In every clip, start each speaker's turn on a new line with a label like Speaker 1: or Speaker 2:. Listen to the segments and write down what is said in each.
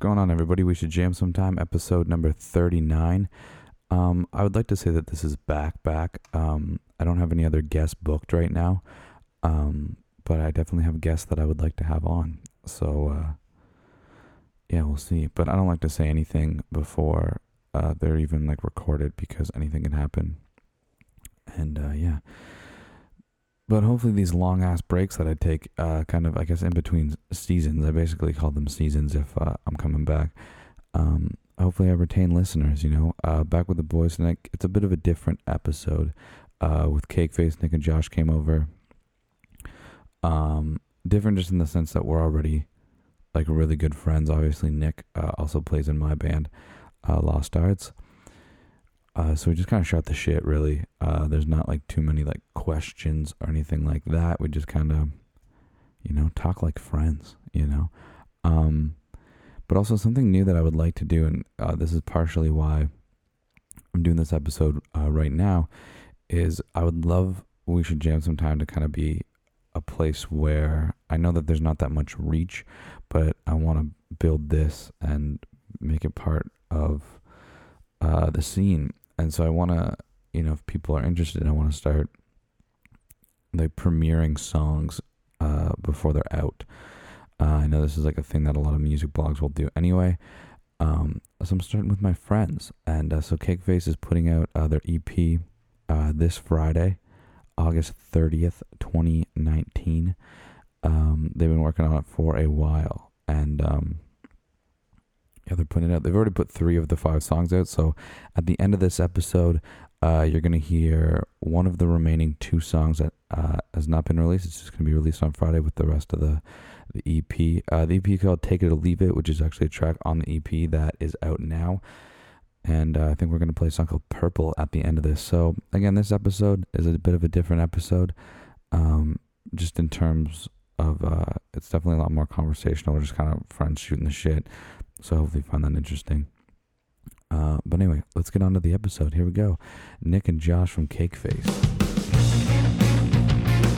Speaker 1: going on, everybody? We should jam sometime. Episode number thirty-nine. Um, I would like to say that this is back, back. Um, I don't have any other guests booked right now, um, but I definitely have guests that I would like to have on. So, uh, yeah, we'll see. But I don't like to say anything before uh, they're even like recorded because anything can happen. And uh, yeah, but hopefully these long ass breaks that I take, uh, kind of I guess in between s- seasons, I basically call them seasons if uh, I'm coming back. Um, hopefully I retain listeners. You know, uh, back with the boys tonight. It's a bit of a different episode. Uh, with Cake Face, Nick and Josh came over. Um, different just in the sense that we're already like really good friends. Obviously, Nick uh, also plays in my band, uh, Lost Arts. Uh, so we just kind of shot the shit, really. Uh, there's not like too many like questions or anything like that. We just kind of, you know, talk like friends, you know. Um, but also something new that I would like to do, and uh, this is partially why I'm doing this episode uh, right now, is I would love we should jam some time to kind of be a place where I know that there's not that much reach, but I want to build this and make it part of uh, the scene. And so I want to, you know, if people are interested, I want to start like premiering songs uh, before they're out. Uh, I know this is like a thing that a lot of music blogs will do anyway. Um, so I'm starting with my friends, and uh, so Cakeface is putting out uh, their EP uh, this Friday, August 30th, 2019. Um, they've been working on it for a while, and um, yeah, they're putting it out. They've already put three of the five songs out. So at the end of this episode, uh, you're going to hear one of the remaining two songs that uh, has not been released. It's just going to be released on Friday with the rest of the, the EP. Uh, the EP is called Take It or Leave It, which is actually a track on the EP that is out now. And uh, I think we're going to play a song called Purple at the end of this. So again, this episode is a bit of a different episode. Um, just in terms of uh, it's definitely a lot more conversational. We're just kind of friends shooting the shit. So hopefully you find that interesting. Uh, but anyway, let's get on to the episode. Here we go. Nick and Josh from Cake Face.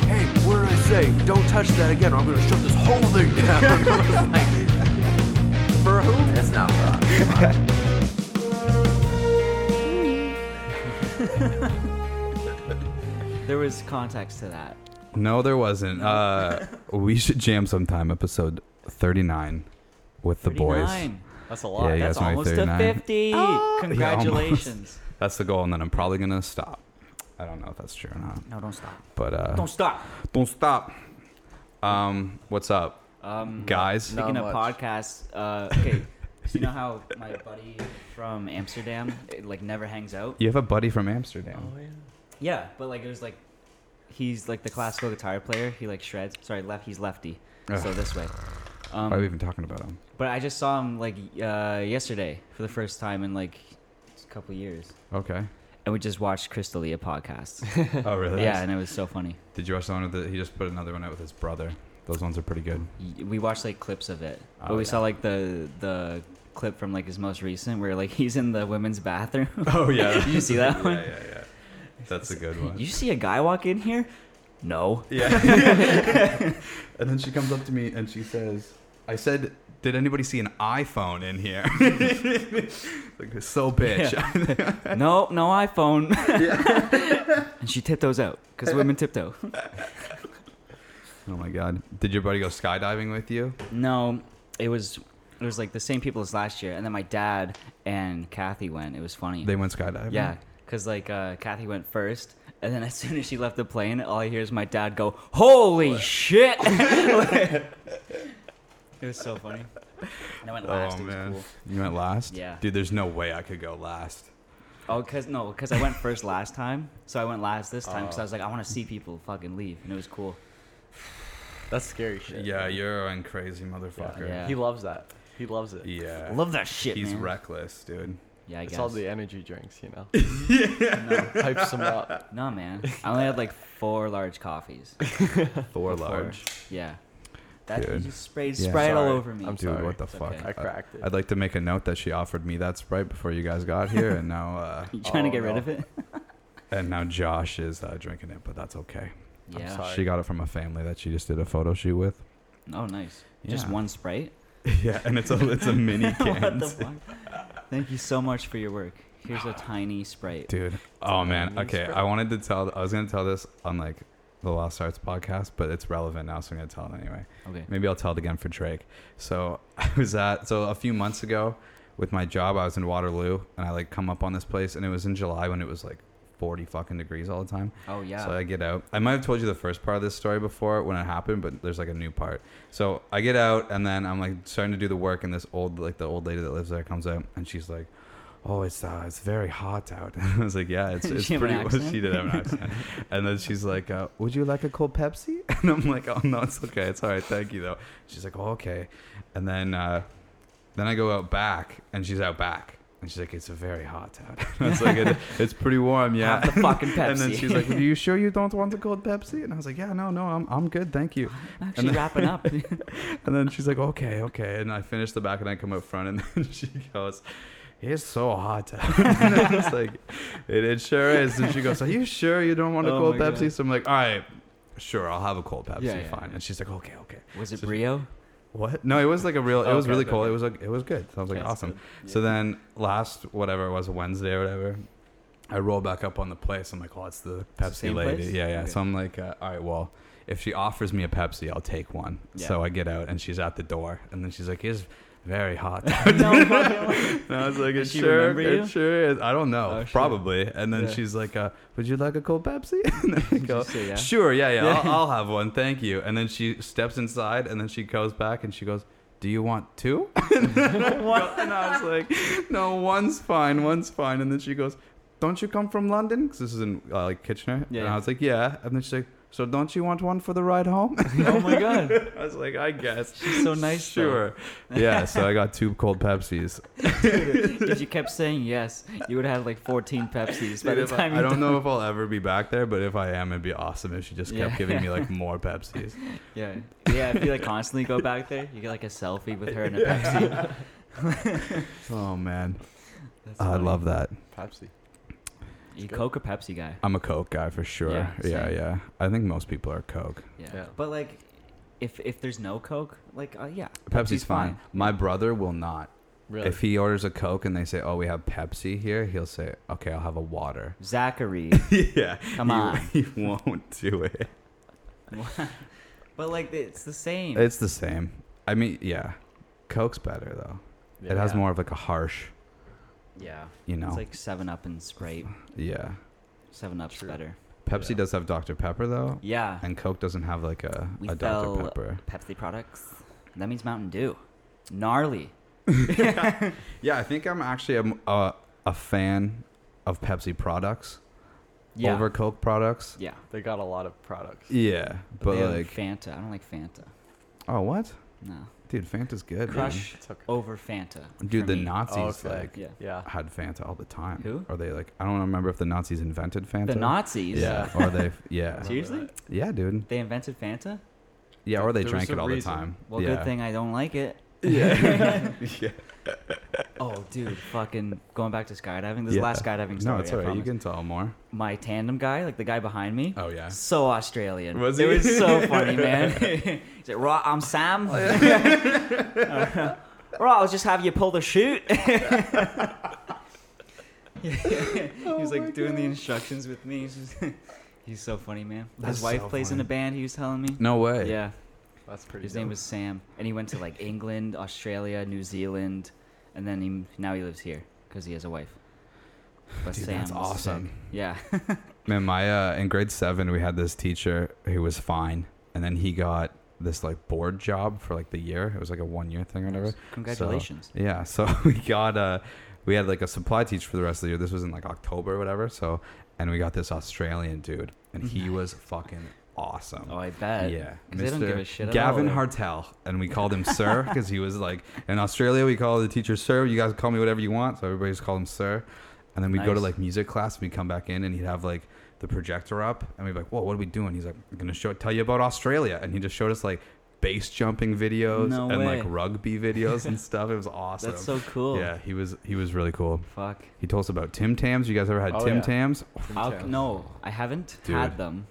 Speaker 2: hey, what did I say? Don't touch that again, or I'm gonna shut this whole thing down. For who?
Speaker 3: That's not wrong.
Speaker 4: There was context to that.
Speaker 1: No, there wasn't. Uh, we should jam sometime, episode 39 with the boys.
Speaker 4: 39. That's a lot.
Speaker 1: Yeah, you
Speaker 4: That's
Speaker 1: guys made
Speaker 4: almost to
Speaker 1: 39.
Speaker 4: 50.
Speaker 1: Oh.
Speaker 4: Congratulations.
Speaker 1: That's the goal, and then I'm probably going to stop. I don't know if that's true or not,
Speaker 4: no, don't stop.
Speaker 1: but uh,
Speaker 4: Don't stop.
Speaker 1: don't stop. Um, what's up,
Speaker 4: Um,
Speaker 1: guys?
Speaker 4: Speaking of
Speaker 3: much.
Speaker 4: podcasts, uh, okay, so you know how my buddy from Amsterdam it, like never hangs out?
Speaker 1: You have a buddy from Amsterdam.
Speaker 4: Oh, Yeah, but like it was like he's like the classical guitar player. He like shreds. Sorry, left. He's lefty. So
Speaker 1: Ugh.
Speaker 4: this way.
Speaker 1: Why are we
Speaker 4: Um,
Speaker 1: even talking about him?
Speaker 4: but I just saw him like uh, yesterday for the first time in like a couple years,
Speaker 1: Okay.
Speaker 4: and we just watched Crystalia podcast.
Speaker 1: oh, really?
Speaker 4: yeah, and it was so funny.
Speaker 1: Did you watch the one that he just put another one out with his brother? Those ones are pretty good.
Speaker 4: Y- we watched like clips of it but
Speaker 1: Oh,
Speaker 4: we
Speaker 1: yeah.
Speaker 4: saw like the the clip from like his most recent where like he's in the women's bathroom
Speaker 1: Oh yeah.
Speaker 4: Did you see that one?
Speaker 1: Yeah, yeah, yeah. That's a good one.
Speaker 4: you see a guy walk in here no
Speaker 1: yeah. and then she comes up to me and she says, "I said, did anybody see an iPhone in here?" like so bitch.
Speaker 4: no no iphone and she tiptoes out because women tiptoe
Speaker 1: Oh my god. Did your buddy go skydiving with you?
Speaker 4: no it was it was like the same people as last year and then my dad and kathy went it was funny
Speaker 1: They went skydiving.
Speaker 4: yeah because like uh, kathy went first and then as soon as she left the plane all i hear is my dad go holy shit it was so funny and i went last
Speaker 1: Oh
Speaker 4: it was
Speaker 1: man.
Speaker 4: cool
Speaker 1: You went last.
Speaker 4: Yeah.
Speaker 1: Dude, there's no way I could go last.
Speaker 4: Oh, cause no, cause I went first last time, so I went last this time
Speaker 1: Oh.
Speaker 4: because I was like, I want to see people fucking leave, and it was cool.
Speaker 3: That's scary shit.
Speaker 1: Yeah, you're a crazy motherfucker.
Speaker 4: Yeah.
Speaker 3: He loves that. He loves it.
Speaker 1: Yeah.
Speaker 4: Love that shit,
Speaker 1: He's
Speaker 4: man.
Speaker 1: reckless, dude.
Speaker 4: Yeah, I
Speaker 3: it's
Speaker 4: guess.
Speaker 3: all the energy drinks, you know. Hypes him up.
Speaker 4: No, man, I only had like four large coffees.
Speaker 1: Thor
Speaker 4: Four.
Speaker 1: large.
Speaker 4: Yeah. That
Speaker 1: Dude.
Speaker 4: he just sprayed
Speaker 1: Yeah.
Speaker 4: Sprite all
Speaker 3: Sorry.
Speaker 4: over me.
Speaker 3: I'm
Speaker 1: Dude,
Speaker 3: sorry.
Speaker 1: what the
Speaker 4: It's
Speaker 1: fuck?
Speaker 4: okay.
Speaker 3: I cracked it.
Speaker 1: I'd like to make a note that she offered me that sprite before you guys got here, and now uh,
Speaker 4: you trying
Speaker 3: Oh,
Speaker 4: to get rid
Speaker 3: no.
Speaker 4: of it?
Speaker 1: and now Josh is uh, drinking it, but that's okay.
Speaker 4: Yeah.
Speaker 3: sorry.
Speaker 1: She got it from a family that she just did a photo shoot with.
Speaker 4: Oh, nice. Just
Speaker 1: Yeah.
Speaker 4: one Sprite.
Speaker 5: yeah, and it's a it's a mini
Speaker 4: what
Speaker 5: can.
Speaker 4: the fuck? Thank you so much for your work. Here's a tiny sprite.
Speaker 5: Dude. Oh man. Okay, I wanted to tell. I was gonna tell this on like the Lost Arts podcast, but it's relevant now, so I'm gonna tell it anyway.
Speaker 4: Okay.
Speaker 5: Maybe I'll tell it again for Drake. So I was at so a few months ago with my job, I was in Waterloo, and I like come up on this place, and it was in July when it was like 40 fucking degrees all the time.
Speaker 4: Oh yeah.
Speaker 5: So I get out. I might have told you the first part of this story before when it happened, but there's like a new part. So I get out and then I'm like starting to do the work, and this old like the old lady that lives there comes out and she's like, "Oh, it's uh, it's very hot out." And I was like, "Yeah, it's
Speaker 4: Did
Speaker 5: it's
Speaker 4: she have an
Speaker 5: pretty." well,
Speaker 4: accent?
Speaker 5: she did have an accent. and then she's like, uh, "Would you like a cold Pepsi?" And I'm like, "Oh no, it's okay. It's all right. Thank you though." She's like, "Oh okay." And then uh, then I go out back and she's out back. And she's like, it's very hot out. And I was like, "It- it's pretty warm, yeah.
Speaker 4: Have the fucking
Speaker 5: and then
Speaker 4: Pepsi.
Speaker 5: she's like, are you sure you don't want a cold Pepsi? And I was like, yeah, no, no, I'm, I'm good, thank you.
Speaker 4: I'm actually
Speaker 5: and-
Speaker 4: wrapping up.
Speaker 5: And then she's like, okay, okay. And I finish the back and I come up front and then she goes, it's so hot. out." and I was like, it, it sure is. And she goes, are you sure you don't want a
Speaker 4: Oh
Speaker 5: cold
Speaker 4: my God.
Speaker 5: Pepsi? So I'm like, all right, sure, I'll have a cold Pepsi,
Speaker 4: Yeah, yeah,
Speaker 5: fine.
Speaker 4: yeah.
Speaker 5: And she's like, okay, okay.
Speaker 4: Was it
Speaker 5: So-
Speaker 4: Brio?
Speaker 5: What? No, it was like a real. It
Speaker 4: Oh,
Speaker 5: was
Speaker 3: Okay,
Speaker 5: really
Speaker 3: okay,
Speaker 5: cool.
Speaker 3: okay.
Speaker 5: It was like it was good. So I was like
Speaker 3: Okay, that's
Speaker 5: awesome.
Speaker 3: good.
Speaker 5: So
Speaker 3: Yeah.
Speaker 5: then last whatever it was Wednesday or whatever, I roll back up on the place. I'm like, oh, it's the
Speaker 4: the
Speaker 5: Pepsi
Speaker 4: same
Speaker 5: lady.
Speaker 4: place?
Speaker 5: Yeah, yeah.
Speaker 4: Okay.
Speaker 5: So I'm like, uh, all right, well, if she offers me a Pepsi, I'll take one.
Speaker 4: Yeah.
Speaker 5: So I get out and she's at the door, and then she's like, it's very hot.
Speaker 4: no. fucking way.
Speaker 5: And I was like, it
Speaker 4: Does she
Speaker 5: sure,
Speaker 4: remember
Speaker 5: it
Speaker 4: you?
Speaker 5: sure is. I don't know,
Speaker 4: Oh, shit.
Speaker 5: probably. And then
Speaker 4: Yeah.
Speaker 5: she's like, uh, "Would you like a cold Pepsi?" And then I go,
Speaker 4: you say yeah?
Speaker 5: "Sure, yeah, yeah,
Speaker 4: Yeah.
Speaker 5: I'll, I'll have one, thank you." And then she steps inside, and then she goes back, and she goes, "Do you want two? and I was like, "No, one's fine, one's fine." And then she goes, "Don't you come from London? Because this is in uh, like Kitchener."
Speaker 4: Yeah.
Speaker 5: And I was like, "Yeah." And then she's like, "So don't you want one for the ride home?"
Speaker 4: oh my god.
Speaker 5: I was like, "I guess."
Speaker 4: She's so nice. though.
Speaker 5: Sure. yeah. So I got two cold Pepsis.
Speaker 4: if you kept saying yes, you would have like 14 Pepsis by
Speaker 5: Dude,
Speaker 4: the
Speaker 5: if I-
Speaker 4: time
Speaker 5: I,
Speaker 4: you
Speaker 5: don't know if I'll ever be back there, but if I am, it'd be awesome if she just kept
Speaker 4: Yeah.
Speaker 5: giving me like more Pepsis.
Speaker 4: Yeah, yeah. If you like constantly go back there, you get like a selfie with her and a Pepsi.
Speaker 5: Oh man,
Speaker 4: That's
Speaker 5: I
Speaker 4: funny.
Speaker 5: love that.
Speaker 3: Pepsi.
Speaker 4: you Coke or Pepsi guy.
Speaker 5: I'm a Coke guy for sure. Yeah,
Speaker 4: Yeah,
Speaker 5: yeah.
Speaker 4: same.
Speaker 5: I think most people are Coke.
Speaker 4: Yeah.
Speaker 3: Yeah.
Speaker 4: but like, if if there's no Coke, like uh, yeah,
Speaker 5: Pepsi's, fine. My brother will not.
Speaker 3: Really?
Speaker 5: If he orders a Coke and they say, "Oh, we have Pepsi here," he'll say, "Okay, I'll have a water."
Speaker 4: Zachary.
Speaker 5: yeah,
Speaker 4: Come
Speaker 5: he-
Speaker 4: on.
Speaker 5: he won't do it.
Speaker 4: but like it's the same.
Speaker 5: It's the same. I mean, yeah, Coke's better though. It has
Speaker 4: Yeah.
Speaker 5: more of like a harsh,
Speaker 4: yeah,
Speaker 5: you know.
Speaker 4: it's like Seven Up and Sprite.
Speaker 5: yeah,
Speaker 4: Seven Up's
Speaker 3: True.
Speaker 4: better.
Speaker 5: Pepsi
Speaker 3: Yeah.
Speaker 5: does have Dr Pepper though.
Speaker 4: Yeah,
Speaker 5: And Coke doesn't have like a,
Speaker 4: We
Speaker 5: a Dr.
Speaker 4: fell-
Speaker 5: Pepper.
Speaker 4: Pepsi products. That means Mountain Dew. Gnarly.
Speaker 5: Yeah, I think I'm actually a, a, a fan of Pepsi products
Speaker 4: Yeah.
Speaker 5: over Coke products.
Speaker 4: yeah.
Speaker 3: They got a lot of products.
Speaker 5: Yeah, but,
Speaker 4: they have
Speaker 5: like,
Speaker 4: Fanta. I don't like Fanta.
Speaker 5: oh, what?
Speaker 4: No.
Speaker 5: Dude, Fanta's good. man.
Speaker 4: Crush
Speaker 3: It's okay.
Speaker 4: over Fanta.
Speaker 5: Dude,
Speaker 4: for
Speaker 5: the
Speaker 4: me.
Speaker 5: Nazis,
Speaker 3: Okay.
Speaker 5: Oh, like,
Speaker 4: Yeah.
Speaker 3: Yeah.
Speaker 5: had Fanta all the time.
Speaker 4: Who?
Speaker 5: Are they, like, I don't remember if the Nazis invented Fanta.
Speaker 4: The Nazis.
Speaker 5: Yeah, or they, yeah.
Speaker 3: Remember
Speaker 4: Seriously?
Speaker 3: that.
Speaker 5: Yeah, dude.
Speaker 4: They invented Fanta?
Speaker 5: Yeah, or they
Speaker 3: There
Speaker 5: drank
Speaker 3: was a
Speaker 5: it all
Speaker 3: reason.
Speaker 5: the time.
Speaker 4: Well,
Speaker 5: yeah.
Speaker 4: good thing I don't like it.
Speaker 5: Yeah. yeah.
Speaker 4: Oh, dude, fucking going back to skydiving. This
Speaker 5: Yeah.
Speaker 4: last skydiving story.
Speaker 5: No, it's
Speaker 4: I
Speaker 5: all right. You
Speaker 4: promise.
Speaker 5: can tell more.
Speaker 4: My tandem guy, like the guy behind me.
Speaker 5: Oh, yeah.
Speaker 4: So Australian.
Speaker 5: Was
Speaker 4: It
Speaker 5: he?
Speaker 4: was so funny, man. He's like, right, I'm Sam. right, I was just having you pull the chute. he was like doing the instructions with me. He's, just- he's so funny, man.
Speaker 5: That's
Speaker 4: His wife
Speaker 5: so
Speaker 4: plays in
Speaker 5: funny.
Speaker 4: a band. He was telling me.
Speaker 5: No way.
Speaker 4: Yeah.
Speaker 3: That's pretty.
Speaker 4: His name
Speaker 3: dope.
Speaker 4: was Sam, and he went to like England, Australia, New Zealand, and then he now he lives here because he has a wife. But
Speaker 5: Dude,
Speaker 4: Sam
Speaker 5: that's
Speaker 4: was
Speaker 5: awesome.
Speaker 4: sick. Yeah,
Speaker 5: Man, my uh, in grade seven, we had this teacher who was fine, and then he got this like board job for like the year. It was like a one year thing or whatever. So-
Speaker 4: congratulations.
Speaker 5: yeah, so we got uh, we had like a supply teacher for the rest of the year. This was in like October or whatever. So, and we got this Australian dude, and he was fucking awesome.
Speaker 4: Oh, I bet.
Speaker 5: Yeah,
Speaker 4: 'Cause they don't give a shit at
Speaker 5: Gavin
Speaker 4: all.
Speaker 5: Hartel, and we called him Sir because he was like in Australia. We call the teacher Sir. You guys call me whatever you want, so everybody just called him Sir. And then we'd go to
Speaker 4: Nice.
Speaker 5: like music class, and we'd come back in, and he'd have like the projector up, and we'd be like, "Whoa, what are we doing?" He's like, "I'm gonna show tell you about Australia," and he just showed us like base jumping videos
Speaker 4: No
Speaker 5: and like
Speaker 4: way.
Speaker 5: rugby videos and stuff. It was awesome.
Speaker 4: That's so cool.
Speaker 5: Yeah, he was he was really cool.
Speaker 4: Fuck.
Speaker 5: He told us about Tim Tams. You guys ever had
Speaker 3: Oh,
Speaker 5: Tim
Speaker 3: yeah.
Speaker 5: Tams?
Speaker 4: I'll,
Speaker 3: Tim Tam.
Speaker 4: no, I haven't
Speaker 5: Dude.
Speaker 4: had them.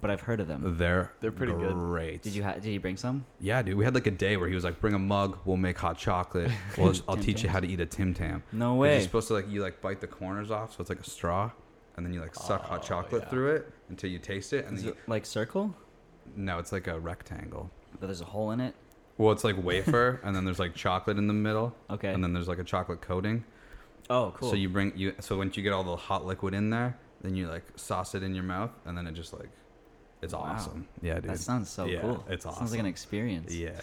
Speaker 4: but I've heard of them.
Speaker 5: They're
Speaker 3: They're pretty good.
Speaker 5: Great.
Speaker 4: Did you ha- did you bring some?
Speaker 5: Yeah, dude. We had like a day where he was like, "Bring a mug. We'll make hot chocolate. We'll, I'll
Speaker 4: Tim
Speaker 5: teach you how to eat a Tim Tam."
Speaker 4: No
Speaker 5: 'Cause You're
Speaker 4: way.
Speaker 5: supposed to like you like bite the corners off, so it's like a straw, and then you like suck hot
Speaker 3: Oh,
Speaker 5: chocolate
Speaker 3: yeah.
Speaker 5: through it until you taste it, and
Speaker 4: Is
Speaker 5: then you,
Speaker 4: it like circle,
Speaker 5: no, it's like a rectangle.
Speaker 4: but there's a hole in it.
Speaker 5: Well, it's like wafer, and then there's like chocolate in the middle.
Speaker 4: Okay.
Speaker 5: And then there's like a chocolate coating.
Speaker 4: Oh, cool.
Speaker 5: So you bring you so once you get all the hot liquid in there, then you like sauce it in your mouth, and then it just like, it's
Speaker 4: Wow.
Speaker 5: awesome. Yeah, dude.
Speaker 4: that sounds so
Speaker 5: Yeah,
Speaker 4: cool.
Speaker 5: It's awesome.
Speaker 4: Sounds like an experience.
Speaker 5: Yeah.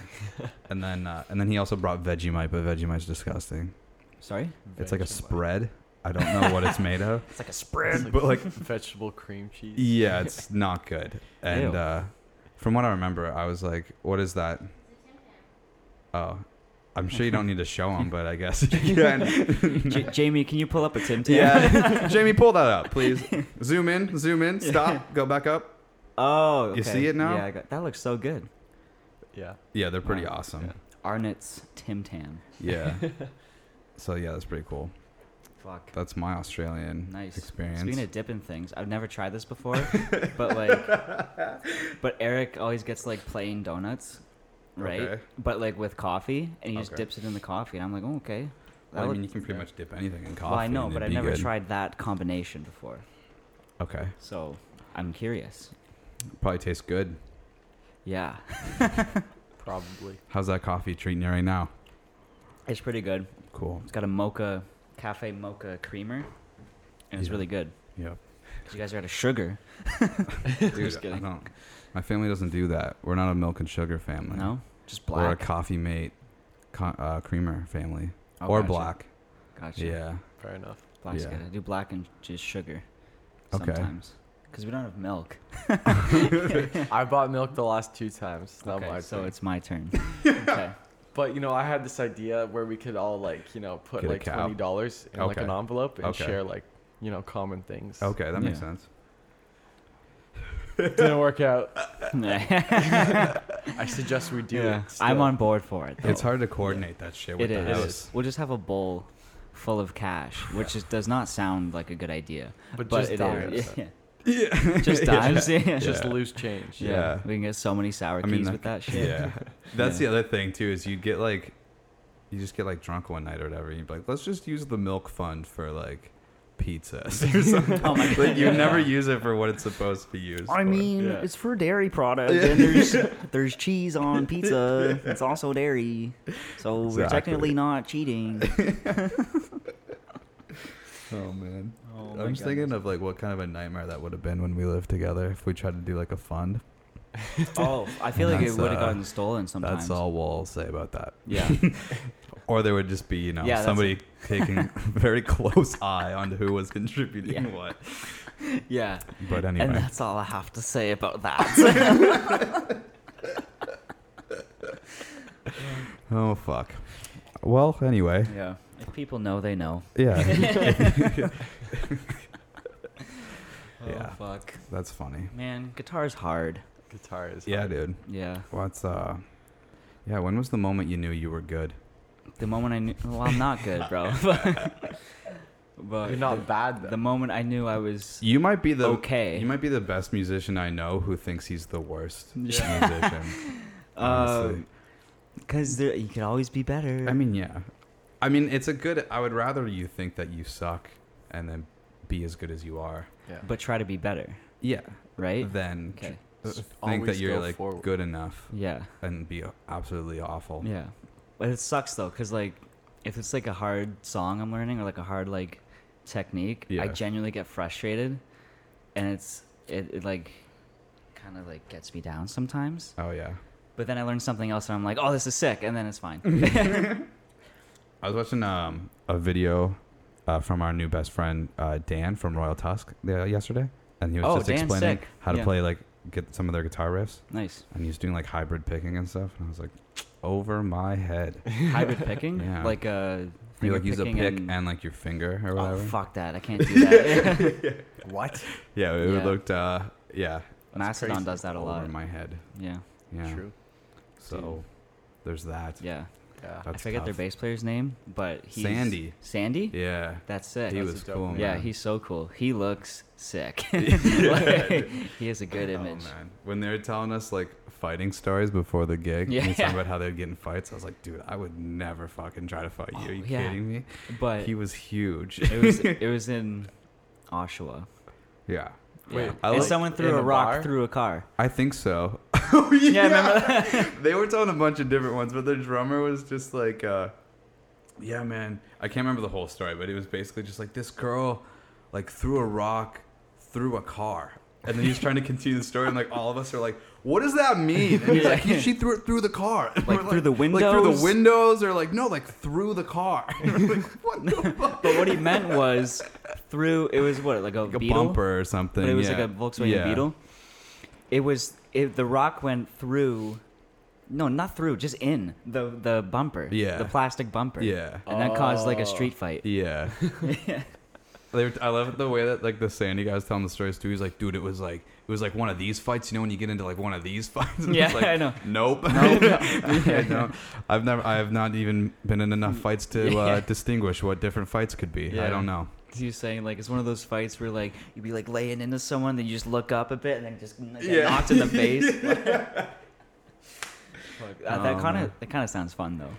Speaker 5: and then uh, and then he also brought Vegemite, but Vegemite's disgusting.
Speaker 4: Sorry.
Speaker 5: It's like a
Speaker 3: Vegemite.
Speaker 5: spread. I don't know what it's made of.
Speaker 4: It's like a
Speaker 3: It's
Speaker 4: spread.
Speaker 3: like
Speaker 5: But, like-
Speaker 3: vegetable cream cheese.
Speaker 5: Yeah, it's not good. And
Speaker 4: Ew.
Speaker 5: uh, from what I remember, I was like, "What is that?" Oh, I'm sure you don't need to show him, but I guess you can.
Speaker 4: J- Jamie, can you pull up a Tim Tam?
Speaker 5: yeah, Jamie, pull that up, please. Zoom in, zoom in, stop, go back up.
Speaker 4: Oh, okay.
Speaker 5: You see it now?
Speaker 4: Yeah, I got, that looks so good.
Speaker 3: Yeah.
Speaker 5: Yeah, they're pretty
Speaker 4: Wow.
Speaker 5: awesome.
Speaker 4: Arnott's Tim Tam.
Speaker 5: Yeah. So yeah, that's pretty cool.
Speaker 4: Fuck.
Speaker 5: That's my Australian
Speaker 4: Nice.
Speaker 5: experience.
Speaker 4: Speaking of dipping things, I've never tried this before, but like, but Eric always gets like plain donuts, right?
Speaker 5: Okay.
Speaker 4: But like with coffee, and he just
Speaker 5: Okay.
Speaker 4: dips it in the coffee, and I'm like, oh, okay.
Speaker 5: Well, I
Speaker 4: look-
Speaker 5: mean, you can pretty much dip anything in coffee.
Speaker 4: well, I know,
Speaker 5: and
Speaker 4: but
Speaker 5: it'd
Speaker 4: I've
Speaker 5: be
Speaker 4: never
Speaker 5: good.
Speaker 4: tried that combination before,
Speaker 5: Okay,
Speaker 4: so I'm curious.
Speaker 5: probably tastes good.
Speaker 4: Yeah,
Speaker 3: Probably.
Speaker 5: How's that coffee treating you right now?
Speaker 4: it's pretty good.
Speaker 5: Cool.
Speaker 4: It's got a mocha, cafe mocha creamer, and it's
Speaker 5: Yeah.
Speaker 4: really good.
Speaker 5: Yeah.
Speaker 4: 'Cause You guys are out of sugar,
Speaker 5: Dude,
Speaker 4: Just kidding.
Speaker 5: I don't. My family doesn't do that. We're not a milk and sugar family.
Speaker 4: no? Just
Speaker 5: We're Mm-hmm. a
Speaker 4: black
Speaker 5: coffee mate, co- uh, creamer family,
Speaker 4: Oh,
Speaker 5: or
Speaker 4: gotcha.
Speaker 5: black.
Speaker 4: Gotcha.
Speaker 5: Yeah.
Speaker 3: Fair enough.
Speaker 4: Black's
Speaker 5: Yeah.
Speaker 4: good. I do black and just sugar
Speaker 5: Okay.
Speaker 4: sometimes. Because we don't have milk.
Speaker 3: I bought milk the last two times. It's not
Speaker 4: Okay,
Speaker 3: my
Speaker 4: so
Speaker 3: turn.
Speaker 4: it's my turn. okay.
Speaker 3: But you know, I had this idea where we could all like, you know, put
Speaker 5: Get a
Speaker 3: like
Speaker 5: cow.
Speaker 3: twenty dollars in like an
Speaker 5: Okay.
Speaker 3: envelope and
Speaker 5: Okay.
Speaker 3: share like, you know, common things.
Speaker 5: Okay, that makes
Speaker 4: Yeah.
Speaker 5: sense.
Speaker 3: Didn't work out. I suggest we do it.
Speaker 5: Yeah.
Speaker 4: I'm
Speaker 3: still.
Speaker 4: on board for it. Though.
Speaker 5: It's hard to coordinate that shit with
Speaker 4: It
Speaker 5: the
Speaker 4: is.
Speaker 5: house.
Speaker 4: We'll just have a bowl full of cash, which is, does not sound like a good idea.
Speaker 3: But
Speaker 4: But
Speaker 3: just
Speaker 4: it
Speaker 3: dollars.
Speaker 4: is. Yeah.
Speaker 5: Yeah.
Speaker 4: Just dimes. Yeah. Yeah.
Speaker 3: Just loose change.
Speaker 5: Yeah.
Speaker 4: We can get so many sour
Speaker 5: I
Speaker 4: keys
Speaker 5: mean, that-
Speaker 4: with that shit.
Speaker 5: Yeah. That's
Speaker 4: Yeah.
Speaker 5: the other thing too is you get like, you just get like drunk one night or whatever. And you'd be like, let's just use the milk fund for like pizzas or something.
Speaker 4: Oh my
Speaker 5: like you never use it for what it's supposed to be used. for.
Speaker 3: Yeah. it's
Speaker 4: for dairy products, and there's there's cheese on pizza. It's also dairy, so
Speaker 5: we're Exactly. technically
Speaker 4: not cheating.
Speaker 5: Oh man.
Speaker 4: Oh, my
Speaker 5: I'm just thinking of like what kind of a nightmare that would have been when we lived together if we tried to do like a fund.
Speaker 4: Oh, I feel like it
Speaker 5: That's,
Speaker 4: would have
Speaker 5: uh,
Speaker 4: gotten stolen sometimes.
Speaker 5: That's all we'll say about that.
Speaker 4: Yeah.
Speaker 5: Or there would just be, you know,
Speaker 4: Yeah, that's-
Speaker 5: somebody taking a very close eye on who was contributing
Speaker 4: Yeah.
Speaker 5: what.
Speaker 4: yeah.
Speaker 5: But
Speaker 4: And
Speaker 5: anyway,
Speaker 4: that's all I have to say about that.
Speaker 5: oh fuck. Well, anyway,
Speaker 4: yeah. If people know, they know.
Speaker 5: yeah,
Speaker 4: Oh,
Speaker 5: Yeah.
Speaker 4: fuck.
Speaker 5: that's funny.
Speaker 4: Man, guitar's hard.
Speaker 3: Guitar is
Speaker 5: Yeah,
Speaker 3: hard.
Speaker 5: dude.
Speaker 4: Yeah.
Speaker 5: What's uh, yeah? When was the moment you knew you were good?
Speaker 4: The moment I knew, well, I'm not good, bro. but
Speaker 3: You're not bad though.
Speaker 4: the moment I knew I was
Speaker 5: You might be the
Speaker 4: okay.
Speaker 5: You might be the best musician I know who thinks he's the worst
Speaker 4: Yeah. Uh,
Speaker 5: musician. Honestly.
Speaker 4: Because there, you could always be better.
Speaker 5: I mean, yeah. I mean, it's a good. I would rather you think that you suck and then be as good as you are.
Speaker 3: yeah.
Speaker 4: but try to be better,
Speaker 5: Yeah.
Speaker 4: right?
Speaker 5: Then
Speaker 4: Okay.
Speaker 5: think that
Speaker 3: Always
Speaker 5: you're
Speaker 3: go
Speaker 5: like
Speaker 3: forward.
Speaker 5: good enough
Speaker 4: Yeah.
Speaker 5: and be absolutely awful.
Speaker 4: Yeah. But it sucks though, because like, if it's like a hard song I'm learning or like a hard like technique,
Speaker 5: Yeah.
Speaker 4: I genuinely get frustrated, and it's it, it like kind of like gets me down sometimes.
Speaker 5: Oh yeah.
Speaker 4: But then I learn something else, and I'm like, oh, this is sick, and then it's fine.
Speaker 5: I was watching um, a video uh, from our new best friend uh, Dan from Royal Tusk the- yesterday, and he was
Speaker 4: Oh,
Speaker 5: just
Speaker 4: Dan's
Speaker 5: explaining
Speaker 4: sick.
Speaker 5: how to
Speaker 4: Yeah.
Speaker 5: play like get some of their guitar riffs,
Speaker 4: nice.
Speaker 5: and he was doing like hybrid picking and stuff, and I was like, over my head.
Speaker 4: Hybrid picking,
Speaker 5: Yeah.
Speaker 4: like uh,
Speaker 5: You
Speaker 4: finger
Speaker 5: like use a
Speaker 4: picking
Speaker 5: pick and, like your finger or
Speaker 4: oh
Speaker 5: whatever.
Speaker 4: fuck that, I can't do that.
Speaker 3: what?
Speaker 5: Yeah, it
Speaker 4: Yeah.
Speaker 5: looked. Uh, yeah,
Speaker 4: Mastodon
Speaker 3: crazy.
Speaker 4: does that a
Speaker 5: over
Speaker 4: lot.
Speaker 5: my head.
Speaker 4: Yeah,
Speaker 5: Yeah.
Speaker 3: True.
Speaker 5: So there's that.
Speaker 4: yeah.
Speaker 3: Yeah.
Speaker 4: I forget their bass player's name, but he's
Speaker 5: Sandy.
Speaker 4: Sandy.
Speaker 5: Yeah.
Speaker 4: That's sick.
Speaker 5: He
Speaker 3: That's
Speaker 5: was
Speaker 3: a dope
Speaker 5: cool.
Speaker 3: name.
Speaker 4: yeah,
Speaker 5: Oh, man.
Speaker 4: he's so cool. He looks sick. Like, he has a good image.
Speaker 5: Oh, man. When they were telling us like fighting stories before the gig, and he's
Speaker 4: Yeah.
Speaker 5: talking about how they'd get in fights, I was like, dude, I would never fucking try to fight you. Are you
Speaker 4: Oh, yeah.
Speaker 5: kidding me?
Speaker 4: but
Speaker 5: He was huge.
Speaker 4: it was it was in Oshawa.
Speaker 5: yeah.
Speaker 3: Wait,
Speaker 4: Yeah.
Speaker 5: I
Speaker 4: and
Speaker 5: like-
Speaker 4: someone
Speaker 3: in
Speaker 4: threw a
Speaker 3: a
Speaker 4: rock
Speaker 3: bar?
Speaker 4: through a car.
Speaker 5: I think so.
Speaker 4: Yeah, remember that?
Speaker 5: they were telling a bunch of different ones, but their drummer was just like, uh, yeah, man. I can't remember the whole story, but it was basically just like this girl, like threw a rock through a car. And then he's trying to continue the story, and like all of us are like, "What does that mean?" And he's like, "Yeah, "She threw it through the car, And
Speaker 4: Like,
Speaker 5: we're
Speaker 4: through the
Speaker 5: like through
Speaker 4: windows?
Speaker 5: the windows, or like no, like through the car." And we're like, what the fuck?
Speaker 4: But what he meant was through. It was what like a,
Speaker 5: Like a
Speaker 4: beetle,
Speaker 5: bumper or something.
Speaker 4: but it was
Speaker 5: yeah.
Speaker 4: like a Volkswagen
Speaker 5: Yeah.
Speaker 4: Beetle. It was it, the rock went through. No, not through, just in the the bumper.
Speaker 5: Yeah.
Speaker 4: the plastic bumper.
Speaker 5: Yeah. Oh.
Speaker 4: and that caused like a street fight.
Speaker 5: Yeah. They were- I love the way that like the Sandy guy was telling the stories too. He's like, dude, it was like it was like one of these fights. You know, when you get into like one of these fights. And
Speaker 4: Yeah,
Speaker 5: it's like,
Speaker 4: I know.
Speaker 5: Nope. I know. I've never. I have not even been in enough fights to uh,
Speaker 4: Yeah.
Speaker 5: distinguish what different fights could be. I
Speaker 3: Yeah.
Speaker 5: don't know.
Speaker 4: He was saying like it's one of those fights where like you'd be like laying into someone, then you just look up a bit and then just like, get
Speaker 5: Yeah.
Speaker 4: knocked in the face. Like, uh, that
Speaker 5: Oh,
Speaker 4: kind
Speaker 5: man. Ah.
Speaker 4: of that kind of sounds fun though,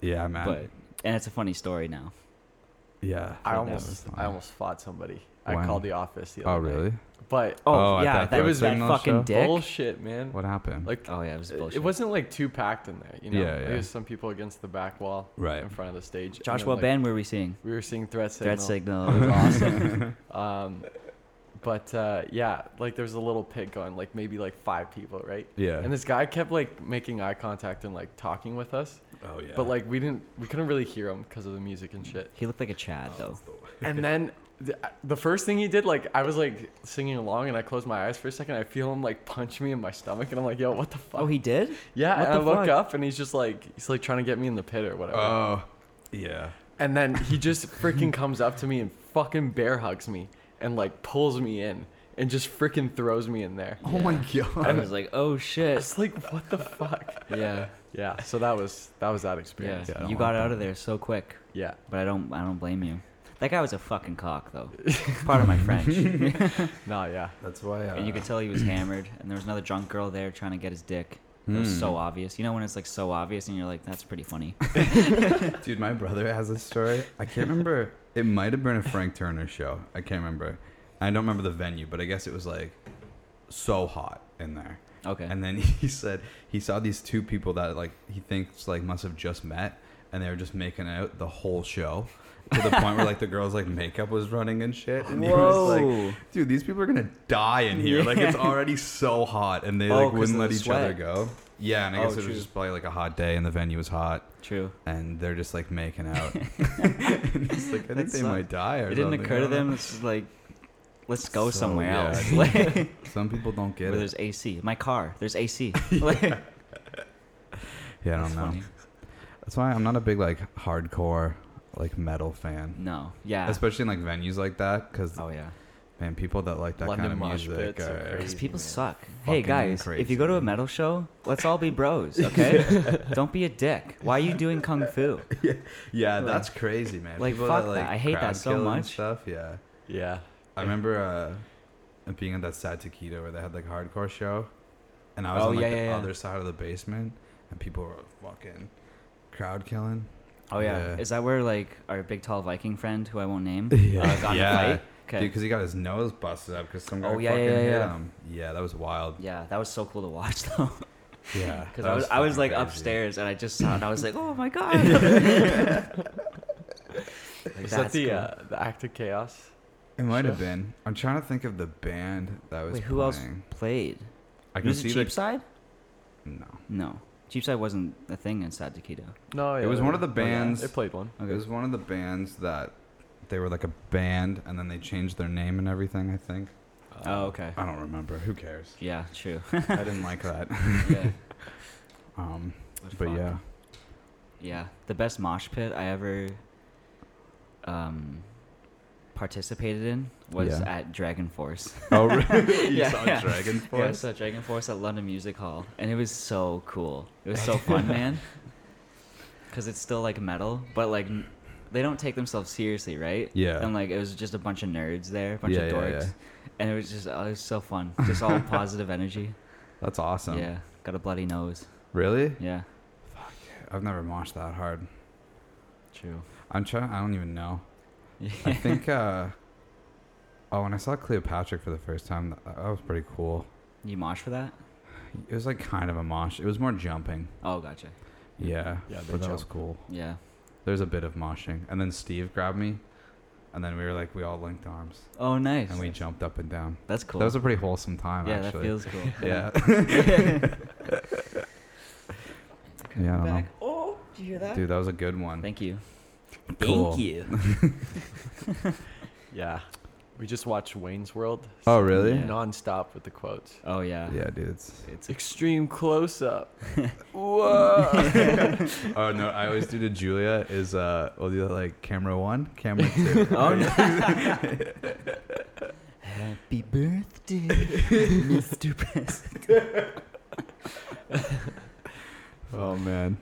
Speaker 5: Yeah, man.
Speaker 4: but and it's a funny story now.
Speaker 5: yeah.
Speaker 3: I
Speaker 5: That was
Speaker 3: almost
Speaker 5: fun.
Speaker 3: I almost fought somebody.
Speaker 5: Wow.
Speaker 3: I called the office the
Speaker 5: Oh
Speaker 3: other day.
Speaker 5: really?
Speaker 3: But
Speaker 5: Oh,
Speaker 4: Oh,
Speaker 5: I
Speaker 4: yeah,
Speaker 5: thought that
Speaker 4: that
Speaker 5: was
Speaker 4: was that
Speaker 5: Signal
Speaker 4: fucking
Speaker 5: show?
Speaker 4: dick.
Speaker 3: bullshit, man.
Speaker 5: What happened?
Speaker 3: Like
Speaker 4: Oh yeah, it was
Speaker 3: it-
Speaker 4: bullshit.
Speaker 3: it wasn't like too packed in there, you know.
Speaker 5: Yeah, yeah.
Speaker 3: It was some people against the back wall,
Speaker 5: Right.
Speaker 3: in front of the stage. and then,
Speaker 4: Joshua
Speaker 3: like,
Speaker 4: Ben were we seeing?
Speaker 3: We were seeing threat signal.
Speaker 4: Threat signal. Oh, It was awesome.
Speaker 3: Um, but uh, yeah, like there was a little pit going, like maybe like five people, right?
Speaker 5: Yeah.
Speaker 3: And this guy kept like making eye contact and like talking with us,
Speaker 5: oh yeah.
Speaker 3: but like we didn't, we couldn't really hear him because of the music and shit.
Speaker 4: he looked like a Chad though.
Speaker 3: And then the, the first thing he did, like I was like singing along and I closed my eyes for a second. I feel him like punch me in my stomach and I'm like, yo, what the fuck?
Speaker 4: Oh, he did.
Speaker 3: yeah.
Speaker 4: What
Speaker 3: and I
Speaker 4: the
Speaker 3: look
Speaker 4: fuck?
Speaker 3: up and he's just like, he's like trying to get me in the pit or whatever.
Speaker 5: Oh. Yeah.
Speaker 3: And then he just freaking comes up to me and fucking bear hugs me and like pulls me in and just freaking throws me in there.
Speaker 5: Oh my god.
Speaker 4: I was like, oh shit.
Speaker 3: It's like what the fuck?
Speaker 4: Yeah,
Speaker 3: Yeah. So that was that was that
Speaker 4: yeah.
Speaker 3: experience.
Speaker 5: Yeah, I don't
Speaker 4: you
Speaker 5: want
Speaker 4: got
Speaker 5: that.
Speaker 4: out of there so quick,
Speaker 3: Yeah.
Speaker 4: but I don't. I don't blame you. That guy was a fucking cock though. Part of my French.
Speaker 3: No, yeah.
Speaker 5: That's why. Uh,
Speaker 4: And you could tell he was hammered, and there was another drunk girl there trying to get his dick.
Speaker 5: Hmm.
Speaker 4: It was so obvious. You know when it's like so obvious, and you're like, "That's pretty funny."
Speaker 5: Dude, my brother has a story. I can't remember. It might have been a Frank Turner show. I can't remember. I don't remember the venue, but I guess it was like so hot in there.
Speaker 4: Okay.
Speaker 5: And then he said he saw these two people that like he thinks like must have just met, and they were just making out the whole show to the point where like the girls like makeup was running and shit. And he was
Speaker 4: Whoa.
Speaker 5: like, "Dude, these people are gonna die in here. Like it's already so hot, and they
Speaker 4: Oh,
Speaker 5: like
Speaker 4: 'cause
Speaker 5: wouldn't
Speaker 4: of
Speaker 5: let
Speaker 4: the
Speaker 5: each other
Speaker 4: sweat.
Speaker 5: go." Yeah, and I
Speaker 4: Oh,
Speaker 5: guess it
Speaker 4: true.
Speaker 5: was just probably like a hot day, and the venue was hot
Speaker 4: True.
Speaker 5: and they're just like making out. And it's like, I think
Speaker 4: That
Speaker 5: they
Speaker 4: sucks.
Speaker 5: might die. Or
Speaker 4: It didn't
Speaker 5: something.
Speaker 4: occur to
Speaker 5: I don't
Speaker 4: them. It's just like, let's go
Speaker 5: So,
Speaker 4: somewhere
Speaker 5: yeah.
Speaker 4: else. Like,
Speaker 5: know. Some people don't get
Speaker 4: where
Speaker 5: it.
Speaker 4: there's AC. My car. There's AC. Like,
Speaker 5: Yeah, I don't
Speaker 4: that's
Speaker 5: know.
Speaker 4: funny.
Speaker 5: That's why I'm not a big like hardcore like metal fan,
Speaker 4: No. Yeah.
Speaker 5: especially in like venues like that. Because
Speaker 4: oh yeah.
Speaker 5: man, people that like that
Speaker 3: London
Speaker 5: kind of
Speaker 3: mosh
Speaker 5: music,
Speaker 3: pits are
Speaker 5: are-
Speaker 3: crazy.
Speaker 4: Because people
Speaker 3: man.
Speaker 4: suck. Hey
Speaker 5: Fucking
Speaker 4: guys, if
Speaker 5: crazy,
Speaker 4: you go to a
Speaker 5: man.
Speaker 4: metal show, let's all be bros, okay? Don't be a dick. Why are you doing kung fu?
Speaker 5: yeah, that's crazy, man.
Speaker 4: Like,
Speaker 5: people
Speaker 4: fuck that. I hate that
Speaker 5: crowd
Speaker 4: so
Speaker 5: kill and
Speaker 4: much.
Speaker 5: Stuff, yeah.
Speaker 3: Yeah.
Speaker 5: I remember uh, being at that Sad Taquito where they had like hardcore show, and I was
Speaker 4: Oh,
Speaker 5: on like
Speaker 4: yeah,
Speaker 5: the
Speaker 4: yeah, yeah.
Speaker 5: other side of the basement, and people were fucking crowd killing.
Speaker 4: Oh yeah.
Speaker 5: Yeah.
Speaker 4: Is that where like our big tall Viking friend, who I won't name,
Speaker 5: Yeah.
Speaker 4: uh, got
Speaker 5: Yeah.
Speaker 4: in a fight? Okay.
Speaker 5: because he got his nose busted up because some guy
Speaker 4: Oh, yeah,
Speaker 5: fucking
Speaker 4: yeah,
Speaker 5: hit
Speaker 4: yeah.
Speaker 5: him. Yeah, that was wild.
Speaker 4: Yeah, that was so cool to watch though.
Speaker 5: Yeah,
Speaker 4: Because
Speaker 5: that
Speaker 4: I was, I was
Speaker 5: fucking
Speaker 4: like
Speaker 5: crazy.
Speaker 4: upstairs and I just saw it. I was like, oh my god. Like,
Speaker 3: Was that
Speaker 4: that's
Speaker 3: the
Speaker 4: cool.
Speaker 3: uh, the act of chaos?
Speaker 5: It might have
Speaker 3: Sure.
Speaker 5: been. I'm trying to think of the band that was
Speaker 4: Wait, who else
Speaker 5: playing.
Speaker 4: played?
Speaker 5: I can
Speaker 4: was
Speaker 5: see
Speaker 4: it
Speaker 5: the
Speaker 4: Cheapside?
Speaker 5: no.
Speaker 4: No, Cheapside wasn't a thing inside Taquito.
Speaker 3: No.
Speaker 5: It
Speaker 3: yeah,
Speaker 5: was
Speaker 3: they
Speaker 5: one
Speaker 3: were-
Speaker 5: of the
Speaker 3: oh, yeah,
Speaker 5: bands-
Speaker 3: They played one.
Speaker 5: It was one of the bands that they were like a band and then they changed their name and everything. I think. Um,
Speaker 4: Oh, okay.
Speaker 5: I don't remember. Who cares?
Speaker 4: Yeah, true.
Speaker 5: I didn't like that.
Speaker 4: yeah.
Speaker 5: Um,
Speaker 4: But
Speaker 5: but
Speaker 4: fuck.
Speaker 5: yeah,
Speaker 4: Yeah, the best mosh pit I ever um, participated in was
Speaker 5: Yeah.
Speaker 4: at Dragon Force.
Speaker 5: Oh, really? you
Speaker 4: Yeah,
Speaker 5: saw
Speaker 4: yeah.
Speaker 5: Dragon
Speaker 4: yeah,
Speaker 5: Force?
Speaker 4: so Dragon Force at London Music Hall, and it was so cool. It was so fun, man. because it's still like metal, but like n- they don't take themselves seriously, right?
Speaker 5: Yeah.
Speaker 4: And like it was just a bunch of nerds there, a bunch of
Speaker 5: Yeah, yeah,
Speaker 4: dorks,
Speaker 5: yeah.
Speaker 4: and it was just oh, it was so fun, just all positive energy.
Speaker 5: That's awesome.
Speaker 4: Yeah, got a bloody nose.
Speaker 5: Really?
Speaker 4: Yeah.
Speaker 5: I've never moshed that hard.
Speaker 3: True.
Speaker 5: I'm trying. I don't even know. I think. uh Oh, when I saw Cleopatra for the first time, that, that was pretty cool.
Speaker 4: you mosh for that?
Speaker 5: It was like kind of a mosh. It was more jumping.
Speaker 4: Oh, gotcha.
Speaker 5: Yeah.
Speaker 3: Yeah, they
Speaker 5: but that was
Speaker 3: jump.
Speaker 5: cool.
Speaker 4: Yeah.
Speaker 5: There's a bit of moshing, and then Steve grabbed me, and then we were like, we all linked arms,
Speaker 4: Oh, nice.
Speaker 5: and we jumped up and down.
Speaker 4: That's cool.
Speaker 5: That was a pretty wholesome time,
Speaker 4: yeah, that
Speaker 5: actually.
Speaker 4: feels cool.
Speaker 5: yeah.
Speaker 4: Okay,
Speaker 5: yeah. I don't know.
Speaker 4: back.
Speaker 6: Oh, did you hear that?
Speaker 5: Dude, that was a good one.
Speaker 4: Thank you.
Speaker 5: Cool.
Speaker 4: Thank you.
Speaker 3: Yeah. We just watched Wayne's World.
Speaker 5: Oh, really?
Speaker 4: Yeah.
Speaker 3: Non-stop with the quotes.
Speaker 4: Oh yeah.
Speaker 5: Yeah, dude. It's,
Speaker 3: It's extreme close-up.
Speaker 5: oh no, I always do to Julia is uh, we'll do like camera one, camera two.
Speaker 4: Oh no. Happy birthday, Mr. President.
Speaker 5: oh man.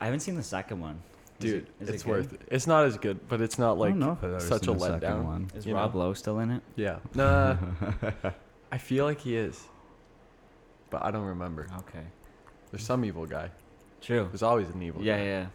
Speaker 4: I haven't seen the second one. Is
Speaker 3: Dude,
Speaker 4: it- is it
Speaker 3: it's
Speaker 4: good?
Speaker 3: worth it. It's not as good, but it's not
Speaker 5: I
Speaker 3: like
Speaker 5: don't know if I've ever
Speaker 3: such
Speaker 5: seen
Speaker 3: a
Speaker 5: the second
Speaker 3: letdown.
Speaker 5: one.
Speaker 4: Is
Speaker 3: you know?
Speaker 4: Rob Lowe still in it?
Speaker 3: Yeah. Nah. I feel like he is. But I don't remember.
Speaker 4: Okay.
Speaker 3: There's some evil guy.
Speaker 4: True.
Speaker 3: There's always an evil
Speaker 4: Yeah,
Speaker 3: guy.
Speaker 4: yeah.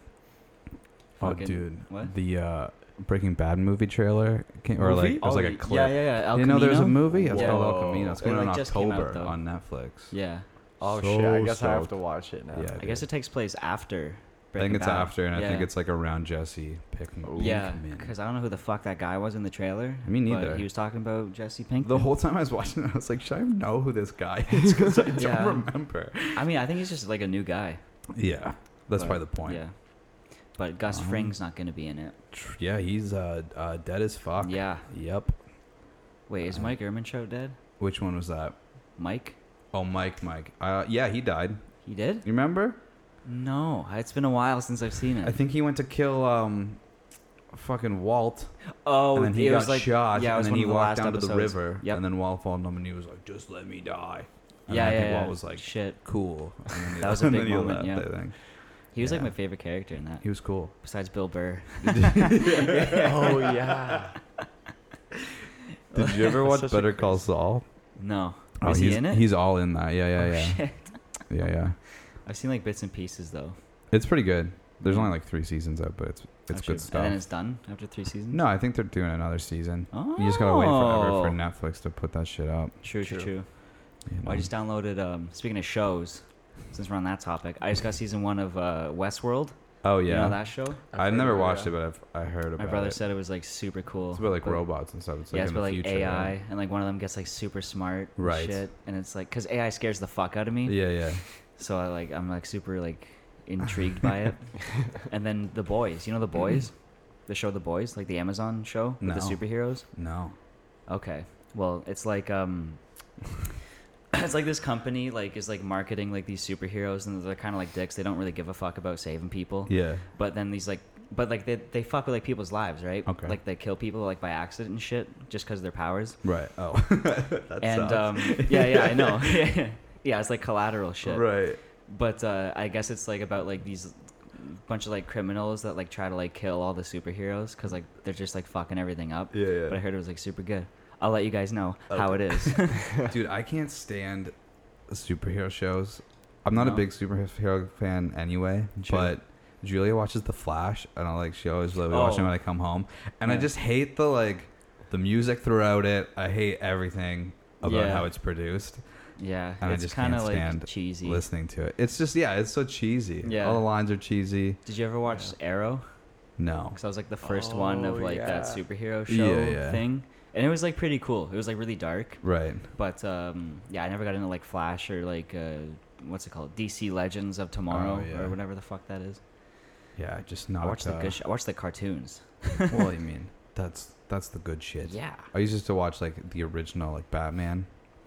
Speaker 5: Oh
Speaker 4: Fucking-
Speaker 5: dude,
Speaker 4: What?
Speaker 5: the uh, Breaking Bad movie trailer came, or like it was
Speaker 4: Oh,
Speaker 5: like a
Speaker 4: y-
Speaker 5: clip.
Speaker 4: Yeah, yeah, yeah. El
Speaker 5: you know, there was a
Speaker 4: Camino?
Speaker 5: movie. It's
Speaker 4: Yeah.
Speaker 5: called El Camino. It's
Speaker 4: It,
Speaker 5: coming
Speaker 4: like,
Speaker 5: in
Speaker 4: just came out,
Speaker 5: October
Speaker 4: though.
Speaker 5: on Netflix.
Speaker 4: Yeah.
Speaker 3: Oh shit, I
Speaker 5: So
Speaker 3: guess I have
Speaker 5: stoked.
Speaker 3: to watch it now.
Speaker 5: Yeah,
Speaker 4: I guess
Speaker 5: dude.
Speaker 4: it takes place after.
Speaker 5: I think
Speaker 4: Breaking
Speaker 5: it's
Speaker 4: Bad.
Speaker 5: after, and I think
Speaker 4: Yeah.
Speaker 5: it's like around Jesse Pinkman.
Speaker 4: Yeah, because I don't know who the fuck that guy was in the trailer.
Speaker 5: Me neither.
Speaker 4: But he was talking about Jesse Pinkman.
Speaker 5: The whole time I was watching it, I was like, should I know who this guy is? Because I don't
Speaker 4: Yeah.
Speaker 5: remember.
Speaker 4: I mean, I think he's just like a new guy.
Speaker 5: Yeah, that's
Speaker 4: but-
Speaker 5: probably the point.
Speaker 4: Yeah. But Gus
Speaker 5: Um,
Speaker 4: Fring's not gonna be in it.
Speaker 5: Tr- Yeah, he's uh, uh, dead as fuck. Uh.
Speaker 4: Yeah.
Speaker 5: Yep.
Speaker 4: Wait, is Mike Ehrman show dead?
Speaker 5: Which one was that?
Speaker 4: Mike?
Speaker 5: Oh, Mike, Mike. Uh, yeah, he died.
Speaker 4: He did?
Speaker 5: You remember?
Speaker 4: No, it's been a while since I've seen it.
Speaker 5: I think he went to kill um, fucking Walt.
Speaker 4: oh,
Speaker 5: and then he
Speaker 4: it
Speaker 5: got
Speaker 4: was like
Speaker 5: shot.
Speaker 4: yeah, it was
Speaker 5: and
Speaker 4: one
Speaker 5: then he
Speaker 4: of the
Speaker 5: walked
Speaker 4: last
Speaker 5: down to the
Speaker 4: episodes.
Speaker 5: river.
Speaker 4: Yep.
Speaker 5: And then Walt followed him and he was like, just let me die. And
Speaker 4: yeah,
Speaker 5: I
Speaker 4: yeah,
Speaker 5: think
Speaker 4: yeah.
Speaker 5: Walt was like,
Speaker 4: shit.
Speaker 5: cool. And then he-
Speaker 4: That was a
Speaker 5: and
Speaker 4: big
Speaker 5: then he
Speaker 4: moment,
Speaker 5: left,
Speaker 4: yeah.
Speaker 5: I think.
Speaker 4: He was like
Speaker 5: Yeah.
Speaker 4: my favorite character in that,
Speaker 5: He was cool.
Speaker 4: besides Bill Burr.
Speaker 3: Oh yeah.
Speaker 5: Did you ever watch
Speaker 3: Such a
Speaker 5: Better Call Saul?
Speaker 4: No,
Speaker 5: Oh,
Speaker 4: was
Speaker 5: he's,
Speaker 4: he in it?
Speaker 5: He's all in that. Yeah, yeah,
Speaker 4: Oh,
Speaker 5: yeah.
Speaker 4: shit.
Speaker 5: Yeah, yeah.
Speaker 4: I've seen like bits and pieces though.
Speaker 5: It's pretty good. There's only like three seasons out, but it's it's
Speaker 4: Actually,
Speaker 5: good stuff.
Speaker 4: Oh, And then it's done after three seasons.
Speaker 5: no, I think they're doing another season.
Speaker 4: Oh.
Speaker 5: You just gotta wait forever for Netflix to put that shit up.
Speaker 4: True, true,
Speaker 3: True.
Speaker 4: true.
Speaker 5: you
Speaker 4: Well, I
Speaker 5: know.
Speaker 4: just downloaded. Um, speaking of shows, since we're on that topic, I just got season one of uh, Westworld.
Speaker 5: oh
Speaker 4: You
Speaker 5: yeah,
Speaker 4: know that show?
Speaker 5: I've never watched it, but I've I heard about
Speaker 4: My brother
Speaker 5: it.
Speaker 4: said it was like super cool.
Speaker 5: it's about like
Speaker 4: but-
Speaker 5: robots and stuff. It's like
Speaker 4: yeah, it's
Speaker 5: in
Speaker 4: about
Speaker 5: the
Speaker 4: like
Speaker 5: future.
Speaker 4: AI,
Speaker 5: right?
Speaker 4: and like one of them gets like super smart, and
Speaker 5: Right.
Speaker 4: Shit, and it's like because AI scares the fuck out of me.
Speaker 5: Yeah, yeah.
Speaker 4: So I like I'm like super like intrigued by it. and then the boys, you know the boys, the show the boys, like the Amazon show with the
Speaker 5: No.
Speaker 4: superheroes.
Speaker 5: No.
Speaker 4: Okay. Well, it's like um it's like this company like is like marketing like these superheroes and they're kind of like dicks. They don't really give a fuck about saving people.
Speaker 5: Yeah.
Speaker 4: But then these like but like they they fuck with like people's lives, right?
Speaker 5: Okay.
Speaker 4: Like they kill people like by accident and shit just cuz of their powers.
Speaker 5: Right. Oh. that
Speaker 4: and
Speaker 5: sucks.
Speaker 4: um yeah, yeah, I know. yeah, it's like collateral shit
Speaker 5: Right.
Speaker 4: but uh, I guess it's like about like these bunch of like criminals that like try to like kill all the superheroes because like they're just like fucking everything up.
Speaker 5: Yeah, yeah.
Speaker 4: But I heard it was like super good. I'll let you guys know how it is.
Speaker 5: Dude, I can't stand superhero shows. I'm not a
Speaker 4: No?
Speaker 5: big superhero fan anyway,
Speaker 4: Sure.
Speaker 5: but Julia watches The Flash, and I like she always loves watching
Speaker 4: Oh.
Speaker 5: when I come home, and I
Speaker 4: Yeah.
Speaker 5: just hate the like the music throughout it. I hate everything about
Speaker 4: Yeah.
Speaker 5: how it's produced,
Speaker 4: yeah,
Speaker 5: and I
Speaker 4: it's
Speaker 5: just
Speaker 4: kind
Speaker 5: can't
Speaker 4: of
Speaker 5: stand
Speaker 4: like cheesy.
Speaker 5: listening to it. It's just yeah, it's so cheesy.
Speaker 4: Yeah.
Speaker 5: all the lines are cheesy.
Speaker 4: Did you ever watch Arrow?
Speaker 5: No,
Speaker 4: Because I was like the first one of
Speaker 3: Oh,
Speaker 4: like that
Speaker 3: yeah.
Speaker 4: superhero
Speaker 5: Yeah,
Speaker 4: show
Speaker 5: yeah.
Speaker 4: thing, and it was like pretty cool. It was like really dark,
Speaker 5: right?
Speaker 4: but um, yeah, I never got into like Flash or like uh, what's it called, DC Legends of Tomorrow
Speaker 5: Oh, yeah.
Speaker 4: or whatever the fuck that is.
Speaker 5: Yeah, just not.
Speaker 4: I watched the
Speaker 5: uh,
Speaker 4: good sh- I watched the cartoons.
Speaker 5: well, I mean, that's that's the good shit.
Speaker 4: Yeah.
Speaker 5: I used to watch like the original like Batman.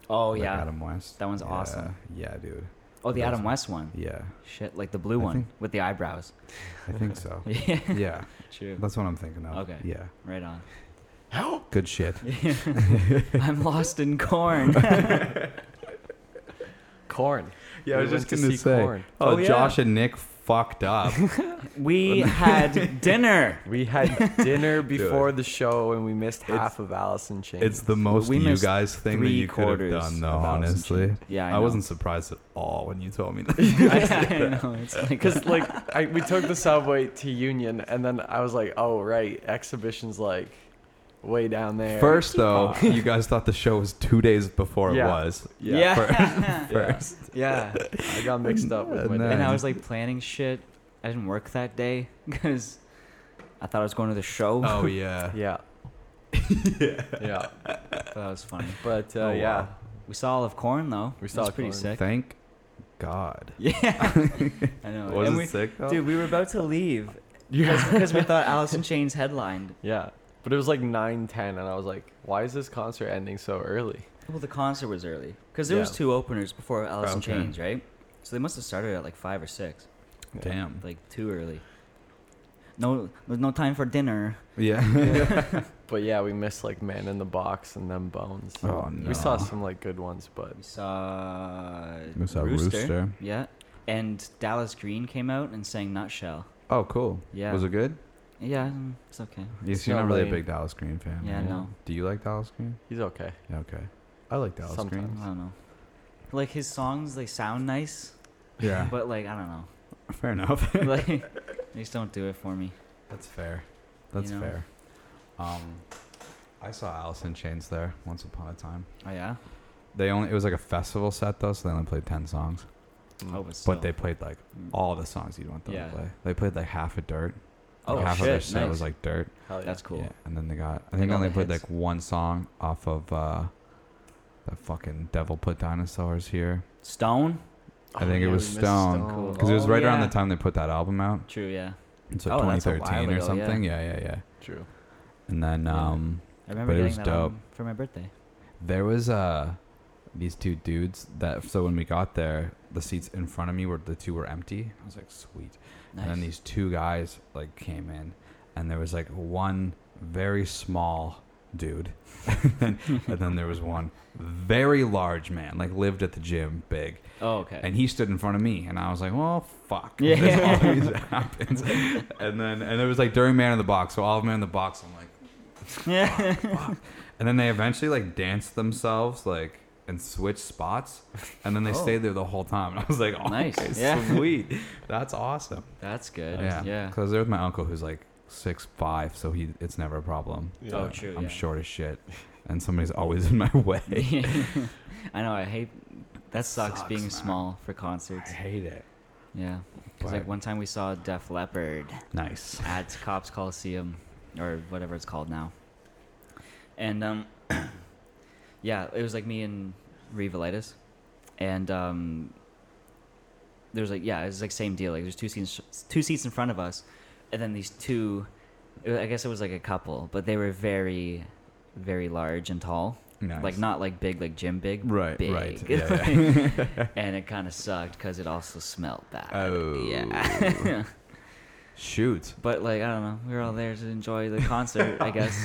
Speaker 4: Oh
Speaker 5: like,
Speaker 4: yeah.
Speaker 5: Adam West.
Speaker 4: That one's
Speaker 5: Yeah.
Speaker 4: awesome.
Speaker 5: Yeah, dude.
Speaker 4: Oh, the
Speaker 5: Those
Speaker 4: Adam
Speaker 5: ones.
Speaker 4: West one.
Speaker 5: Yeah,
Speaker 4: Shit, like the blue
Speaker 5: I
Speaker 4: one
Speaker 5: think-
Speaker 4: with the eyebrows.
Speaker 5: I think so.
Speaker 4: yeah,
Speaker 5: yeah,
Speaker 4: true.
Speaker 5: that's what I'm thinking of.
Speaker 4: Okay.
Speaker 5: Yeah,
Speaker 4: Right on.
Speaker 5: good shit.
Speaker 4: I'm lost in corn.
Speaker 3: Corn.
Speaker 5: Yeah, I
Speaker 3: We
Speaker 5: was just
Speaker 3: went
Speaker 5: gonna
Speaker 3: see
Speaker 5: say.
Speaker 3: Corn.
Speaker 5: Oh,
Speaker 4: Oh, yeah.
Speaker 5: Josh and Nick fucked up.
Speaker 4: We had dinner.
Speaker 3: We had dinner before the show and we missed half of Allison Chain.
Speaker 5: It's the most
Speaker 4: We
Speaker 5: you
Speaker 4: missed
Speaker 5: guys thing that
Speaker 4: three
Speaker 5: you could have
Speaker 4: quarters
Speaker 5: done, though.
Speaker 4: of Alice in
Speaker 5: Honestly,
Speaker 4: Chains. Yeah, I
Speaker 5: I,
Speaker 4: know.
Speaker 5: wasn't surprised at all when you told me that.
Speaker 4: I know. It's like
Speaker 3: because like I, we took the subway to Union and then I was like, oh right, exhibition's like way down there.
Speaker 5: First, though, you guys thought the show was two days before
Speaker 3: Yeah.
Speaker 5: it was.
Speaker 4: yeah.
Speaker 3: yeah, yeah, I got mixed up with my
Speaker 5: And
Speaker 3: day.
Speaker 5: then-
Speaker 4: and I was like planning shit. I didn't work that day because I thought I was going to the show.
Speaker 5: Oh yeah.
Speaker 3: yeah, yeah,
Speaker 4: That was funny.
Speaker 3: but uh,
Speaker 5: Oh,
Speaker 3: yeah,
Speaker 5: wow.
Speaker 4: We saw Olive Corn though.
Speaker 3: We
Speaker 4: That
Speaker 3: saw
Speaker 4: was pretty
Speaker 3: Corn.
Speaker 4: sick.
Speaker 5: Thank God.
Speaker 4: yeah, I know.
Speaker 5: Was
Speaker 4: and
Speaker 5: it
Speaker 4: we,
Speaker 5: sick Oh, though?
Speaker 4: Dude, we were about to leave because, because we thought Allison Chains headlined.
Speaker 3: yeah. But it was like nine ten, and I was like, why is this concert ending so early?
Speaker 4: Well, the concert was early because there was
Speaker 3: Yeah.
Speaker 4: two openers before Allison
Speaker 5: Okay.
Speaker 4: Chains, right? So they must have started at like five or six,
Speaker 5: Damn.
Speaker 4: like too early. No, there's no time for dinner.
Speaker 5: yeah.
Speaker 3: But yeah, we missed like Man in the Box and them Bones.
Speaker 5: Oh,
Speaker 3: We saw
Speaker 5: no.
Speaker 3: some like good ones, but
Speaker 4: We saw.
Speaker 1: We saw Rooster.
Speaker 4: Yeah, and Dallas Green came out and sang "Nutshell."
Speaker 5: Oh, cool.
Speaker 4: Yeah.
Speaker 5: Was it good?
Speaker 4: Yeah, mm, it's okay.
Speaker 5: Yes,
Speaker 3: It's
Speaker 5: you're not
Speaker 3: not
Speaker 5: really a
Speaker 3: really-
Speaker 5: big Dallas Green fan.
Speaker 4: Yeah,
Speaker 5: right?
Speaker 4: no.
Speaker 5: Do you like Dallas Green?
Speaker 3: he's okay.
Speaker 5: Yeah, okay. I like Dallas
Speaker 4: I
Speaker 3: Sometimes.
Speaker 4: don't know. Like his songs, they sound nice,
Speaker 5: Green. Yeah.
Speaker 4: but like I don't know.
Speaker 5: fair enough.
Speaker 4: like they just don't do it for me.
Speaker 5: That's fair. That's
Speaker 4: know?
Speaker 5: fair. Um, I saw Allison Chains there once upon a time.
Speaker 4: Oh yeah.
Speaker 5: They only it was like a festival set though, so they only played ten songs.
Speaker 4: Oh,
Speaker 3: Mm.
Speaker 4: but, still.
Speaker 5: But they played like
Speaker 4: Mm.
Speaker 5: all the songs you'd want them
Speaker 4: Yeah.
Speaker 5: to play. They played like half of Dirt.
Speaker 4: Oh,
Speaker 5: like half of
Speaker 4: shit,
Speaker 5: their set
Speaker 4: nice.
Speaker 5: was like Dirt.
Speaker 3: Hell yeah.
Speaker 4: That's cool.
Speaker 5: Yeah, and then they got I
Speaker 4: Like
Speaker 5: think they
Speaker 4: all
Speaker 5: only
Speaker 4: the
Speaker 5: played
Speaker 4: hits.
Speaker 5: like one song off of uh that fucking Devil Put Dinosaurs here.
Speaker 4: Stone.
Speaker 5: I think it was
Speaker 3: we missed
Speaker 5: Stone.
Speaker 4: Cool.
Speaker 5: Because it was
Speaker 4: Oh,
Speaker 5: right around
Speaker 4: yeah.
Speaker 5: the time they put that album out.
Speaker 4: True. Yeah.
Speaker 5: It's like
Speaker 4: Oh, that's a while
Speaker 5: 2013 or
Speaker 4: ago, yeah.
Speaker 5: something. Yeah, yeah, yeah.
Speaker 3: True.
Speaker 5: And then
Speaker 4: Yeah.
Speaker 5: um,
Speaker 4: I remember
Speaker 5: But it
Speaker 4: getting
Speaker 5: was
Speaker 4: that
Speaker 5: dope.
Speaker 4: album for my birthday.
Speaker 5: there was uh these two dudes that. So when we got there, the seats in front of me were the two were empty. I was like, sweet.
Speaker 4: Nice.
Speaker 5: And then these two guys like came in, and there was like one very small dude, and, then, and then there was one very large man, like lived at the gym, big,
Speaker 4: oh okay.
Speaker 5: and he stood in front of me, and I was like, "Well, fuck,
Speaker 4: Yeah.
Speaker 5: this always happens." And then, and it was like during Man in the Box, so all of Man in the Box, I'm like,
Speaker 4: yeah.
Speaker 5: and then they eventually like danced themselves like and switched spots, and then they
Speaker 4: Oh.
Speaker 5: stayed there the whole time. And I was like, oh,
Speaker 4: Nice.
Speaker 5: okay,
Speaker 4: Yeah.
Speaker 5: sweet, that's awesome."
Speaker 4: That's good.
Speaker 5: Oh, yeah,
Speaker 4: Yeah.
Speaker 5: Because there was my uncle who's like six five, so he it's never a problem.
Speaker 3: Yeah.
Speaker 4: Oh, true.
Speaker 5: I'm
Speaker 4: yeah.
Speaker 5: short as shit, and somebody's always in my way.
Speaker 4: I know. I hate. That sucks,
Speaker 5: Sucks,
Speaker 4: being
Speaker 5: man.
Speaker 4: small for concerts.
Speaker 5: hate it.
Speaker 4: Yeah. 'Cause, like
Speaker 5: But-
Speaker 4: one time we saw Def Leppard.
Speaker 5: Nice.
Speaker 4: at Cops Coliseum or whatever it's called now. And um, yeah, it was like me and Revelitis, and um, there was like yeah, it was like same deal. Like there's two seats, two seats in front of us, and then these two, I guess it was like a couple, but they were very, very large and tall.
Speaker 5: Nice.
Speaker 4: Like not like big, like gym big,
Speaker 5: right,
Speaker 4: big.
Speaker 5: right. Yeah, yeah.
Speaker 4: and it kind of sucked because it also smelled bad.
Speaker 5: Oh.
Speaker 4: Yeah.
Speaker 5: Shoot,
Speaker 4: But like I don't know, we were all there to enjoy the concert, I guess.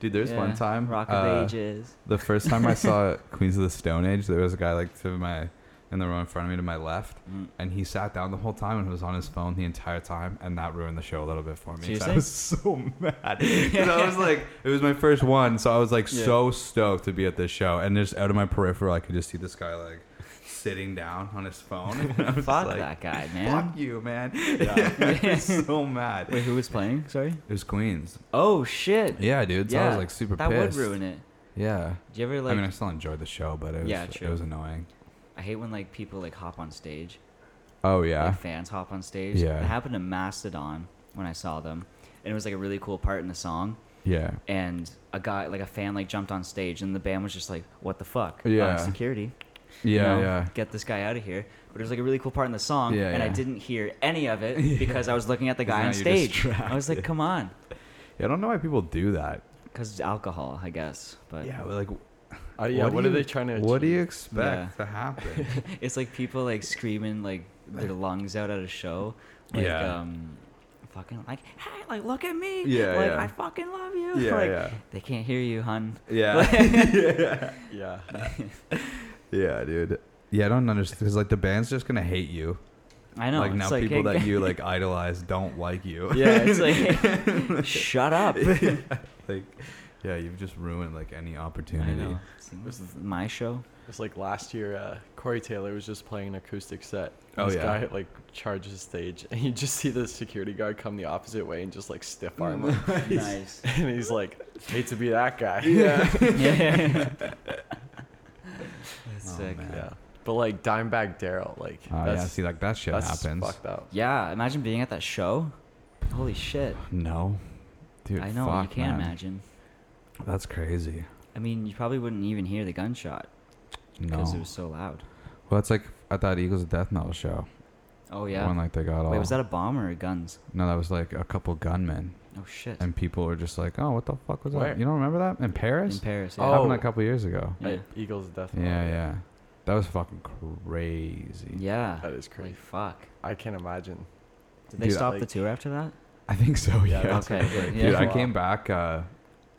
Speaker 5: dude. There's one
Speaker 4: Yeah,
Speaker 5: time.
Speaker 4: Rock
Speaker 5: uh,
Speaker 4: of Ages.
Speaker 5: The first time I saw Queens of the Stone Age, there was a guy like to my in the row in front of me to my left,
Speaker 4: Mm.
Speaker 5: and he sat down the whole time and was on his phone the entire time, and that ruined the show a little bit for me. 'cause I
Speaker 4: Seriously?
Speaker 5: was so mad. 'Cause I was like, it was my first one, so I was like
Speaker 4: Yeah.
Speaker 5: so stoked to be at this show, and just out of my peripheral, I could just see this guy like sitting down on his phone. And I was
Speaker 4: Fuck
Speaker 5: like,
Speaker 4: that guy,
Speaker 5: Fuck
Speaker 4: man.
Speaker 5: you, man! I was so mad.
Speaker 4: Wait, who was playing? Sorry.
Speaker 5: It was Queens.
Speaker 4: Oh shit.
Speaker 5: Yeah, dude. So I was like super
Speaker 4: That
Speaker 5: pissed.
Speaker 4: would ruin it.
Speaker 5: Yeah.
Speaker 4: Do you ever like?
Speaker 5: I
Speaker 4: I,
Speaker 5: mean, I still enjoyed the show, but it was
Speaker 4: Yeah,
Speaker 5: it
Speaker 4: true.
Speaker 5: was annoying.
Speaker 4: hate when like people like hop on stage.
Speaker 5: Oh yeah.
Speaker 4: Like fans hop on stage.
Speaker 5: Yeah.
Speaker 4: It happened to Mastodon when I saw them, and it was like a really cool part in the song.
Speaker 5: Yeah.
Speaker 4: And a guy, like a fan, like jumped on stage, and the band was just like, "What the fuck? Uh,
Speaker 5: Yeah.
Speaker 4: security. you
Speaker 5: Yeah,
Speaker 4: know,
Speaker 5: yeah.
Speaker 4: get this guy out of here. But it was like a really cool part in the song,
Speaker 5: Yeah,
Speaker 4: and I
Speaker 5: yeah.
Speaker 4: didn't hear any of it because I was looking at the guy
Speaker 5: now
Speaker 4: on
Speaker 5: you're
Speaker 4: stage. I was like,
Speaker 5: distracted.
Speaker 4: come on,
Speaker 5: Yeah, I don't know why people do that.
Speaker 4: because alcohol, I guess. But
Speaker 5: Yeah, but like,
Speaker 3: Uh, yeah, what,
Speaker 5: do
Speaker 3: are
Speaker 5: you-
Speaker 3: they trying to?
Speaker 5: What do you
Speaker 3: achieve?
Speaker 5: expect to happen?
Speaker 4: it's like people like screaming like their lungs out at a show, like
Speaker 5: Yeah.
Speaker 4: um, fucking like, hey, like look at me,
Speaker 5: Yeah,
Speaker 4: like
Speaker 5: yeah.
Speaker 4: I fucking love you.
Speaker 5: Yeah,
Speaker 4: like,
Speaker 5: yeah.
Speaker 4: They can't hear you, hun.
Speaker 5: yeah,
Speaker 3: Yeah.
Speaker 5: yeah, dude. Yeah, I don't understand because like the band's just gonna hate you,
Speaker 4: I know.
Speaker 5: like
Speaker 4: it's
Speaker 5: now
Speaker 4: like,
Speaker 5: people
Speaker 4: hey,
Speaker 5: that you like idolize don't like you.
Speaker 4: yeah, it's like shut up.
Speaker 5: like yeah, you've just ruined like any
Speaker 4: I
Speaker 5: opportunity.
Speaker 4: know. See, This is my show.
Speaker 3: It's like last year, uh, Corey Taylor was just playing an acoustic set.
Speaker 5: Oh,
Speaker 3: this
Speaker 5: yeah.
Speaker 3: guy like charged the stage, and you just see the security guard come the opposite way and just like stiff arm him.
Speaker 4: nice.
Speaker 3: and he's like, "Hate to be that guy."
Speaker 4: yeah. That's
Speaker 5: Oh,
Speaker 4: sick.
Speaker 5: man.
Speaker 3: Yeah. But like Dimebag Daryl, like
Speaker 1: Oh,
Speaker 5: Ah, Uh, yeah,
Speaker 3: that's
Speaker 5: see like that shit
Speaker 3: that's
Speaker 5: happens.
Speaker 3: fucked up.
Speaker 4: Yeah, imagine being at that show. Holy shit.
Speaker 5: No. Dude,
Speaker 4: I know, you
Speaker 5: fuck,
Speaker 4: can't
Speaker 5: man.
Speaker 4: imagine.
Speaker 5: That's crazy.
Speaker 4: I mean, you probably wouldn't even hear the gunshot
Speaker 5: No.
Speaker 4: because it was so loud.
Speaker 5: Well, it's like at that Eagles of Death Metal show.
Speaker 4: Oh, yeah.
Speaker 5: When like they got all.
Speaker 4: Wait, was that a bomb or guns?
Speaker 5: No, that was like a couple gunmen,
Speaker 4: Oh, shit.
Speaker 5: and people were just like, "Oh, what the fuck was
Speaker 3: Where?
Speaker 5: that? You don't remember that in Paris?
Speaker 4: In Paris.
Speaker 5: It
Speaker 4: Yeah.
Speaker 5: happened
Speaker 3: Oh.
Speaker 5: a couple years ago.
Speaker 4: Yeah.
Speaker 3: Uh, Eagles of Death.
Speaker 5: Yeah,
Speaker 3: Metal,
Speaker 5: yeah, That was fucking crazy.
Speaker 4: yeah.
Speaker 3: That is crazy.
Speaker 4: Holy fuck.
Speaker 3: I can't imagine.
Speaker 4: Did they
Speaker 5: Dude,
Speaker 4: stop
Speaker 3: like-
Speaker 4: the tour after that?
Speaker 5: I think so. Yeah.
Speaker 3: Yeah, that's
Speaker 4: okay. good,
Speaker 5: Dude,
Speaker 4: yeah.
Speaker 5: I came back. Uh,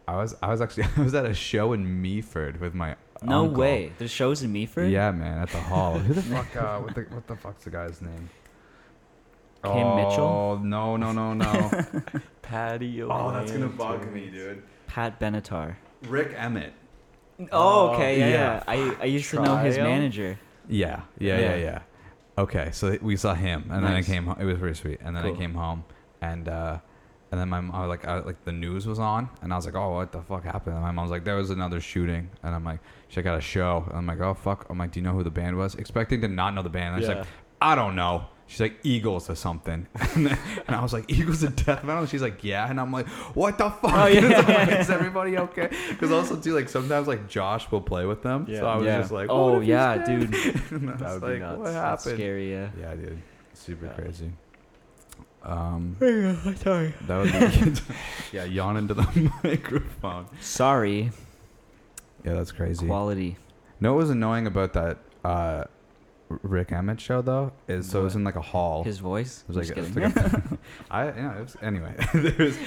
Speaker 5: I was I was actually I was at a show in Meaford with my
Speaker 4: No
Speaker 5: uncle.
Speaker 4: way. There's shows in Meaford?
Speaker 5: Yeah, man, at the hall. Who the fuck? Uh, what the what the fuck's the guy's name?
Speaker 4: Kim
Speaker 5: oh,
Speaker 4: Mitchell?
Speaker 5: No, no, no, no.
Speaker 3: Patio.
Speaker 5: oh, that's gonna
Speaker 3: lanterns.
Speaker 5: bug me, dude.
Speaker 4: Pat Benatar.
Speaker 5: Rick Emmett.
Speaker 4: Oh,
Speaker 3: Oh,
Speaker 4: okay. Yeah.
Speaker 5: yeah.
Speaker 4: yeah. I, I used to know his
Speaker 3: Trial?
Speaker 4: manager.
Speaker 5: Yeah, yeah, yeah,
Speaker 4: Yeah.
Speaker 5: yeah. Okay, so we saw him, and then I
Speaker 4: Nice.
Speaker 5: came. Home. It was pretty sweet, and then I
Speaker 4: Cool.
Speaker 5: came home, and uh, and then my mom, I was like, I, like the news was on, and I was like, oh, what the fuck happened? And my mom's like, there was another shooting, and I'm like, check out a show, and I'm like, oh fuck, I'm like, do you know who the band was? Expecting to not know the band, and she's
Speaker 3: Yeah.
Speaker 5: like, I don't know. She's like Eagles or something, and, then- and I was like Eagles of death metal. And she's like, yeah, and I'm like, what the fuck?
Speaker 4: Oh, yeah.
Speaker 5: It's like, Is everybody okay? Because also too, like sometimes like Josh will play with them,
Speaker 3: Yeah.
Speaker 5: so I was
Speaker 4: yeah.
Speaker 5: just like,
Speaker 4: oh,
Speaker 5: what if he's
Speaker 4: yeah,
Speaker 5: dead?
Speaker 4: dude.
Speaker 5: And I
Speaker 3: That would
Speaker 5: was
Speaker 3: be
Speaker 5: like,
Speaker 3: nuts.
Speaker 5: what
Speaker 4: That's
Speaker 5: happened?
Speaker 4: scary. Yeah.
Speaker 5: Yeah, dude. Super
Speaker 3: Yeah.
Speaker 5: crazy. Um,
Speaker 4: Sorry.
Speaker 5: that would be yeah, yawn into the microphone.
Speaker 4: Sorry.
Speaker 5: Yeah, that's crazy.
Speaker 4: Quality.
Speaker 5: no, what was annoying about that uh, Rick Emmett show though is so it was
Speaker 4: What?
Speaker 5: in like a hall.
Speaker 4: His voice.
Speaker 5: it was like,
Speaker 4: Just
Speaker 5: it's
Speaker 4: kidding.
Speaker 5: like a, I yeah, it was, anyway. there's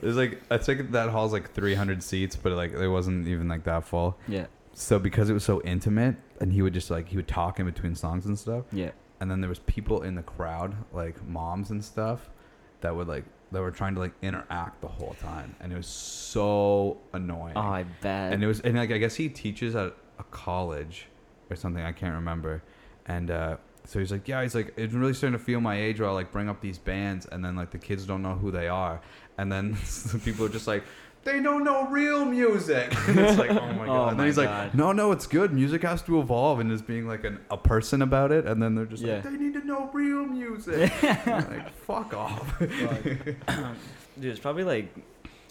Speaker 5: there's like I think that hall's like 300 seats, but like it wasn't even like that full.
Speaker 4: yeah.
Speaker 5: So because it was so intimate, and he would just like he would talk in between songs and stuff.
Speaker 4: Yeah.
Speaker 5: and then there was people in the crowd like moms and stuff that would like that were trying to like interact the whole time and it was so annoying
Speaker 4: Oh, I bet.
Speaker 5: and it was and like i guess he teaches at a college or something i can't remember and uh so he's like yeah he's like it's really starting to feel my age where i like bring up these bands and then like the kids don't know who they are and then some people are just like they don't know real music. And it's like, oh my god.
Speaker 4: Oh
Speaker 5: and
Speaker 4: my
Speaker 5: then he's like,
Speaker 4: God.
Speaker 5: no, no, it's good. Music has to evolve, and is being like an, a person about it. And then they're just
Speaker 4: Yeah.
Speaker 5: like, they need to know real music. And I'm like, fuck off.
Speaker 4: Dude, it's probably like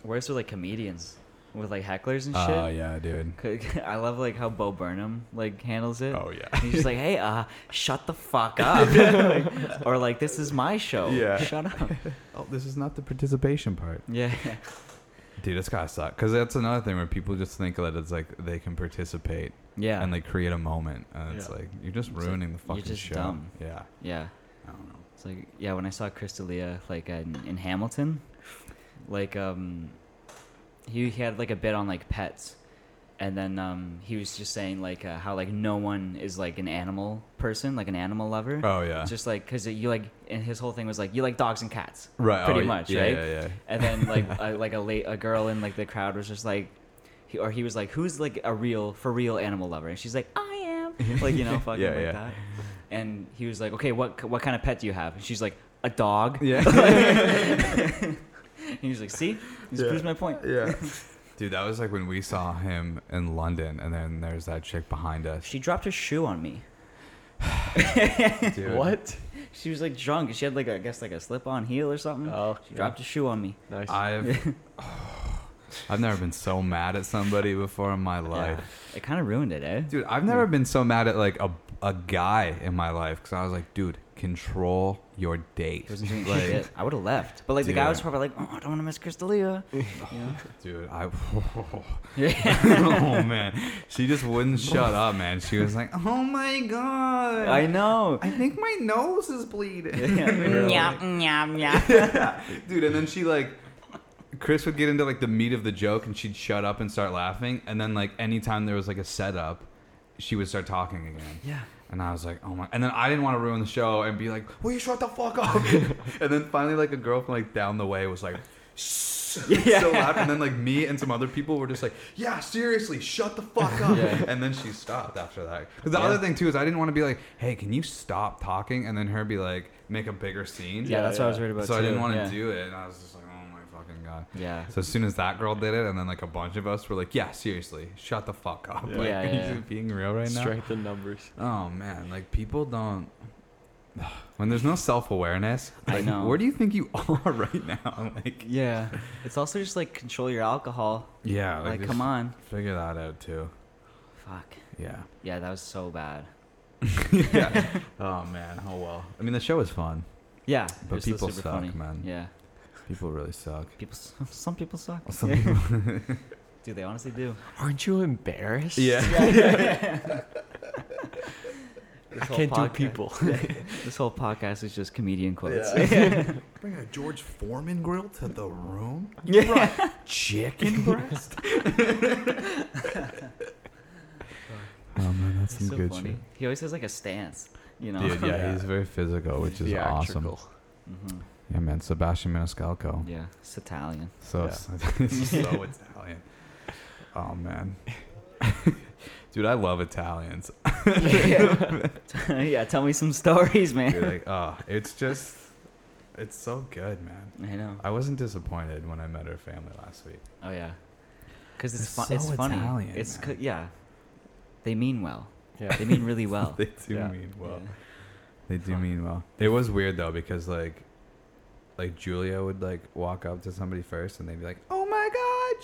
Speaker 4: worse with like comedians with like hecklers and shit.
Speaker 5: Uh, Oh, yeah, dude.
Speaker 4: 'Cause- I love like how Bo Burnham like handles it.
Speaker 5: Oh yeah.
Speaker 4: He's just like, hey, uh, shut the fuck up, Like, or like, this is my show.
Speaker 5: Yeah.
Speaker 4: shut up.
Speaker 5: Oh, this is not the participation part.
Speaker 4: Yeah,
Speaker 5: Dude, it's gotta suck because that's another thing where people just think that it's like they can participate
Speaker 4: yeah,
Speaker 5: and like create a moment, and it's
Speaker 3: Yeah.
Speaker 5: like you're just
Speaker 4: like,
Speaker 5: ruining the
Speaker 4: you're
Speaker 5: fucking
Speaker 4: just
Speaker 5: show.
Speaker 4: dumb.
Speaker 5: Yeah,
Speaker 4: yeah.
Speaker 5: I don't know.
Speaker 4: It's like, yeah, when I saw Crystalia like in, in Hamilton, like um, he, he had like a bit on like pets, and then um, he was just saying like uh, how like no one is like an animal person, like an animal lover.
Speaker 5: Oh yeah,
Speaker 4: It's Just like because you like, and his whole thing was like you like dogs and cats,
Speaker 5: right,
Speaker 4: Pretty
Speaker 5: oh,
Speaker 4: much,
Speaker 5: yeah,
Speaker 4: right?
Speaker 5: Yeah, yeah.
Speaker 4: and then like a, like a late a girl in like the crowd was just like, he, or he was like, who's like a real for real animal lover, and she's like, I am, like you know, fucking
Speaker 5: Yeah,
Speaker 4: like
Speaker 5: yeah.
Speaker 4: that. And he was like, okay, what what kind of pet do you have? And she's like, a dog.
Speaker 5: Yeah,
Speaker 4: And he was like, see, this
Speaker 5: Yeah.
Speaker 4: proves my point.
Speaker 5: yeah. Dude, that was like when we saw him in London, and then there's that chick behind us.
Speaker 4: She dropped her shoe on me.
Speaker 5: Dude.
Speaker 3: What?
Speaker 4: She was like drunk. She had like a, I guess like a slip on heel or something.
Speaker 3: Oh,
Speaker 4: she dropped a shoe on me.
Speaker 3: Nice.
Speaker 5: I've I've never been so mad at somebody before in my life.
Speaker 4: Yeah. It kind of ruined it, eh?
Speaker 5: Dude, I've never been so mad at like a, a guy in my life because I was like, dude, control your date.
Speaker 4: He wasn't doing
Speaker 5: Like,
Speaker 4: shit. I would have left. But like the guy was
Speaker 5: Dude.
Speaker 4: probably like, oh, I don't want to miss Crystalia.
Speaker 5: Dude, I.
Speaker 4: Yeah.
Speaker 5: oh man, she just wouldn't shut up, man. She was like, "Oh my god,
Speaker 4: I know.
Speaker 5: I think my nose is bleeding."
Speaker 6: Nyam, nyam, nyam.
Speaker 5: Dude, and then she like, Chris would get into like the meat of the joke, and she'd shut up and start laughing, and then like anytime there was like a setup, she would start talking again.
Speaker 4: Yeah.
Speaker 5: And I was like, oh my. And then I didn't want to ruin the show and be like, will you shut the fuck up? and then finally, like, a girl from like down the way was like, so loud. And then, like, me and some other people were just like, yeah, seriously, shut the fuck up.
Speaker 4: Yeah.
Speaker 5: And then she stopped after that. 'Cause the other thing, too, is I didn't want to be like, hey, can you stop talking? And then her be like, make a bigger scene.
Speaker 4: Yeah, that's what I was
Speaker 3: yeah.
Speaker 4: worried about.
Speaker 5: So I didn't want to
Speaker 4: to
Speaker 5: do it. And I was just like, oh my fucking God.
Speaker 4: Yeah.
Speaker 5: So as soon as that girl did it, and then like a bunch of us were like, "Yeah, seriously, shut the fuck up."
Speaker 3: Yeah.
Speaker 5: Like,
Speaker 4: Yeah,
Speaker 5: are you
Speaker 4: yeah, yeah.
Speaker 5: being real right now?
Speaker 3: Strength in numbers.
Speaker 5: Oh man, like people don't. When there's no self awareness,
Speaker 4: I know.
Speaker 5: Where do you think you are right now? Like,
Speaker 4: Yeah. It's also just like control your alcohol.
Speaker 5: yeah,
Speaker 4: Like,
Speaker 5: just
Speaker 4: come on.
Speaker 5: figure that out too.
Speaker 4: Fuck.
Speaker 5: Yeah,
Speaker 4: Yeah, that was so bad.
Speaker 1: Uh,
Speaker 5: yeah. oh man, oh well. I mean, the show is fun,
Speaker 4: Yeah. it
Speaker 5: but
Speaker 4: was still
Speaker 5: people
Speaker 4: super
Speaker 5: suck,
Speaker 4: funny.
Speaker 5: man.
Speaker 4: Yeah.
Speaker 5: People really suck.
Speaker 4: People. s- Some people suck.
Speaker 5: Some
Speaker 4: Yeah. Dude, they honestly do.
Speaker 3: Aren't you embarrassed?
Speaker 4: This
Speaker 3: I
Speaker 4: whole
Speaker 3: can't do
Speaker 4: podca-
Speaker 3: people.
Speaker 4: This whole podcast is just comedian quotes.
Speaker 2: Bring a George Foreman grill to the room.
Speaker 4: yeah.
Speaker 2: Chicken breast.
Speaker 1: Oh man, that's some
Speaker 4: so
Speaker 1: good
Speaker 4: funny.
Speaker 1: shit.
Speaker 4: He always has like a stance, you know.
Speaker 5: Dude, yeah, he's very physical, which is awesome.
Speaker 3: Theatrical.
Speaker 4: hmm
Speaker 5: Yeah, man, Sebastian Maniscalco.
Speaker 4: yeah. It's Italian.
Speaker 5: So it's so Italian. Oh man, dude, I love Italians.
Speaker 4: yeah, tell me some stories, man.
Speaker 5: Dude, like, oh, it's just, it's so good, man.
Speaker 4: I know.
Speaker 5: I wasn't disappointed when I met her family last week.
Speaker 4: Oh yeah, because it's
Speaker 5: They're
Speaker 4: fu- it's
Speaker 5: so
Speaker 4: funny.
Speaker 5: Italian,
Speaker 4: it's
Speaker 5: man.
Speaker 4: c- yeah, they mean well.
Speaker 3: Yeah.
Speaker 4: They mean really well.
Speaker 5: They do
Speaker 3: Yeah.
Speaker 5: mean well.
Speaker 4: Yeah.
Speaker 5: They do mean well. It was weird though because like, like Julia would like walk up to somebody first and they'd be like, "Oh my God,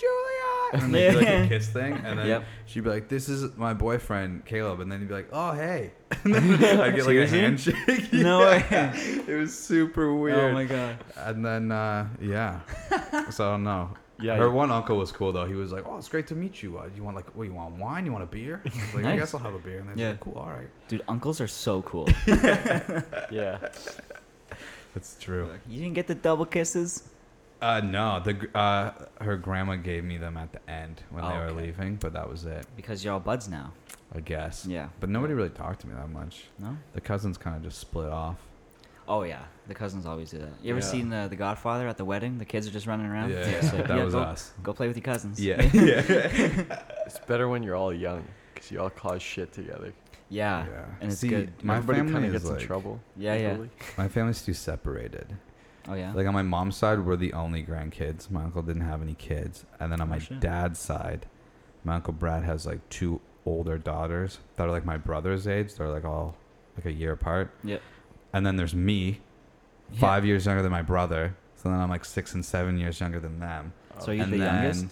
Speaker 5: Julia!" And then they'd do, like a
Speaker 4: Yeah.
Speaker 5: kiss thing, and then
Speaker 4: Yep.
Speaker 5: she'd be like, "This is my boyfriend, Caleb," and then he'd be like, "Oh hey," and then I'd get like a
Speaker 4: Seriously?
Speaker 5: handshake.
Speaker 4: No way.
Speaker 5: It was super weird.
Speaker 4: Oh my god.
Speaker 5: And then uh, yeah, so I don't know.
Speaker 3: Yeah,
Speaker 5: her
Speaker 3: you-
Speaker 5: one uncle was cool though. He was like, "Oh, it's great to meet you. Uh, you want like, what you want wine? You want a beer?" I was like, I
Speaker 4: Nice.
Speaker 5: guess I'll have a beer. And they're
Speaker 4: Yeah.
Speaker 5: like, "Cool, all right."
Speaker 4: Dude, uncles are so cool.
Speaker 3: Yeah.
Speaker 5: That's true.
Speaker 4: you didn't get the double kisses.
Speaker 5: Uh, no, the gr- uh, her grandma gave me them at the end when they
Speaker 4: Oh,
Speaker 5: were
Speaker 4: okay.
Speaker 5: leaving, but that was it,
Speaker 4: Because you're all buds now.
Speaker 5: I guess.
Speaker 4: Yeah.
Speaker 5: But nobody really talked to me that much.
Speaker 4: No?
Speaker 5: The cousins kind of just split off.
Speaker 4: Oh yeah. The cousins always do that. You ever
Speaker 3: Yeah.
Speaker 4: seen the, the Godfather at the wedding? The kids are just running around.
Speaker 5: Yeah,
Speaker 4: It's like,
Speaker 5: that was
Speaker 4: go,
Speaker 5: us.
Speaker 4: Go play with your cousins.
Speaker 5: yeah.
Speaker 3: It's better when you're all young because you all cause shit together.
Speaker 4: Yeah.
Speaker 5: Yeah.
Speaker 4: And it's
Speaker 5: See,
Speaker 4: good.
Speaker 5: My
Speaker 3: Everybody
Speaker 5: family
Speaker 3: kind of
Speaker 5: is
Speaker 3: gets
Speaker 5: like-
Speaker 3: in trouble.
Speaker 4: Yeah, yeah.
Speaker 3: usually.
Speaker 5: My family's too separated.
Speaker 4: Oh yeah.
Speaker 5: Like on my mom's side, we're the only grandkids. My uncle didn't have any kids, and then on
Speaker 4: Oh,
Speaker 5: my
Speaker 4: shit.
Speaker 5: dad's side, my uncle Brad has like two older daughters that are like my brother's age. They're like all like a year apart.
Speaker 4: Yep.
Speaker 5: And then there's me, five years younger than my brother. So then I'm like six and seven years younger than them.
Speaker 4: So are you
Speaker 5: and
Speaker 4: the youngest?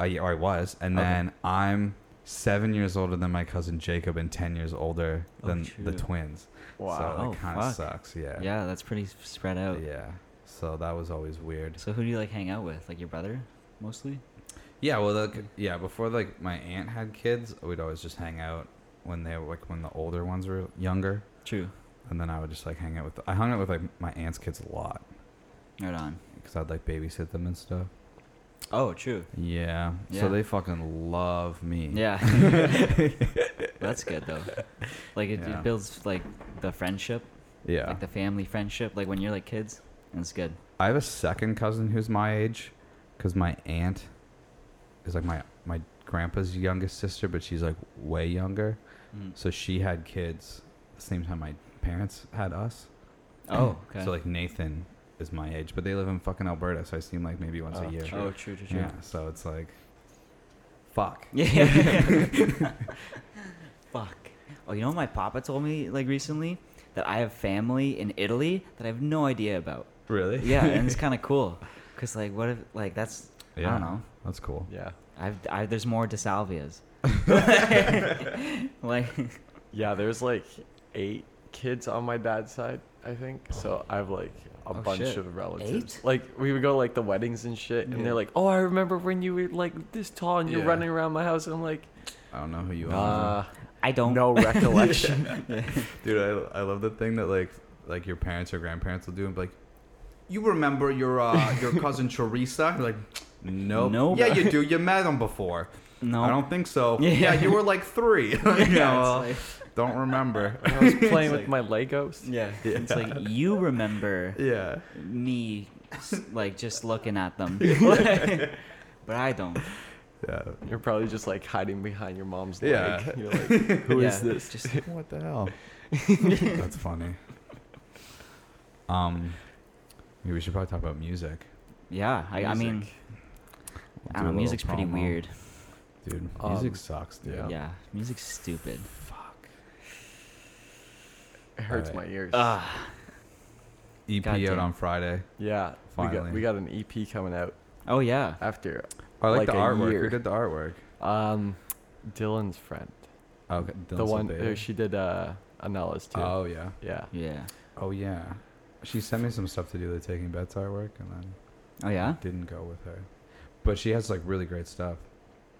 Speaker 5: I, or I was, and
Speaker 4: Okay.
Speaker 5: then I'm seven years older than my cousin Jacob and ten years older
Speaker 4: Oh,
Speaker 5: than the
Speaker 4: true.
Speaker 5: twins.
Speaker 3: Wow.
Speaker 5: So
Speaker 4: Oh,
Speaker 5: it kind of
Speaker 4: fuck.
Speaker 5: sucks. Yeah.
Speaker 4: Yeah, that's pretty s- spread out.
Speaker 5: Yeah. So that was always weird.
Speaker 4: So who do you like hang out with? Like your brother, mostly?
Speaker 5: Yeah, well, like, yeah. Before like my aunt had kids, we'd always just hang out when they were like when the older ones were younger,
Speaker 4: True.
Speaker 5: and then I would just like hang out with. I hung out with like my aunt's kids a lot
Speaker 4: Right on.
Speaker 5: because I'd like babysit them and stuff.
Speaker 4: Oh, true.
Speaker 5: Yeah.
Speaker 4: Yeah.
Speaker 5: So they fucking love me.
Speaker 4: Yeah. That's good though. Like it,
Speaker 5: Yeah.
Speaker 4: it builds like the friendship,
Speaker 5: Yeah.
Speaker 4: like the family friendship. Like when you're like kids, and it's good.
Speaker 5: I have a second cousin who's my age, because my aunt is like my my grandpa's youngest sister, but she's like way younger.
Speaker 4: Mm.
Speaker 5: So she had kids the same time my parents had us.
Speaker 4: Oh, okay.
Speaker 5: So like Nathan is my age, but they live in fucking Alberta, so I see him like maybe once
Speaker 3: Oh,
Speaker 5: a year.
Speaker 3: true.
Speaker 4: oh, true, true, true.
Speaker 5: Yeah, so it's like, fuck.
Speaker 4: Yeah. Fuck. Oh, you know what my papa told me like recently that I have family in Italy that I have no idea about.
Speaker 5: Really?
Speaker 4: Yeah, and it's kind of cool, cause like what if like that's I
Speaker 5: Yeah.
Speaker 4: don't know.
Speaker 5: That's cool.
Speaker 3: Yeah.
Speaker 4: I've I, there's more DeSalvias. like
Speaker 3: Yeah, there's like eight kids on my dad's side, I think. So I have like a
Speaker 4: Oh,
Speaker 3: bunch
Speaker 4: shit.
Speaker 3: of relatives.
Speaker 4: Eight?
Speaker 3: Like we would go to, like the weddings and shit, and
Speaker 4: Yeah.
Speaker 3: they're like, "Oh, I remember when you were like this tall and you're
Speaker 5: Yeah.
Speaker 3: running around my house." And I'm like,
Speaker 5: I don't know who you
Speaker 4: Uh,
Speaker 5: are.
Speaker 3: "Nah,
Speaker 4: I don't.
Speaker 3: no recollection."
Speaker 5: Dude, I, I love the thing that like like your parents or grandparents will do and be like, you remember your uh, your cousin Teresa? You're like, nope.
Speaker 4: Nope.
Speaker 5: Yeah, you do. You met him before.
Speaker 4: No.
Speaker 5: I don't think so.
Speaker 4: Yeah.
Speaker 5: Yeah, you were like three. You know,
Speaker 4: Yeah, it's
Speaker 5: don't remember.
Speaker 3: I was playing with my Legos.
Speaker 4: yeah. It's like you remember
Speaker 5: yeah.
Speaker 4: me, s- like just looking at them, but I don't.
Speaker 5: Yeah.
Speaker 3: You're probably just like hiding behind your mom's
Speaker 5: Yeah.
Speaker 3: leg. You're like, who is
Speaker 4: Yeah,
Speaker 3: this?
Speaker 4: Just
Speaker 5: What the hell? That's funny. Um, maybe we should probably talk about music,
Speaker 4: yeah. I, I mean,
Speaker 3: Music.
Speaker 4: I
Speaker 5: Do a
Speaker 4: don't know.
Speaker 5: little
Speaker 4: Music's pretty
Speaker 5: promo.
Speaker 4: weird.
Speaker 5: dude.
Speaker 3: Um,
Speaker 5: music sucks, dude.
Speaker 3: yeah.
Speaker 4: Yeah. music's stupid.
Speaker 5: Fuck.
Speaker 3: it hurts
Speaker 5: Alright.
Speaker 3: my ears.
Speaker 4: Ah,
Speaker 5: EP E out
Speaker 4: Goddamn.
Speaker 5: on Friday.
Speaker 3: yeah, we
Speaker 5: finally.
Speaker 3: got we got an EP coming out
Speaker 4: oh yeah.
Speaker 3: after
Speaker 5: Oh, I like,
Speaker 3: Like
Speaker 5: the
Speaker 3: a
Speaker 5: artwork.
Speaker 3: year.
Speaker 5: Who did the artwork?
Speaker 3: um, Dylan's friend,
Speaker 5: Okay,
Speaker 3: the
Speaker 5: Dylan
Speaker 3: one
Speaker 5: Sylvia.
Speaker 3: who she did uh, Anella's too.
Speaker 5: Oh yeah.
Speaker 3: Yeah,
Speaker 4: Yeah.
Speaker 5: Oh yeah. She sent me some stuff to do the Taking Bets artwork, and then
Speaker 4: Oh yeah.
Speaker 5: didn't go with her. But she has like really great stuff.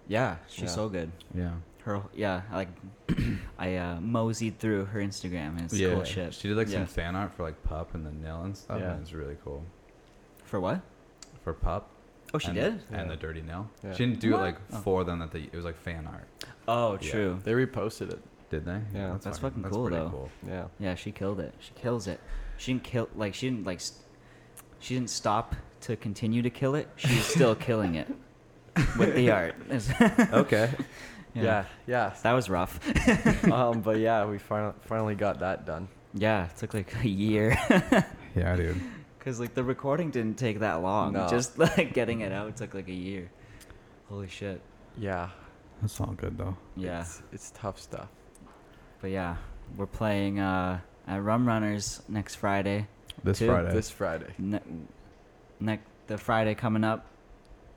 Speaker 4: Yeah. She's
Speaker 3: Yeah.
Speaker 4: so good.
Speaker 5: Yeah.
Speaker 4: Her yeah. I Like I uh, moseyed through her Instagram and it's cool shit.
Speaker 5: She did like
Speaker 4: Yeah.
Speaker 5: some fan art for like Pup and the Nil and stuff.
Speaker 3: Yeah.
Speaker 5: And it's really cool.
Speaker 4: For what?
Speaker 5: For Pup.
Speaker 4: Oh, she
Speaker 5: and,
Speaker 4: did.
Speaker 5: And
Speaker 3: Yeah.
Speaker 5: the Dirty Nil.
Speaker 3: Yeah.
Speaker 5: She didn't do
Speaker 4: What?
Speaker 5: it like
Speaker 4: Oh.
Speaker 5: for them that they it was like fan art.
Speaker 4: Oh,
Speaker 5: Yeah.
Speaker 4: true.
Speaker 3: they reposted it.
Speaker 5: Did they?
Speaker 3: Yeah.
Speaker 4: That's fucking cool,
Speaker 5: pretty
Speaker 4: though.
Speaker 3: Yeah,
Speaker 4: Yeah, she killed it. She kills it. She didn't kill like she didn't like st- she didn't stop to continue to kill it. She's still killing it with the art. It's-
Speaker 5: okay.
Speaker 3: yeah, yeah.
Speaker 4: That was rough.
Speaker 3: um, but yeah, we finally finally got that done.
Speaker 4: Yeah, it took like a year
Speaker 5: Yeah, dude.
Speaker 4: cuz like the recording didn't take that long.
Speaker 3: No.
Speaker 4: Just like getting it out took like a year. Holy shit.
Speaker 3: Yeah,
Speaker 5: That's all good though.
Speaker 4: Yeah.
Speaker 3: it's, it's tough stuff.
Speaker 4: But yeah, we're playing uh at Rum Runners next Friday.
Speaker 5: This
Speaker 4: Dude,
Speaker 5: Friday.
Speaker 3: This Friday.
Speaker 4: Ne- next the Friday coming up.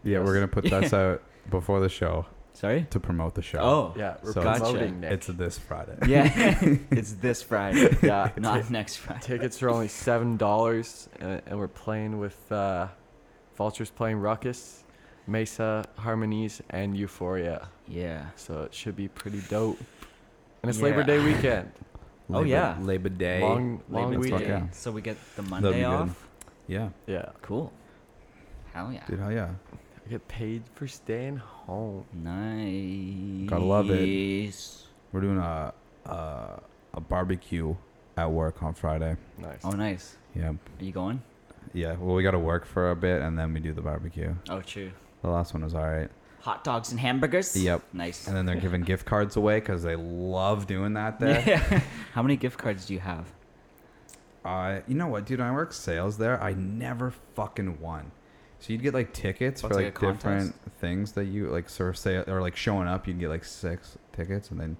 Speaker 5: yeah, we're gonna put this out before the show
Speaker 4: Sorry?
Speaker 5: to promote the show.
Speaker 4: Oh.
Speaker 3: Yeah, we're
Speaker 5: So- Gotcha.
Speaker 3: promoting Nick.
Speaker 5: It's this Friday.
Speaker 4: Yeah. it's this Friday.
Speaker 3: yeah,
Speaker 4: Not next Friday.
Speaker 3: Tickets are only seven dollars, and, and we're playing with uh, Vultures playing Ruckus, Mesa Harmonies, and Euphoria.
Speaker 4: Yeah.
Speaker 3: So it should be pretty dope. And it's
Speaker 4: Yeah.
Speaker 3: Labor Day weekend.
Speaker 4: Oh, yeah.
Speaker 5: Labor Day.
Speaker 3: Long, long
Speaker 5: Labor Day.
Speaker 3: weekend.
Speaker 5: Okay.
Speaker 4: So we get the
Speaker 5: be
Speaker 4: Monday
Speaker 5: good.
Speaker 4: off.
Speaker 5: Yeah.
Speaker 3: Yeah,
Speaker 4: Cool. Hell yeah.
Speaker 5: Dude, hell yeah.
Speaker 3: I get paid for staying home.
Speaker 4: Nice.
Speaker 5: Gotta love it. We're doing a a, a barbecue at work on Friday.
Speaker 3: Nice.
Speaker 4: Oh, nice.
Speaker 5: Yeah.
Speaker 4: Are you going?
Speaker 5: Yeah. Well, we got to work for a bit and then we do the barbecue.
Speaker 4: Oh, true.
Speaker 5: The last one was all right.
Speaker 4: Hot dogs and hamburgers.
Speaker 5: Yep.
Speaker 4: Nice.
Speaker 5: And then they're giving gift cards away because they love doing that there.
Speaker 4: Yeah. How many gift cards do you have?
Speaker 5: Uh, you know what, dude? I work sales there. I never fucking won. So you'd get like tickets
Speaker 4: Oh,
Speaker 5: for
Speaker 4: it's like
Speaker 5: like,
Speaker 4: a contest?
Speaker 5: different things that you like serve sale or like showing up. You'd get like six tickets, and then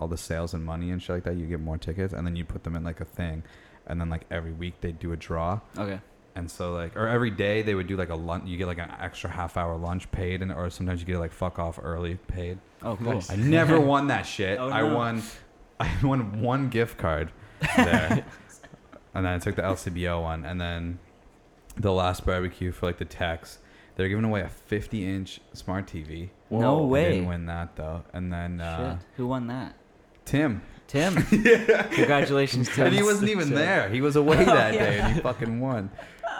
Speaker 5: all the sales and money and shit like that. You get more tickets, and then you put them in like a thing, and then like every week they do a draw,
Speaker 4: Okay.
Speaker 5: and so like or every day they would do like a lunch. You get like an extra half hour lunch paid, and or sometimes you get like fuck off early paid.
Speaker 4: Oh, cool.
Speaker 3: Nice.
Speaker 5: I never won that shit.
Speaker 4: Oh,
Speaker 5: I
Speaker 4: no.
Speaker 5: won I won one gift card there. and then I took the LCBO one and then the last barbecue for like the tax. They're giving away a 50 inch smart TV.
Speaker 4: No
Speaker 5: I
Speaker 4: way.
Speaker 5: didn't win that though. And then uh,
Speaker 4: Shit. Who won that?
Speaker 5: Tim.
Speaker 4: Tim. Congratulations, Tim.
Speaker 5: And he wasn't even there. He was
Speaker 4: Oh,
Speaker 5: away that day and he fucking won.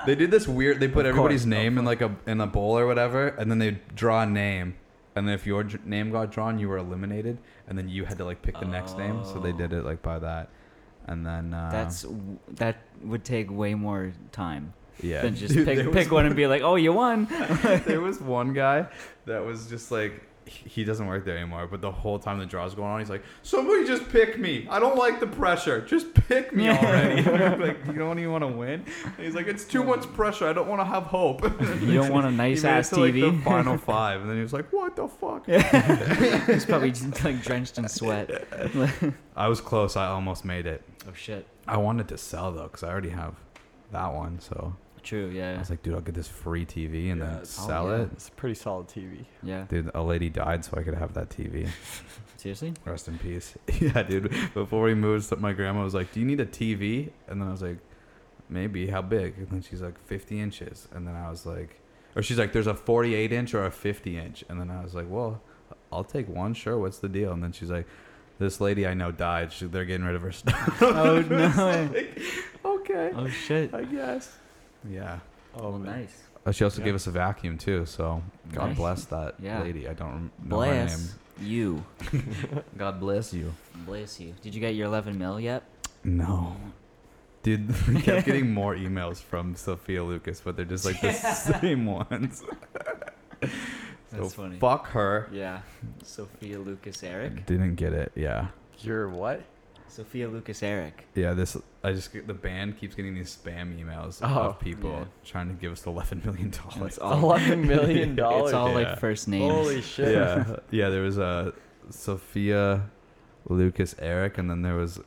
Speaker 5: They did this weird they put
Speaker 4: Of
Speaker 5: everybody's
Speaker 4: course,
Speaker 5: name in like a in a bowl or whatever and then they draw a name. And then if your dr- name got drawn, you were eliminated and then you had to like pick the next name. So they did it like by that. And then uh,
Speaker 4: That's that would take way more time
Speaker 5: yeah.
Speaker 4: than just
Speaker 5: Dude,
Speaker 4: pick,
Speaker 5: there
Speaker 4: pick
Speaker 5: was
Speaker 4: one and be like, oh, you won.
Speaker 5: there was one guy that was just like he he doesn't work there anymore, but the whole time the draw's going on, he's like, "Somebody just pick me! I don't like the pressure. Just pick me already." like you don't even want to win. And he's like, "It's too much pressure. I don't want to have hope."
Speaker 4: You don't want a
Speaker 5: He
Speaker 4: nice
Speaker 5: made it
Speaker 4: ass
Speaker 5: to, like, the
Speaker 4: TV.
Speaker 5: final five, and then he was like, "What the fuck?"
Speaker 4: He's probably just, like drenched in sweat.
Speaker 5: I was close. I almost made it.
Speaker 4: Oh shit.
Speaker 5: I wanted to sell though, because I already have that one. So
Speaker 4: True.
Speaker 5: I
Speaker 4: Yeah.
Speaker 5: was like, "Dude, I'll get this free TV and then
Speaker 3: Yes.
Speaker 4: Oh,
Speaker 5: sell
Speaker 4: yeah.
Speaker 5: it."
Speaker 3: It's a pretty solid TV.
Speaker 4: Yeah.
Speaker 5: Dude, a lady died, so I could have that TV.
Speaker 4: Seriously?
Speaker 5: Rest in peace. Yeah, dude. Before we moved, my grandma was like, "Do you need a TV?" And then I was like, "Maybe. How big?" And then she's like, "50 inches." And then I was like, or she's like, "There's a 48 inch or a 50 inch." And then I was like, "Well, I'll take one. Sure. What's the deal?" And then she's like, "This lady I know died. She, they're getting rid of her stuff."
Speaker 4: Oh no.
Speaker 5: okay,
Speaker 4: Oh shit.
Speaker 5: I guess. Yeah.
Speaker 4: Oh nice.
Speaker 5: Uh, she also
Speaker 2: Yeah.
Speaker 5: gave us a vacuum too, so God
Speaker 4: Nice.
Speaker 5: bless that
Speaker 4: Yeah.
Speaker 5: lady. I don't rem- know her name.
Speaker 4: Bless you.
Speaker 5: God bless you.
Speaker 4: Bless you. Did you get your 11 mil yet?
Speaker 5: No. Dude, we kept getting more emails from Sophia Lucas, but they're just like the same ones.
Speaker 4: That's funny.
Speaker 5: Fuck her.
Speaker 4: Yeah. Sophia Lucas Eric.
Speaker 5: Didn't get it. Yeah.
Speaker 3: You're what?
Speaker 4: Sophia Lucas Eric.
Speaker 5: Yeah, this I just get- the band keeps getting these spam emails
Speaker 3: Oh.
Speaker 5: of people
Speaker 4: Yeah.
Speaker 5: trying to give us eleven million
Speaker 4: And it's
Speaker 5: dollars.
Speaker 4: all,
Speaker 3: Eleven million dollars.
Speaker 4: it's all
Speaker 5: Yeah.
Speaker 4: like first names.
Speaker 3: Holy shit!
Speaker 5: Yeah, yeah. There was uh, Sophia, Lucas, Eric, and then there was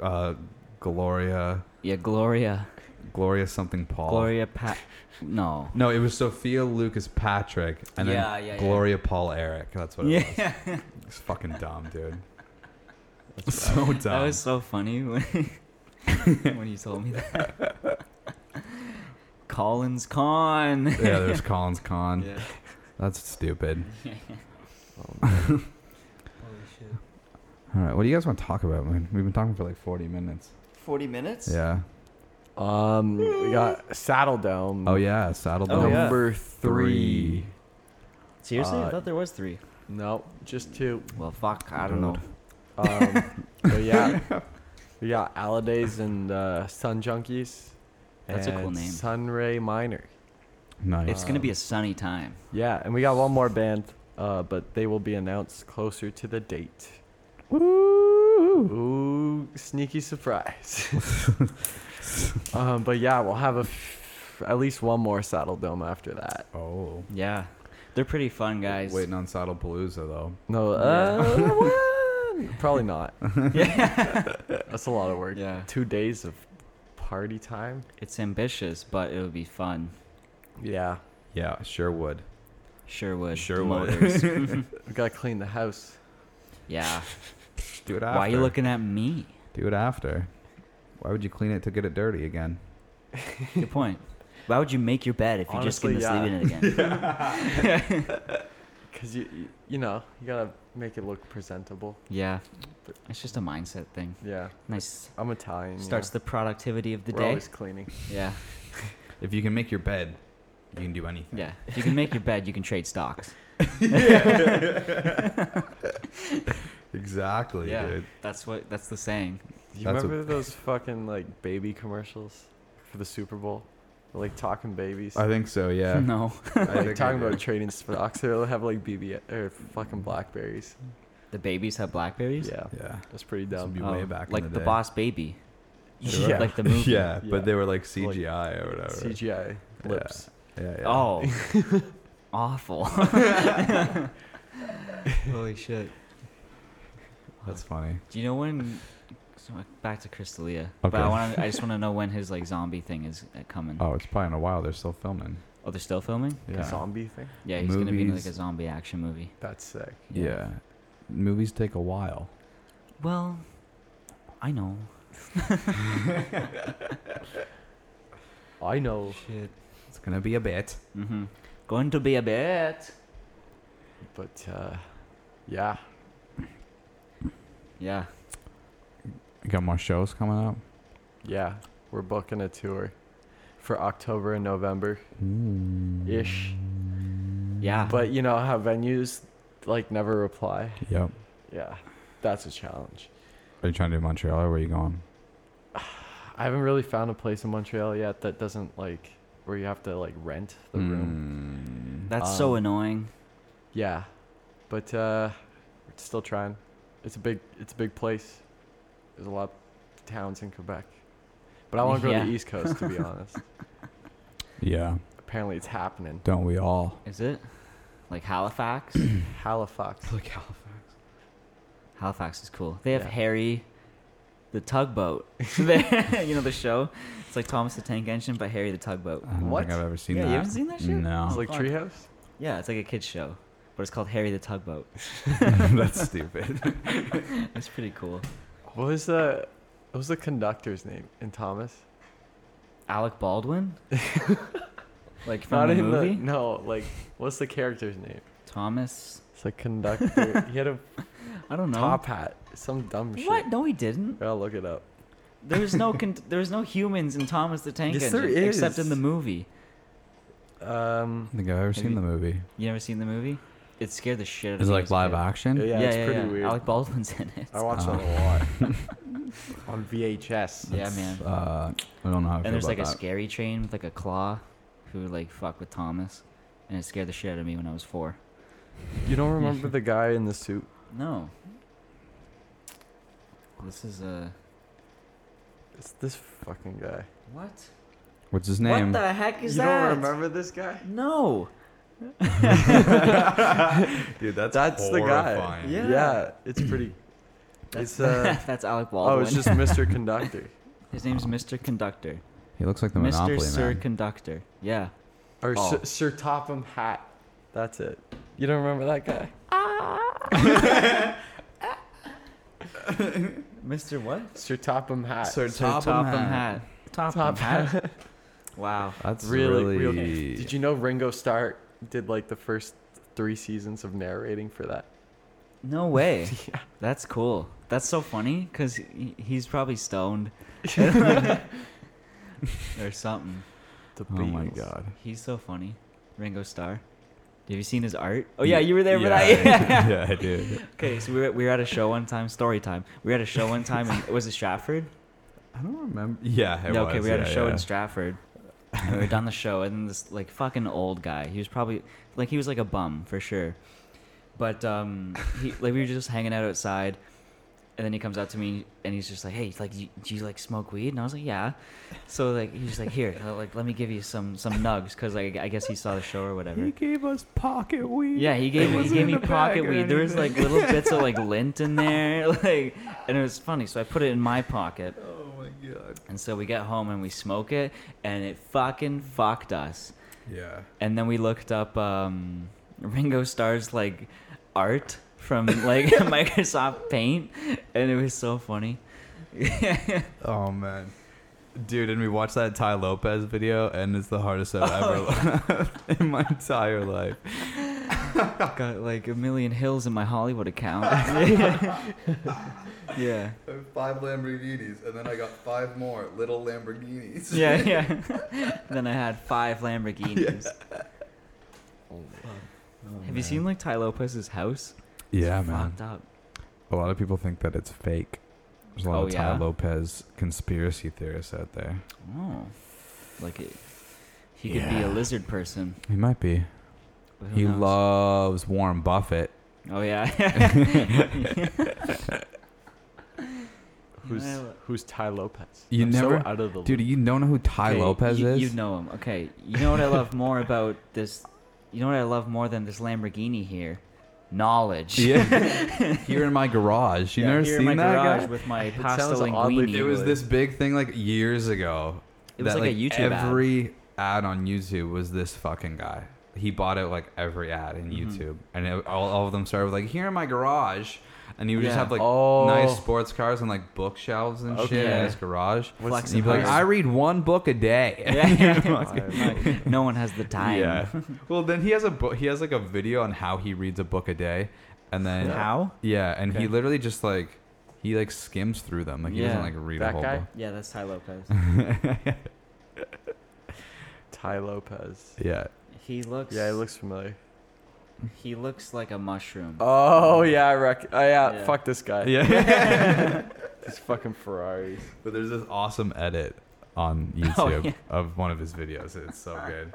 Speaker 5: uh, Gloria,
Speaker 4: Yeah, Gloria.
Speaker 5: Gloria something Paul.
Speaker 4: Gloria Pat. No.
Speaker 5: No, it was Sophia, Lucas, Patrick, and
Speaker 4: Yeah,
Speaker 5: then
Speaker 4: yeah, yeah.
Speaker 5: Gloria, Paul, Eric. That's what it was. It's fucking dumb, dude. so dumb.
Speaker 4: That was so funny when, when you told me that. Collins Con.
Speaker 5: yeah, there's Collins Con.
Speaker 4: Yeah.
Speaker 5: That's stupid.
Speaker 4: Holy shit.
Speaker 5: All right, what do you guys want to talk about, man? We've been talking for like 40 minutes.
Speaker 4: 40 minutes?
Speaker 5: Yeah.
Speaker 3: Um, we got Saddle Dome.
Speaker 5: Oh yeah, Saddle
Speaker 4: Oh,
Speaker 5: Dome.
Speaker 4: yeah.
Speaker 3: number three.
Speaker 4: Seriously? I
Speaker 3: Uh,
Speaker 4: thought there was three.
Speaker 3: No, just two.
Speaker 4: Well, fuck. I don't know.
Speaker 3: Um, but yeah, we got Aladays and uh, Sun Junkies.
Speaker 4: That's a cool
Speaker 3: and
Speaker 4: name.
Speaker 3: Sunray Minor.
Speaker 5: Nice.
Speaker 4: It's going to be a sunny time.
Speaker 3: Yeah, and we got one more band, uh, but they will be announced closer to the date. Ooh, sneaky surprise. um, but yeah, we'll have a f- at least one more Saddle Dome after that.
Speaker 5: oh.
Speaker 4: Yeah. They're pretty fun, guys.
Speaker 5: Waiting on Saddle Palooza though.
Speaker 3: No,
Speaker 4: Yeah.
Speaker 3: uh, what? probably not.
Speaker 4: yeah.
Speaker 3: That's a lot of work.
Speaker 4: yeah.
Speaker 3: Two days of party time.
Speaker 4: It's ambitious, but it would be fun.
Speaker 3: Yeah,
Speaker 5: Yeah, sure would.
Speaker 4: Sure would.
Speaker 5: Sure would.
Speaker 4: Motors.
Speaker 3: we gotta clean the house.
Speaker 4: yeah.
Speaker 5: Do it after.
Speaker 4: Why are you looking at me?
Speaker 5: Do it after. Why would you clean it to get it dirty again?
Speaker 4: Good point. Why would you make your bed if you're
Speaker 3: Honestly,
Speaker 4: just going to sleep in it again?
Speaker 3: Cause you, you, you know, you gotta make it look presentable.
Speaker 4: yeah. It's just a mindset thing.
Speaker 3: Yeah,
Speaker 4: Nice.
Speaker 3: I'm Italian.
Speaker 4: Starts
Speaker 3: yeah.
Speaker 4: the productivity of the
Speaker 3: We're
Speaker 4: day.
Speaker 3: always cleaning.
Speaker 4: Yeah.
Speaker 5: If you can make your bed, you can do anything.
Speaker 4: Yeah. If you can make your bed, you can trade stocks.
Speaker 5: Exactly, dude.
Speaker 4: That's what that's the saying.
Speaker 3: Do you
Speaker 5: That's a-
Speaker 3: remember those fucking like baby commercials for the Super Bowl? They're, like talking babies.
Speaker 5: I think so, yeah.
Speaker 4: No.
Speaker 5: I
Speaker 3: like
Speaker 5: think I
Speaker 3: talking
Speaker 5: do.
Speaker 3: about trading stocks. They'll have like BB or fucking blackberries.
Speaker 4: The babies have blackberries?
Speaker 3: Yeah,
Speaker 5: Yeah.
Speaker 3: that's pretty
Speaker 5: This would
Speaker 3: dumb.
Speaker 5: be way back in
Speaker 4: Oh, like
Speaker 5: the
Speaker 4: the
Speaker 5: day.
Speaker 4: boss baby.
Speaker 3: Sure. Yeah.
Speaker 4: Like the movie.
Speaker 5: Yeah,
Speaker 3: Yeah.
Speaker 5: but they were like CGI or whatever.
Speaker 3: CGI
Speaker 5: Yeah.
Speaker 3: lips.
Speaker 5: Yeah, yeah.
Speaker 4: Oh. Awful. Holy shit.
Speaker 5: That's funny.
Speaker 4: Do you know when so, back to Crystalia. But
Speaker 5: Okay.
Speaker 4: I want to I just want to know when his like zombie thing is uh, coming. Oh,
Speaker 5: Oh, it's probably in a while. They're still filming.
Speaker 4: they're still filming?
Speaker 5: Yeah.
Speaker 3: Zombie thing.
Speaker 4: Yeah, he's going to be in, like a
Speaker 5: Movies.
Speaker 4: zombie action movie.
Speaker 3: That's sick.
Speaker 5: Yeah. Movies take a while.
Speaker 4: Well, I know.
Speaker 3: I know.
Speaker 4: Shit.
Speaker 5: It's going to be a bit.
Speaker 4: Mm-hmm. Going to be a bit.
Speaker 3: But uh, yeah,
Speaker 4: Yeah.
Speaker 5: Got more shows coming up.
Speaker 3: yeah, we're booking a tour for October and November ish.
Speaker 4: Yeah.
Speaker 3: But you know how venues like never reply.
Speaker 5: Yep.
Speaker 3: Yeah, that's a challenge.
Speaker 5: Are you trying to do Montreal or where are you going?
Speaker 3: I haven't really found a place in Montreal yet that doesn't like where you have to like rent the
Speaker 4: Hmm.
Speaker 3: room.
Speaker 5: room.
Speaker 4: That's so
Speaker 3: Um,
Speaker 4: annoying.
Speaker 3: Yeah, but uh, we're still trying. It's a big, it's a big place. There's a lot of towns in Quebec, but I want to go
Speaker 4: Yeah.
Speaker 3: to the East Coast to be honest.
Speaker 5: Yeah.
Speaker 3: Apparently, it's happening.
Speaker 5: Don't we all?
Speaker 4: Is it? Like Halifax?
Speaker 3: Halifax.
Speaker 4: Oh.
Speaker 5: Like Halifax.
Speaker 4: Halifax is cool. They have
Speaker 3: Yeah.
Speaker 4: Harry the tugboat. They- you know the show? It's like Thomas the Tank Engine, but Harry the tugboat.
Speaker 5: I don't
Speaker 3: What?
Speaker 5: think I've ever seen
Speaker 4: yeah,
Speaker 5: that.
Speaker 4: you haven't seen that shit?
Speaker 5: No.
Speaker 3: It's like
Speaker 4: Fuck.
Speaker 3: Treehouse.
Speaker 4: Yeah, it's like a kid's show, but it's called Harry the Tugboat.
Speaker 5: That's stupid.
Speaker 4: It's pretty cool.
Speaker 3: What was the, what was the conductor's name in Thomas?
Speaker 4: Alec Baldwin? like from the
Speaker 3: in
Speaker 4: movie?
Speaker 3: No, like what's the character's name?
Speaker 4: Thomas?
Speaker 3: It's a conductor. he had a
Speaker 4: I don't know.
Speaker 3: top hat. Some dumb shit.
Speaker 4: what? No, he didn't.
Speaker 3: I'll look it up.
Speaker 4: There's no con- there's no humans in Thomas the Tank
Speaker 3: Yes, there
Speaker 4: Engine except in
Speaker 3: is.
Speaker 4: the movie.
Speaker 3: Um,
Speaker 1: I think I've ever seen
Speaker 4: you-
Speaker 1: the movie.
Speaker 4: You never seen the movie? It scared the shit out of
Speaker 1: Is it
Speaker 4: me
Speaker 1: like
Speaker 4: as a
Speaker 1: live
Speaker 4: kid.
Speaker 1: action?
Speaker 3: yeah,
Speaker 4: Yeah,
Speaker 3: it's
Speaker 4: yeah,
Speaker 3: pretty
Speaker 4: yeah.
Speaker 3: weird.
Speaker 4: Alec Baldwin's in it.
Speaker 3: I watch
Speaker 1: Ah.
Speaker 3: that a lot on VHS.
Speaker 4: yeah, man.
Speaker 1: Uh, I don't know. How I
Speaker 4: and there's
Speaker 1: feel
Speaker 4: like a
Speaker 1: about that.
Speaker 4: scary train with like a claw, who would, like fuck with Thomas, and it scared the shit out of me when I was four.
Speaker 3: You don't remember the guy in the suit?
Speaker 4: No. This is a
Speaker 3: It's this fucking guy.
Speaker 4: what?
Speaker 1: What's his name?
Speaker 4: What the heck is
Speaker 3: you
Speaker 4: that?
Speaker 3: don't remember this guy?
Speaker 4: No.
Speaker 5: Dude, that's
Speaker 3: That's the guy.
Speaker 5: horrifying.
Speaker 4: Yeah.
Speaker 3: it's pretty.
Speaker 4: That's,
Speaker 3: It's, uh,
Speaker 4: that's Alec
Speaker 3: oh,
Speaker 4: Baldwin.
Speaker 3: it's just Mr. Conductor.
Speaker 4: His name's Mr. Conductor.
Speaker 1: he looks like the
Speaker 4: Mr.
Speaker 1: Monopoly
Speaker 4: Sir
Speaker 1: man.
Speaker 4: Conductor. Yeah.
Speaker 3: Or
Speaker 4: Oh.
Speaker 3: Sir, Sir Topham Hat. That's it. You don't remember that guy?
Speaker 4: Mr. What?
Speaker 3: Sir Topham Hat.
Speaker 5: Sir
Speaker 4: Sir Topham,
Speaker 5: Topham
Speaker 4: Hat. Topham
Speaker 3: Top
Speaker 4: Hat. Wow.
Speaker 1: That's
Speaker 3: Really,
Speaker 1: really.
Speaker 3: real- Did you know Ringo Starr did like the first three seasons of narrating for that?
Speaker 4: No way. That's cool. That's so funny because he, he's probably stoned or something.
Speaker 3: The
Speaker 1: Oh my
Speaker 3: Beatles.
Speaker 1: God.
Speaker 4: He's so funny. Ringo Starr. Have you seen his art? Oh, yeah, you were there for
Speaker 1: yeah,
Speaker 4: that.
Speaker 1: I- yeah, I did.
Speaker 4: Okay, so we were, we were at a show one time, story time. We were at a show one time, and was it Stratford?
Speaker 1: I don't remember. Yeah, it
Speaker 4: Yeah,
Speaker 1: was.
Speaker 4: okay, we had
Speaker 1: yeah,
Speaker 4: a show
Speaker 1: yeah.
Speaker 4: in Stratford. and we were done the show, and this like fucking old guy. He was probably like he was like a bum for sure. But um, he like we were just hanging out outside, and then he comes out to me and he's just like, "Hey, like, you, do you like smoke weed?" And I was like, "Yeah." So like he's like, "Here, uh, like, let me give you some some nugs," because like I guess he saw the show or whatever.
Speaker 1: gave us pocket weed.
Speaker 4: Yeah, he gave me he gave me pocket weed. There was like little bits of like lint in there, like, and it was funny. So I put it in my pocket.
Speaker 5: Oh my god.
Speaker 4: And so we get home and we smoke it, and it fucking fucked us.
Speaker 5: Yeah.
Speaker 4: And then we looked up um, Ringo Starr's like art from like Microsoft Paint, and it was so funny.
Speaker 5: Oh man. Dude, and we watched that Ty Lopez video, and it's the hardest I've
Speaker 4: Oh,
Speaker 5: ever in my entire life.
Speaker 4: Got like a million hills in my Hollywood account. yeah.
Speaker 5: Five Lamborghinis, and then I got five more little Lamborghinis.
Speaker 4: Yeah, yeah. then I had five Lamborghinis. Have you seen like Ty Lopez's house?
Speaker 1: Oh, Yeah,
Speaker 4: It's
Speaker 1: man.
Speaker 4: Fucked up.
Speaker 1: A lot of people think that it's fake. There's a lot
Speaker 4: Oh,
Speaker 1: of Ty
Speaker 4: yeah?
Speaker 1: Lopez conspiracy theorists out there.
Speaker 4: Oh, like it. He could be a
Speaker 1: Yeah.
Speaker 4: lizard person.
Speaker 1: He might be.
Speaker 4: but who
Speaker 1: He
Speaker 4: knows?
Speaker 1: loves Warren Buffett.
Speaker 4: Oh yeah.
Speaker 3: Who's
Speaker 4: Yeah.
Speaker 3: Who's Ty Lopez?
Speaker 1: You
Speaker 3: I'm
Speaker 1: never-
Speaker 3: so out of the
Speaker 1: Dude,
Speaker 3: loop.
Speaker 1: you don't know who Ty
Speaker 4: Okay,
Speaker 1: Lopez
Speaker 4: you,
Speaker 1: is?
Speaker 4: You know him. Okay. You know what I love more about this? You know what I love more than this Lamborghini here? Knowledge.
Speaker 1: Yeah. here in my garage. You
Speaker 4: Yeah,
Speaker 1: never
Speaker 4: here
Speaker 1: seen
Speaker 4: in my
Speaker 1: that
Speaker 4: garage
Speaker 1: guy?
Speaker 4: with my
Speaker 3: sounds
Speaker 4: pasta
Speaker 3: oddly
Speaker 4: linguine.
Speaker 5: It was this big thing like years ago.
Speaker 4: It was
Speaker 5: that,
Speaker 4: like a YouTube ad.
Speaker 5: Every ad. on YouTube was this fucking guy. He bought out like every ad in
Speaker 4: Mm-hmm.
Speaker 5: YouTube, and it, all, all of them started with like here in my garage, and he would just
Speaker 4: Yeah.
Speaker 5: have like
Speaker 3: Oh.
Speaker 5: nice sports cars and like bookshelves and shit
Speaker 4: Okay.
Speaker 5: in his garage.
Speaker 4: Flex
Speaker 5: And he'd be like,
Speaker 4: and
Speaker 5: I read one book a day.
Speaker 4: Yeah. no one has the time.
Speaker 5: Yeah. Well, then he has a book. He has like a video on how he reads a book a day, and then
Speaker 4: How?
Speaker 5: Yeah, and
Speaker 4: Okay.
Speaker 5: he literally just like he like skims through them. Like he
Speaker 4: Yeah.
Speaker 5: doesn't like read a
Speaker 3: That
Speaker 5: whole
Speaker 3: guy?
Speaker 5: book.
Speaker 4: Yeah, that's Ty Lopez.
Speaker 3: Ty Lopez.
Speaker 5: Yeah.
Speaker 4: He looks.
Speaker 3: Yeah, he looks familiar.
Speaker 4: He looks like a mushroom.
Speaker 3: Oh yeah, I reckon. Oh, yeah,
Speaker 4: Yeah.
Speaker 3: fuck this guy.
Speaker 5: Yeah.
Speaker 3: These fucking Ferraris.
Speaker 5: but there's this awesome edit on
Speaker 4: Oh,
Speaker 5: YouTube
Speaker 4: yeah.
Speaker 5: of one of his videos. and It's so good.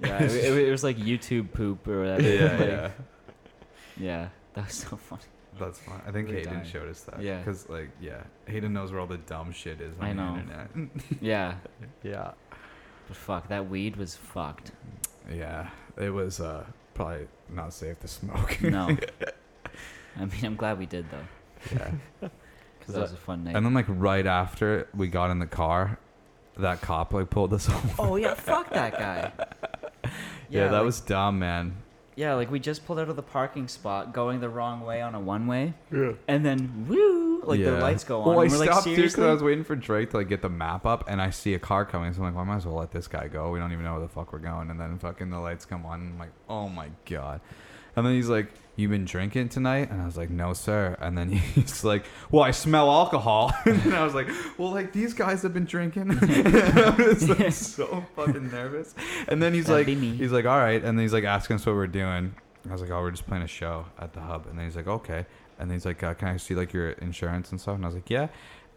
Speaker 4: Yeah, it, it was like YouTube poop or whatever.
Speaker 5: yeah,
Speaker 4: like,
Speaker 5: yeah.
Speaker 4: yeah. That was so funny.
Speaker 5: That's fun. I think
Speaker 4: Really
Speaker 5: Hayden
Speaker 4: dying.
Speaker 5: showed us that.
Speaker 4: Yeah.
Speaker 5: Because like yeah, Hayden knows where all the dumb shit is on
Speaker 4: I
Speaker 5: the
Speaker 4: know.
Speaker 5: internet.
Speaker 4: Yeah.
Speaker 3: Yeah.
Speaker 4: But fuck, that weed was fucked.
Speaker 5: yeah. It was uh probably not safe to smoke.
Speaker 4: No. I mean, I'm glad we did though,
Speaker 5: yeah.
Speaker 4: because that was a fun night.
Speaker 5: And then like right after we got in the car, that cop like pulled us over.
Speaker 4: oh yeah, fuck that guy.
Speaker 5: Yeah, that
Speaker 4: like-
Speaker 5: was dumb, man.
Speaker 4: Yeah, like we just pulled out of the parking spot, going the wrong way on a one way, and then woo, Like the
Speaker 1: Yeah.
Speaker 4: lights go on.
Speaker 5: Well, Oh, I
Speaker 4: and we're like,
Speaker 5: stopped too because
Speaker 4: seriously?
Speaker 5: I was waiting for Drake to like get the map up, and I see a car coming. So I'm like, well, I might as well let this guy go. We don't even know where the fuck we're going. And then fucking the lights come on. And I'm like, oh my god. And then he's like, you been drinking tonight? And I was like, no, sir. And then he's like, well, I smell alcohol. and then I was like, well, like these guys have been drinking. I was like, so fucking nervous. And then he's
Speaker 4: That'd
Speaker 5: like,
Speaker 4: be me.
Speaker 5: he's like, all right. And then he's like asking us what we're doing. I was like, oh, we're just playing a show at the hub. And then he's like, okay. And then he's like, uh, can I see like your insurance and stuff? And I was like, yeah.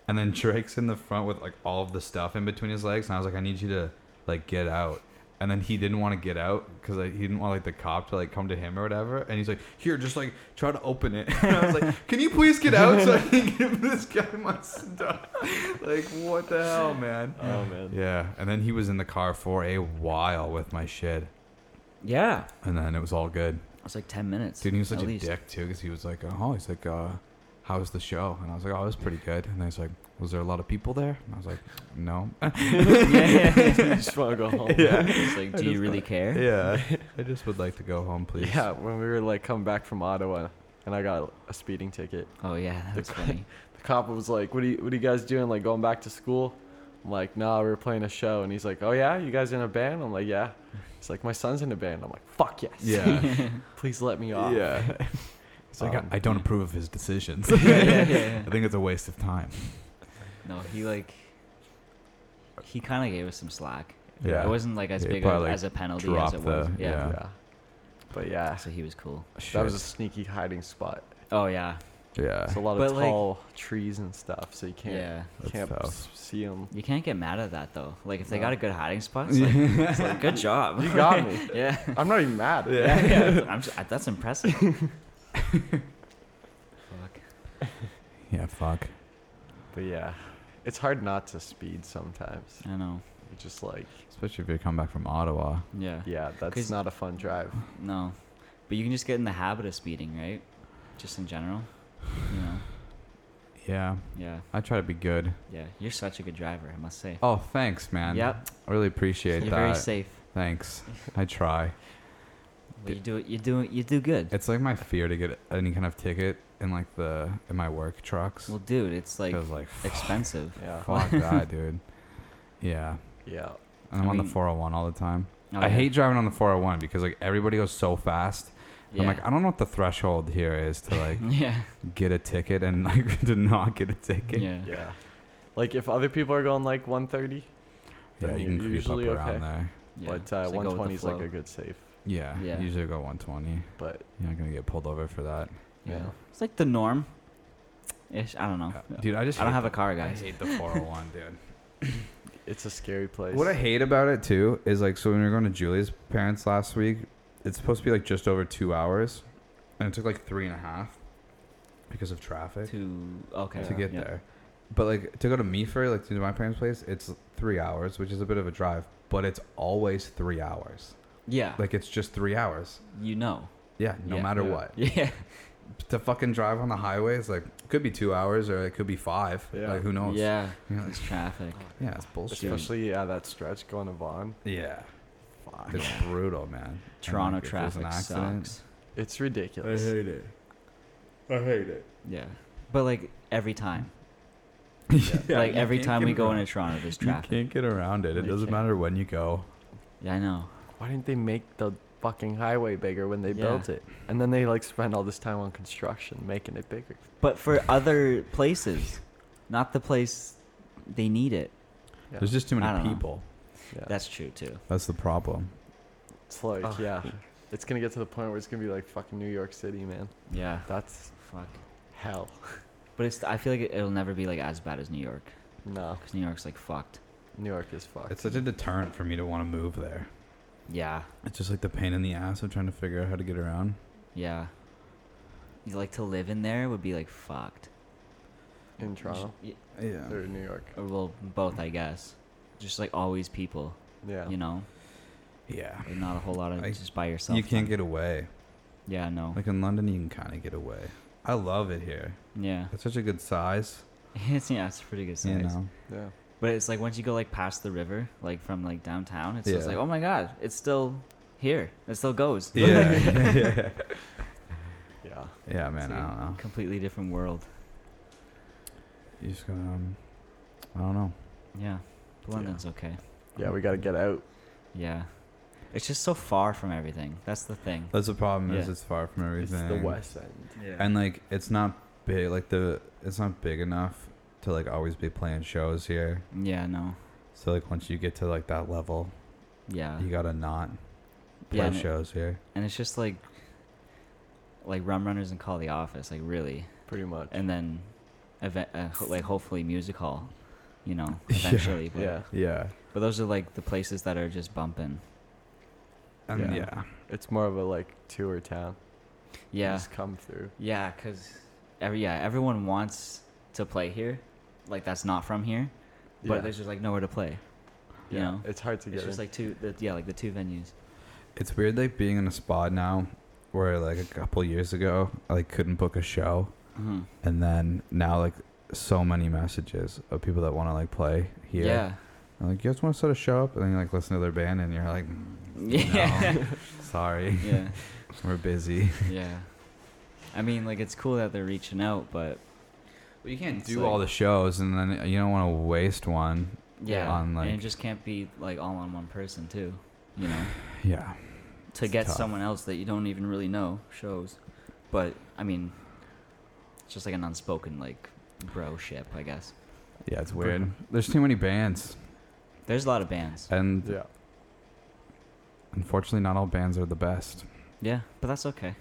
Speaker 5: And then Drake's in the front with like all of the stuff in between his legs. And I was like, I need you to like get out. And then he didn't want to get out because like, he didn't want like the cop to like come to him or whatever. And he's like, here, just like try to open it. And I was like, can you please get out so I can give this guy my stuff? like, what the hell, man?
Speaker 3: Oh man.
Speaker 5: Yeah. And then he was in the car for a while with my shit.
Speaker 4: yeah.
Speaker 5: And then it was all good.
Speaker 4: It was like 10 minutes.
Speaker 5: Dude, he was such
Speaker 4: at
Speaker 5: a
Speaker 4: least.
Speaker 5: dick too, because he was like, "Oh, he's like, uh, how was the show?" And I was like, "Oh, it was pretty good." And then he's like, "Was there a lot of people there?" And I was like, "No."
Speaker 4: yeah, yeah, yeah.
Speaker 3: just want to go home.
Speaker 4: It's like, do you really care?
Speaker 5: yeah, I just would like to go home, please.
Speaker 3: Yeah, when we were like coming back from Ottawa, and I got a speeding ticket.
Speaker 4: Oh, yeah, that
Speaker 3: The
Speaker 4: was
Speaker 3: cr-
Speaker 4: funny.
Speaker 3: The cop was like, "What are you What are you guys doing? Like going back to school?" I'm like, "Nah, we were playing a show." And he's like, "Oh yeah, you guys in a band?" I'm like, "Yeah." He's like, "My son's in a band." I'm like, "Fuck yes."
Speaker 5: yeah,
Speaker 3: Please let me off.
Speaker 5: yeah. It's like
Speaker 3: Um,
Speaker 5: I, I don't approve of his decisions.
Speaker 4: yeah, yeah, yeah,
Speaker 5: I
Speaker 4: yeah.
Speaker 5: think it's a waste of time.
Speaker 4: No, he like, he kind of gave us some slack.
Speaker 5: Yeah.
Speaker 4: It wasn't like as
Speaker 5: Yeah, he
Speaker 4: big of,
Speaker 5: probably, like,
Speaker 4: as a penalty as
Speaker 5: dropped
Speaker 4: it was.
Speaker 5: the-
Speaker 4: yeah.
Speaker 3: Yeah. But yeah,
Speaker 4: So he was cool.
Speaker 3: that was a sneaky hiding spot.
Speaker 4: Oh, yeah.
Speaker 5: yeah.
Speaker 3: It's a lot
Speaker 4: Uh, But,
Speaker 3: of
Speaker 4: like-
Speaker 3: tall trees and stuff, so you can't
Speaker 4: Yeah.
Speaker 3: you
Speaker 5: That's
Speaker 3: can't
Speaker 5: tough.
Speaker 3: s- see them.
Speaker 4: You can't get mad at that though. Like if they
Speaker 3: No.
Speaker 4: got a good hiding spot, it's like, it's like, good job.
Speaker 3: You got me.
Speaker 4: yeah.
Speaker 3: I'm not even mad.
Speaker 4: Yeah. yeah. I'm just, that's impressive. Fuck.
Speaker 5: yeah. Fuck.
Speaker 3: But yeah, it's hard not to speed sometimes.
Speaker 4: I know.
Speaker 3: You're just like,
Speaker 5: Especially if you come back from Ottawa.
Speaker 4: Yeah.
Speaker 3: yeah,
Speaker 4: 'Cause-
Speaker 3: that's not a fun drive.
Speaker 4: No. But you can just get in the habit of speeding, right? Just in general. You know.
Speaker 5: Yeah,
Speaker 4: Yeah.
Speaker 5: I try to be good.
Speaker 4: Yeah. You're such a good driver, I must say.
Speaker 5: Oh, thanks, man.
Speaker 4: Yep.
Speaker 5: I really appreciate
Speaker 4: You're
Speaker 5: that.
Speaker 4: very safe.
Speaker 5: Thanks. I try.
Speaker 4: But you do it. You do it. You do good.
Speaker 5: It's like my fear to get any kind of ticket in like the in my work trucks.
Speaker 4: Well, dude, it's like
Speaker 5: I was like,
Speaker 4: expensive.
Speaker 3: Yeah.
Speaker 5: fuck that, dude. Yeah,
Speaker 3: Yeah.
Speaker 5: and I'm
Speaker 4: I
Speaker 5: on the
Speaker 4: mean-
Speaker 5: 401 all the time.
Speaker 4: Oh,
Speaker 5: I
Speaker 4: yeah.
Speaker 5: hate driving on the 401 because like everybody goes so fast.
Speaker 4: Yeah.
Speaker 5: I'm like, I don't know what the threshold here is to like
Speaker 4: yeah.
Speaker 5: get a ticket and like to not get a ticket.
Speaker 4: Yeah.
Speaker 3: Yeah. Like if other people are going like 130,
Speaker 5: Yeah,
Speaker 3: Then
Speaker 5: you can
Speaker 3: you're
Speaker 5: creep
Speaker 3: usually
Speaker 5: up around
Speaker 3: okay.
Speaker 5: there.
Speaker 4: Yeah.
Speaker 3: but uh,
Speaker 4: Just, like, go with the
Speaker 3: 120 is like
Speaker 4: flow.
Speaker 3: a good safe.
Speaker 5: Yeah,
Speaker 4: Yeah.
Speaker 5: usually go 120.
Speaker 3: But
Speaker 5: You're not gonna get pulled over for that.
Speaker 4: Yeah.
Speaker 3: Yeah.
Speaker 4: It's like the norm. Ish. I don't know.
Speaker 5: Yeah. Dude, I just
Speaker 4: Oh, I don't
Speaker 5: hate
Speaker 4: have
Speaker 5: the-
Speaker 4: a car,
Speaker 5: I
Speaker 4: guys.
Speaker 5: hate the 401, dude.
Speaker 3: it's a scary place.
Speaker 5: What I hate about it too is like, so when we were going to Julie's parents last week, it's supposed to be like just over two hours, and it took like three and a half because of traffic
Speaker 4: To okay.
Speaker 5: to get
Speaker 4: yeah.
Speaker 5: there. But like to go to Meaford, like to my parents' place, it's three hours, which is a bit of a drive, but it's always three hours.
Speaker 4: Yeah.
Speaker 5: Like it's just three hours.
Speaker 4: you know.
Speaker 5: Yeah, no
Speaker 4: Yeah.
Speaker 5: matter
Speaker 3: Yeah.
Speaker 5: what.
Speaker 4: Yeah.
Speaker 5: To fucking drive on the highway is like could be two hours or it could be five.
Speaker 3: Yeah.
Speaker 5: Like who knows? Oh,
Speaker 4: Yeah.
Speaker 5: You know,
Speaker 4: It's traffic.
Speaker 5: yeah, it's bullshit.
Speaker 3: Especially yeah, that stretch going to Vaughn.
Speaker 5: Yeah,
Speaker 3: Fuck.
Speaker 5: it's brutal, man. And,
Speaker 4: Toronto
Speaker 5: like, if there's an
Speaker 4: traffic
Speaker 5: accident-
Speaker 4: sucks.
Speaker 3: It's ridiculous.
Speaker 5: it. I hate it.
Speaker 4: Yeah. But like every time, like
Speaker 5: you
Speaker 4: every
Speaker 5: can't
Speaker 4: time
Speaker 5: get
Speaker 4: we go
Speaker 5: around-
Speaker 4: into Toronto, there's
Speaker 5: you
Speaker 4: traffic.
Speaker 5: can't get around it. It
Speaker 4: You
Speaker 5: doesn't
Speaker 4: can't.
Speaker 5: matter when you go.
Speaker 4: Yeah, I know.
Speaker 3: Why didn't they make the fucking highway bigger when they
Speaker 4: Yeah.
Speaker 3: built it? And then they like spend all this time on construction making it bigger.
Speaker 4: But for other places, not the place they need it.
Speaker 3: Yeah.
Speaker 5: There's just too
Speaker 4: I
Speaker 5: many
Speaker 4: don't know.
Speaker 5: people.
Speaker 3: Yeah.
Speaker 4: That's true too.
Speaker 5: That's the problem.
Speaker 3: It's like,
Speaker 4: Ugh.
Speaker 3: yeah, it's gonna get to the point where it's gonna be like fucking New York City, man.
Speaker 4: Yeah.
Speaker 3: That's
Speaker 4: Fuck.
Speaker 3: hell.
Speaker 4: But it's. I feel like it, it'll never be like as bad as New York,
Speaker 3: No,
Speaker 4: because New York's like fucked.
Speaker 3: New York is fucked.
Speaker 5: It's such a deterrent for me to want to move there.
Speaker 4: Yeah.
Speaker 5: It's just like the pain in the ass of trying to figure out how to get around.
Speaker 4: Yeah. You like to live in there would be like fucked.
Speaker 3: in Toronto
Speaker 4: Y-
Speaker 5: Yeah.
Speaker 3: or New York.
Speaker 4: or well, both, I guess. Just like always people,
Speaker 3: Yeah.
Speaker 4: you know,
Speaker 5: Yeah.
Speaker 4: and not a whole lot of
Speaker 5: I-
Speaker 4: just by yourself.
Speaker 5: You can't
Speaker 4: time.
Speaker 5: get away.
Speaker 4: Yeah, no.
Speaker 5: Like in London, you can kind of get away. I love it here.
Speaker 4: yeah,
Speaker 5: It's such a good size.
Speaker 4: it's yeah, it's a pretty good size.
Speaker 5: You know.
Speaker 3: yeah.
Speaker 4: But it's like once you go like past the river, like from like downtown, it's just
Speaker 5: Yeah.
Speaker 4: like oh my god, it's still here. It still goes.
Speaker 5: Yeah. yeah.
Speaker 3: Yeah.
Speaker 5: Yeah,
Speaker 4: It's
Speaker 5: man.
Speaker 4: like
Speaker 5: I don't know.
Speaker 4: Completely different world.
Speaker 1: you just gotta, um, I don't know.
Speaker 4: Yeah, London's okay.
Speaker 3: Yeah, we gotta get out.
Speaker 4: Yeah, it's just so far from everything. That's the thing.
Speaker 5: That's the problem. Is
Speaker 4: Yeah.
Speaker 5: it's far from
Speaker 3: It's
Speaker 5: everything.
Speaker 3: the West End.
Speaker 4: Yeah.
Speaker 5: and like it's not big. Like the it's not big enough to like always be playing shows here.
Speaker 4: yeah, no.
Speaker 5: So like once you get to like that level,
Speaker 4: Yeah.
Speaker 5: you gotta not play
Speaker 4: Yeah, and it-
Speaker 5: shows here.
Speaker 4: and it's just like like rum runners and call the office like really
Speaker 3: Pretty much.
Speaker 4: and then event uh, ho- like hopefully music hall you know
Speaker 5: Yeah.
Speaker 4: eventually but,
Speaker 3: yeah,
Speaker 5: Yeah.
Speaker 4: but those are like the places that are just bumping
Speaker 5: And yeah.
Speaker 3: Yeah. it's more of a like tour town. You
Speaker 4: yeah
Speaker 3: just come through.
Speaker 4: yeah because every yeah everyone wants to play here like that's not from here but
Speaker 3: Yeah.
Speaker 4: there's just like nowhere to play you know
Speaker 3: It's hard to get.
Speaker 4: it's just
Speaker 3: in.
Speaker 4: like two the, yeah like the two venues
Speaker 5: It's weird like being in a spot now where like a couple years ago I like couldn't book a show
Speaker 4: hmm
Speaker 5: and then now like so many messages of people that want to like play here.
Speaker 4: yeah
Speaker 5: I'm like, you guys want to set a show up? And then you like listen to their band and you're like,
Speaker 4: yeah
Speaker 5: no, sorry,
Speaker 4: yeah
Speaker 5: we're busy.
Speaker 4: yeah i mean like it's cool that they're reaching out but
Speaker 5: Well, you can't
Speaker 4: It's
Speaker 5: do
Speaker 4: like-
Speaker 5: all the shows and then you don't want to waste one.
Speaker 4: Yeah,
Speaker 5: on,
Speaker 4: and
Speaker 5: like-
Speaker 4: it just can't be like all on one person too. You know,
Speaker 5: Yeah.
Speaker 4: to
Speaker 5: It's
Speaker 4: get
Speaker 5: tough.
Speaker 4: someone else that you don't even really know shows, but I mean, it's just like an unspoken like bro ship, I guess.
Speaker 5: Yeah, it's weird. There's too many bands.
Speaker 4: There's a lot of bands.
Speaker 5: And
Speaker 3: yeah.
Speaker 5: unfortunately, not all bands are the best.
Speaker 4: Yeah, but that's okay.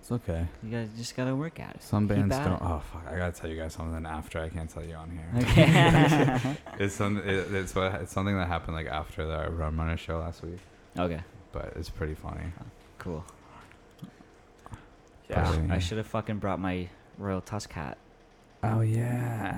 Speaker 5: It's okay.
Speaker 4: You guys just gotta work at it.
Speaker 5: Some
Speaker 4: Keep
Speaker 5: bands
Speaker 4: at
Speaker 5: don't.
Speaker 4: it.
Speaker 5: Oh, fuck. I got to tell you guys something after. I can't tell you on here.
Speaker 4: Okay.
Speaker 5: It's, some, it, it's, what, it's something that happened like after the Rum Runner show last week,
Speaker 4: okay.
Speaker 5: but it's pretty funny.
Speaker 4: Cool.
Speaker 5: Yeah.
Speaker 4: I should have fucking brought my Royal Tusk hat.
Speaker 5: Oh, yeah.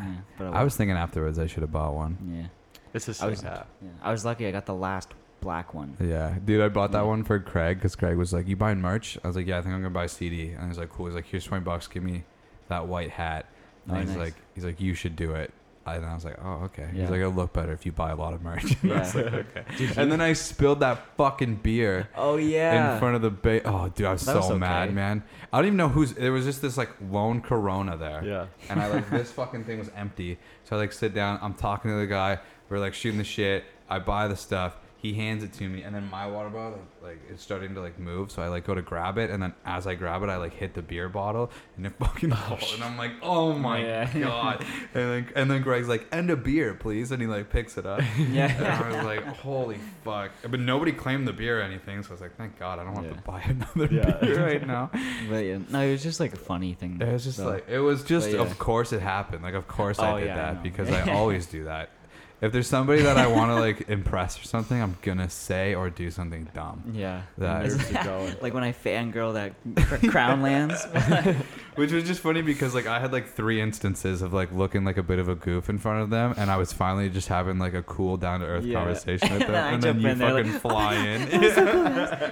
Speaker 4: Yeah, but
Speaker 5: I was thinking afterwards I should have bought one.
Speaker 4: Yeah,
Speaker 3: It's a
Speaker 4: I was-
Speaker 3: sick hat.
Speaker 4: yeah. I was lucky. I got the last black one.
Speaker 5: Yeah, dude, I bought that one for Craig because Craig was like, "You buying merch?" I was like, "Yeah, I think I'm gonna buy a CD." And he's like, "Cool." He's like, "Here's twenty bucks. Give me that white hat." And
Speaker 4: Very
Speaker 5: he's
Speaker 4: Oh, nice.
Speaker 5: like, "He's like, you should do it." And I was like, "Oh, okay."
Speaker 4: Yeah.
Speaker 5: He's like, "It'll look better if you buy a lot of merch." And I was
Speaker 4: Yeah.
Speaker 5: like, okay. And then I spilled that fucking beer
Speaker 4: Oh yeah.
Speaker 5: in front of the ba- Oh, dude, I was
Speaker 4: That
Speaker 5: so
Speaker 4: was okay.
Speaker 5: mad, man. I don't even know who's. There was just this like lone Corona there
Speaker 3: Yeah.
Speaker 5: and I like this fucking thing was empty. So I like sit down, I'm talking to the guy, we're like shooting the shit, I buy the stuff, he hands it to me, and then my water bottle like, like it's starting to like move, so I like go to grab it, and then as I grab it, I like hit the beer bottle and it fucking falls and I'm like, oh my
Speaker 4: Yeah.
Speaker 5: god. And then and then Greg's like, end a beer, please, and he like picks it up. And
Speaker 4: yeah.
Speaker 5: I was like, holy fuck. But nobody claimed the beer or anything, so I was like, thank God I don't have
Speaker 4: Yeah.
Speaker 5: to buy another
Speaker 3: Yeah.
Speaker 5: beer right now.
Speaker 4: But yeah, no, it was just like a funny thing.
Speaker 5: It was just
Speaker 4: though.
Speaker 5: like it was just
Speaker 4: yeah.
Speaker 5: of course it happened. Like of course
Speaker 4: Oh,
Speaker 5: I did
Speaker 4: yeah, I
Speaker 5: that
Speaker 4: know.
Speaker 5: because I always do that. If there's somebody that I want to like impress or something, I'm gonna say or do something dumb.
Speaker 4: yeah,
Speaker 5: That-
Speaker 4: It's-
Speaker 3: Nerves are going.
Speaker 4: like when I fangirl that cr- crown lands.
Speaker 5: Which was just funny because like I had like three instances of like looking like a bit of a goof in front of them, and I was finally just having like a cool down to earth
Speaker 4: Yeah.
Speaker 5: conversation with them,
Speaker 4: And I
Speaker 5: and then
Speaker 4: jump
Speaker 5: you
Speaker 4: in there, like,
Speaker 5: fucking fly in.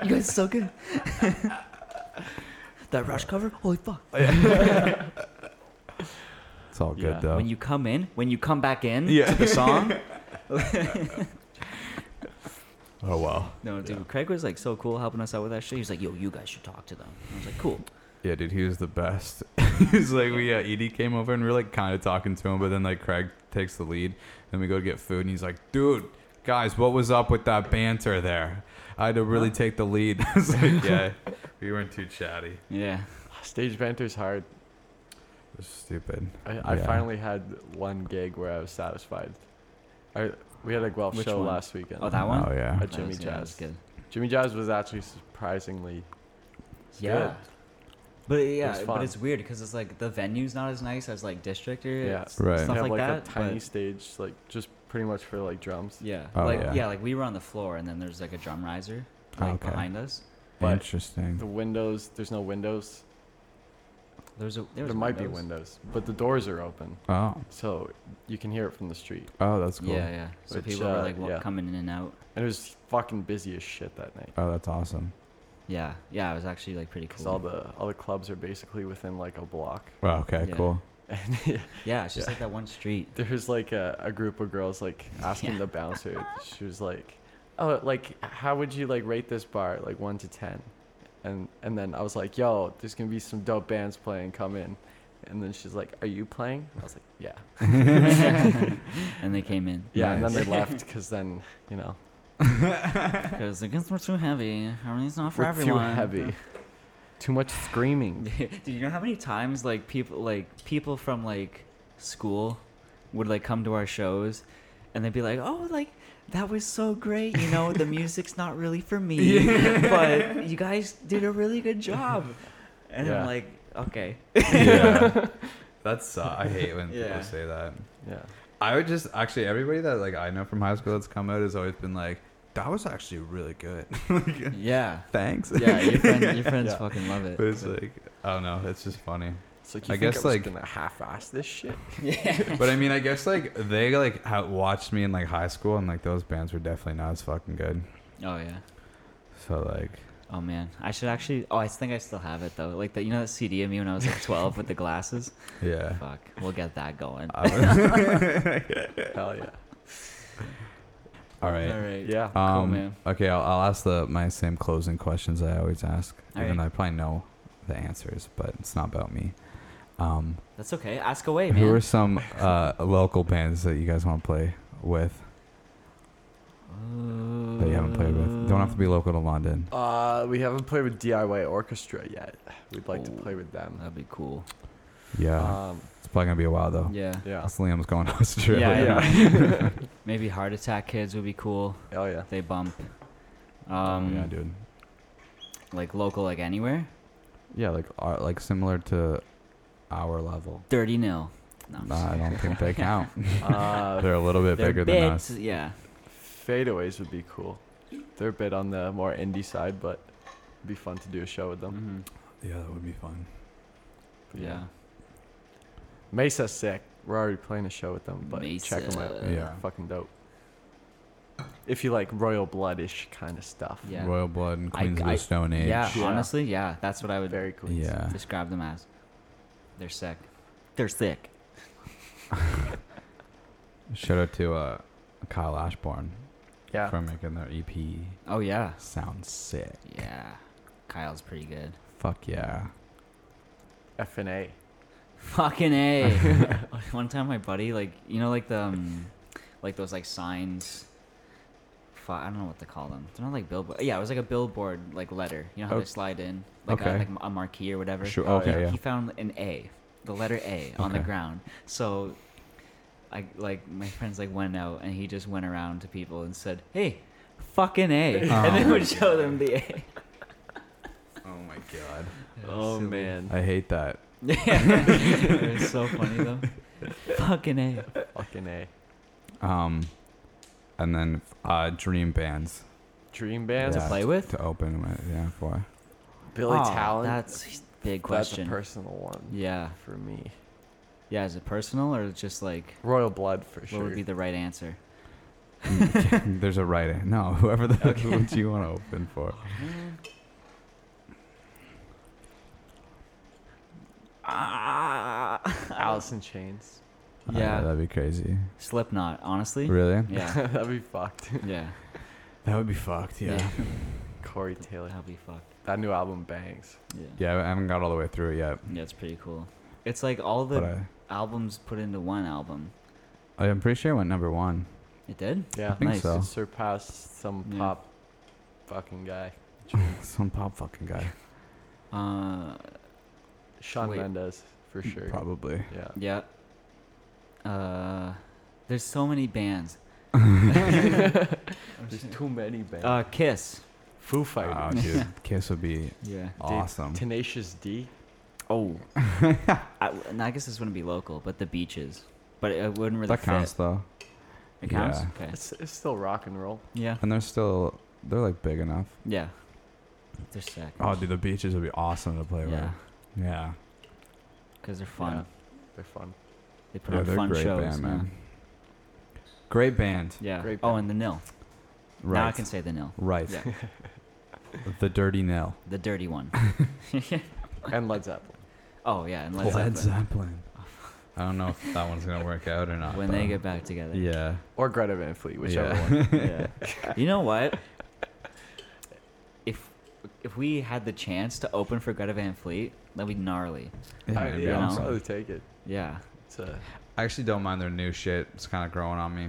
Speaker 4: you guys so good. that rush cover, holy fuck!
Speaker 5: It's all good
Speaker 3: Yeah.
Speaker 5: though.
Speaker 4: When you come in, when you come back in
Speaker 5: Yeah.
Speaker 4: to the song.
Speaker 5: oh well.
Speaker 4: No, dude, Craig was like so cool helping us out with that shit. He was like, "Yo, you guys should talk to them." I was like, "Cool."
Speaker 5: Yeah, dude, he was the best. he was like, we uh, Edie came over and we were like kind of talking to him, but then like Craig takes the lead, and we go to get food, and he's like, dude, guys, what was up with that banter there? I had to really take the lead. I was like, yeah, we weren't too chatty. It
Speaker 4: Yeah,
Speaker 3: Stage banter's hard.
Speaker 5: was stupid.
Speaker 3: I, I
Speaker 5: Yeah.
Speaker 3: finally had one gig where I was satisfied. I we had a Guelph
Speaker 4: Which
Speaker 3: show
Speaker 4: one?
Speaker 3: last weekend.
Speaker 4: Oh, that one?
Speaker 5: Oh yeah.
Speaker 3: A Jimmy
Speaker 4: was, yeah, that was
Speaker 3: Jazz.
Speaker 4: good.
Speaker 3: Jimmy Jazz was actually surprisingly
Speaker 4: Yeah.
Speaker 3: good.
Speaker 4: But
Speaker 3: was
Speaker 4: yeah, but
Speaker 3: fun.
Speaker 4: it's weird because it's like the venue's not as nice as like district or
Speaker 3: Yeah.
Speaker 4: s-
Speaker 5: Right.
Speaker 4: stuff
Speaker 3: They
Speaker 4: like,
Speaker 3: have,
Speaker 4: that.
Speaker 3: a tiny
Speaker 4: but-
Speaker 3: stage, like just pretty much for like drums.
Speaker 4: Yeah.
Speaker 5: Oh,
Speaker 4: like
Speaker 5: yeah.
Speaker 4: yeah. like we were on the floor and then there's like a drum riser
Speaker 5: Oh,
Speaker 4: like
Speaker 5: okay.
Speaker 4: behind us.
Speaker 3: But
Speaker 5: Interesting.
Speaker 3: The windows, there's no windows.
Speaker 4: There's a there,
Speaker 3: There
Speaker 4: was
Speaker 3: might be
Speaker 4: windows.
Speaker 3: windows, but the doors are open,
Speaker 5: Oh,
Speaker 3: so you can hear it from the street.
Speaker 5: oh, that's cool.
Speaker 4: Yeah, yeah. So
Speaker 3: Which,
Speaker 4: people were
Speaker 3: uh,
Speaker 4: like wa-
Speaker 3: yeah.
Speaker 4: coming in and out.
Speaker 3: And it was fucking busy as shit that night.
Speaker 5: Oh, that's awesome.
Speaker 4: Yeah, yeah. It was actually like pretty
Speaker 3: Cause
Speaker 4: cool.
Speaker 3: all the all the clubs are basically within like a block,
Speaker 5: Well, okay,
Speaker 4: Yeah.
Speaker 5: cool.
Speaker 3: and yeah,
Speaker 4: yeah, it's just
Speaker 3: yeah.
Speaker 4: like that one street.
Speaker 3: there's like a, a group of girls like asking
Speaker 4: Yeah.
Speaker 3: the bouncer. She was like, "Oh, like how would you like rate this bar like one to ten? And and then I was like, "Yo, there's gonna be some dope bands playing. Come in." And then she's like, "Are you playing?" I was like, "Yeah,
Speaker 4: and they came in.
Speaker 3: yeah." And then they left because then you know
Speaker 4: Because the guns were too heavy. Harmony's not for
Speaker 3: we're
Speaker 4: everyone.
Speaker 3: too heavy, too much screaming.
Speaker 4: Dude, you know how many times like people like people from like school would like come to our shows and they'd be like, "Oh, like that was so great. You know, the music's not really for me, but you guys did a really good job." And
Speaker 3: Yeah.
Speaker 4: I'm like, "Okay."
Speaker 5: yeah. That's uh, I hate when
Speaker 4: Yeah.
Speaker 5: people say that.
Speaker 3: Yeah,
Speaker 5: I would just actually everybody that like I know from high school that's come out has always been like, that was actually really good. Like,
Speaker 4: Yeah.
Speaker 5: Thanks.
Speaker 4: Yeah, your, friend, your friends
Speaker 3: Yeah.
Speaker 4: fucking love it.
Speaker 5: But it's like I don't know. It's just funny.
Speaker 3: it's like
Speaker 5: I
Speaker 3: you think
Speaker 5: guess,
Speaker 3: I was
Speaker 5: like-
Speaker 3: gonna half-ass this shit.
Speaker 5: But I mean, I guess like they like ha- watched me in like high school, and like those bands were definitely not as fucking good.
Speaker 4: Oh yeah.
Speaker 5: So like,
Speaker 4: Oh man, I should actually. Oh, I think I still have it though. Like that, you know that CD of me when I was like 12 with the glasses.
Speaker 5: yeah.
Speaker 4: Fuck, we'll get that going.
Speaker 5: I was-
Speaker 3: Hell yeah.
Speaker 5: All right.
Speaker 4: right.
Speaker 3: Yeah.
Speaker 5: Um,
Speaker 4: man.
Speaker 5: Okay, I'll, I'll ask the my same closing questions I always ask,
Speaker 4: All
Speaker 5: even
Speaker 4: right.
Speaker 5: though I probably know the answers, but it's not about me. Um,
Speaker 4: That's okay. Ask away, man.
Speaker 5: Who are some uh, local bands that you guys want to play with that you haven't played with? Don't have to be local to London.
Speaker 3: Uh, we haven't played with DIY Orchestra yet. We'd like to
Speaker 4: Ooh.
Speaker 3: play with them.
Speaker 4: That'd be cool. Uh,
Speaker 5: Yeah,
Speaker 3: Um,
Speaker 5: it's probably gonna be a while though.
Speaker 4: Yeah.
Speaker 3: yeah.
Speaker 5: Unless Liam's going to Australia.
Speaker 4: yeah. Maybe Heart Attack Kids would be cool.
Speaker 3: Oh yeah.
Speaker 4: They bump. Um,
Speaker 5: Oh, yeah, dude.
Speaker 4: like local, like anywhere.
Speaker 5: Yeah, like uh, like similar to our level.
Speaker 4: Thirty nil. No, I'm just
Speaker 5: Nah, I
Speaker 4: kidding.
Speaker 5: don't think they count.
Speaker 3: Uh,
Speaker 5: They're a little bit
Speaker 4: They're
Speaker 5: bigger
Speaker 4: big
Speaker 5: than us.
Speaker 4: to- Yeah.
Speaker 3: Fadeaways would be cool. They're a bit on the more indie side, but it'd be fun to do a show with them.
Speaker 4: Mhm.
Speaker 5: Yeah, that would be fun.
Speaker 3: But
Speaker 4: Mm-hmm. Yeah.
Speaker 3: Mesa's sick. We're already playing a show with them, but check them out.
Speaker 4: Mesa.
Speaker 5: Yeah.
Speaker 3: Fucking dope. If you like royal bloodish kind of stuff.
Speaker 4: Yeah.
Speaker 5: Royal Blood and
Speaker 4: I-
Speaker 5: Queens of
Speaker 4: I-
Speaker 5: the Stone Age.
Speaker 4: Yeah,
Speaker 3: Yeah.
Speaker 4: Honestly, yeah. That's what I would
Speaker 3: Very cool.
Speaker 5: Yeah.
Speaker 4: describe them as. They're sick. They're sick.
Speaker 5: Shout out to uh, Kyle Ashbourne
Speaker 3: Yeah.
Speaker 5: for making their EP
Speaker 4: Oh yeah.
Speaker 5: sound sick.
Speaker 4: Yeah. Kyle's pretty good.
Speaker 5: Fuck yeah.
Speaker 3: FNA.
Speaker 4: Fucking a. One time, my buddy, like you know, like the, um, like those like signs. Fu- I don't know what to call them. They're not like billboard. Yeah, it was like a billboard like letter. You know how
Speaker 5: Oh.
Speaker 4: they slide in, like
Speaker 5: Okay.
Speaker 4: a, like a marquee or whatever.
Speaker 5: Sure.
Speaker 3: Oh, yeah.
Speaker 5: Okay.
Speaker 4: He
Speaker 5: Yeah.
Speaker 4: found an A, the letter A, on the
Speaker 5: Okay.
Speaker 4: ground. So, I like my friends like went out and he just went around to people and said, "Hey, fucking A," and then
Speaker 5: Oh.
Speaker 4: would show them the A.
Speaker 5: Oh my god.
Speaker 3: Oh
Speaker 4: Silly.
Speaker 3: man.
Speaker 5: I hate that.
Speaker 4: it was so funny though. fucking A.
Speaker 3: Fucking A.
Speaker 5: Um, and then uh, dream bands
Speaker 3: Dream bands.
Speaker 5: Yeah.
Speaker 4: To play with?
Speaker 5: to open with. Yeah, for
Speaker 3: Billy
Speaker 4: Oh,
Speaker 3: Talent.
Speaker 4: That's a big
Speaker 3: That's a
Speaker 4: question.
Speaker 3: personal one.
Speaker 4: yeah.
Speaker 3: For me.
Speaker 4: Yeah, is it personal or just like
Speaker 3: Royal blood for
Speaker 4: what
Speaker 3: sure.
Speaker 4: would be the right answer?
Speaker 5: there's a right an- No, whoever the heck who do you want to open for?
Speaker 4: Ah,
Speaker 3: Alice in Chains.
Speaker 4: Yeah.
Speaker 5: Uh, that'd be crazy.
Speaker 4: Slipknot, honestly.
Speaker 5: Really?
Speaker 4: Yeah.
Speaker 3: That'd be fucked.
Speaker 4: Yeah.
Speaker 5: That would be fucked.
Speaker 3: Corey Taylor.
Speaker 4: That'll be fucked.
Speaker 3: That new album bangs.
Speaker 4: Yeah.
Speaker 5: Yeah, I haven't got all the way through it yet,
Speaker 4: Yeah, it's pretty cool. It's like all
Speaker 5: but
Speaker 4: the
Speaker 5: I,
Speaker 4: albums put into one album.
Speaker 5: I'm pretty sure it went number one.
Speaker 4: It did?
Speaker 3: Yeah.
Speaker 5: think
Speaker 4: nice.
Speaker 5: so.
Speaker 3: It surpassed some
Speaker 4: Yeah.
Speaker 3: pop fucking guy.
Speaker 5: Some pop fucking guy,
Speaker 4: Uh
Speaker 3: Sean
Speaker 4: Wait. Mm,
Speaker 3: Mendes for sure.
Speaker 5: probably.
Speaker 3: Yeah.
Speaker 4: yeah. Uh there's so many bands.
Speaker 3: There's too many bands.
Speaker 4: Uh Kiss.
Speaker 3: Foo
Speaker 5: Oh,
Speaker 3: Fighters.
Speaker 5: dude, Kiss would be
Speaker 4: Yeah.
Speaker 5: awesome.
Speaker 3: Tenacious D.
Speaker 4: Oh. I, and I guess this wouldn't be local, but the beaches. But it wouldn't really
Speaker 5: That counts
Speaker 4: fit.
Speaker 5: though,
Speaker 4: It counts?
Speaker 5: Yeah.
Speaker 4: Okay.
Speaker 3: It's, it's still rock and roll.
Speaker 4: Yeah.
Speaker 5: and they're still they're like big enough.
Speaker 4: Yeah. They're sick.
Speaker 5: Oh, dude, the beaches would be awesome to play
Speaker 4: Yeah.
Speaker 5: with. Yeah.
Speaker 4: Because they're fun.
Speaker 3: Yeah. They're fun.
Speaker 4: They put on fun shows. yeah.
Speaker 5: Great band.
Speaker 4: Yeah.
Speaker 3: Great
Speaker 4: oh,
Speaker 3: band.
Speaker 4: and the nil.
Speaker 5: Right.
Speaker 4: Now I can say the nil.
Speaker 5: right.
Speaker 4: Yeah.
Speaker 5: the Dirty Nail.
Speaker 4: The dirty one.
Speaker 3: And Led Zeppelin.
Speaker 4: oh yeah, and Led Zeppelin.
Speaker 5: Led Zeppelin. I don't know if that one's gonna work out or not.
Speaker 4: When they
Speaker 5: though.
Speaker 4: get back together.
Speaker 5: Yeah.
Speaker 3: Or Greta Van Fleet, whichever
Speaker 5: yeah.
Speaker 3: one.
Speaker 4: Yeah. you know what? If if we had the chance to open for Greta Van Fleet, that'd be gnarly.
Speaker 1: Yeah,
Speaker 3: I,
Speaker 1: it'd be
Speaker 3: yeah, I'll
Speaker 1: awesome.
Speaker 3: probably take it.
Speaker 4: Yeah.
Speaker 3: It's uh, a,
Speaker 5: I actually don't mind their new shit. It's kind of growing on me.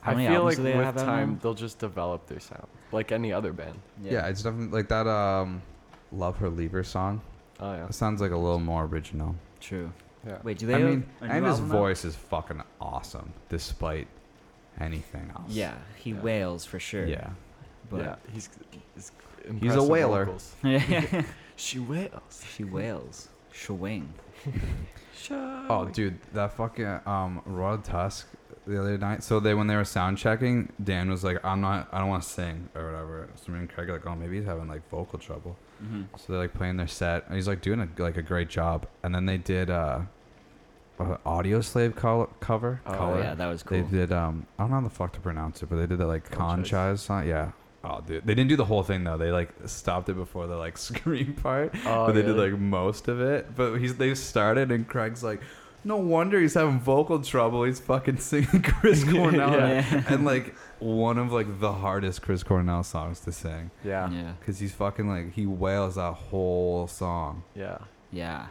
Speaker 4: How
Speaker 3: I
Speaker 4: many
Speaker 3: feel
Speaker 4: albums
Speaker 3: like
Speaker 4: do they
Speaker 3: with
Speaker 4: have out
Speaker 3: time
Speaker 4: now?
Speaker 3: they'll just develop their sound, like any other band.
Speaker 5: Yeah. it's definitely like that. Um, love her, leave her song.
Speaker 3: Oh yeah,
Speaker 5: That sounds like a little more original.
Speaker 4: true.
Speaker 3: yeah.
Speaker 4: Wait, do they?
Speaker 5: I
Speaker 4: have
Speaker 5: mean,
Speaker 4: a new
Speaker 5: and his
Speaker 4: album out?
Speaker 5: voice is fucking awesome, despite anything else.
Speaker 4: Yeah, he
Speaker 3: Yeah.
Speaker 4: wails for sure.
Speaker 5: Yeah.
Speaker 3: yeah,
Speaker 4: But
Speaker 3: he's, he's impressive
Speaker 5: whaler.
Speaker 3: vocals.
Speaker 4: yeah.
Speaker 3: She wails.
Speaker 4: she wails. Shwing.
Speaker 5: Oh, dude, that fucking um, Rod Tusk the other night. So they when they were sound checking, Dan was like, "I'm not, I don't want to sing or whatever." So me and Craig are like, "Oh, maybe he's having like vocal trouble."
Speaker 4: Mm-hmm.
Speaker 5: So they're like playing their set, and he's like doing a, like a great job. And then they did uh, a Audio Slave col- cover.
Speaker 3: Oh,
Speaker 5: color.
Speaker 4: yeah, that was cool.
Speaker 5: They did um, I don't know how the fuck to pronounce it, but they did that like
Speaker 3: Conchise.
Speaker 5: Conchise song. Yeah. Oh, dude, they didn't do the whole thing though. They like stopped it before the like scream part
Speaker 3: Oh,
Speaker 5: but they did
Speaker 3: really?
Speaker 5: like most of it. But he's they started and Craig's like, no wonder he's having vocal trouble. He's fucking singing Chris Cornell
Speaker 4: Yeah.
Speaker 5: and like one of like the hardest Chris Cornell songs to sing
Speaker 3: yeah, yeah,
Speaker 4: Yeah.
Speaker 5: because he's fucking like he wails that whole song.
Speaker 4: Yeah.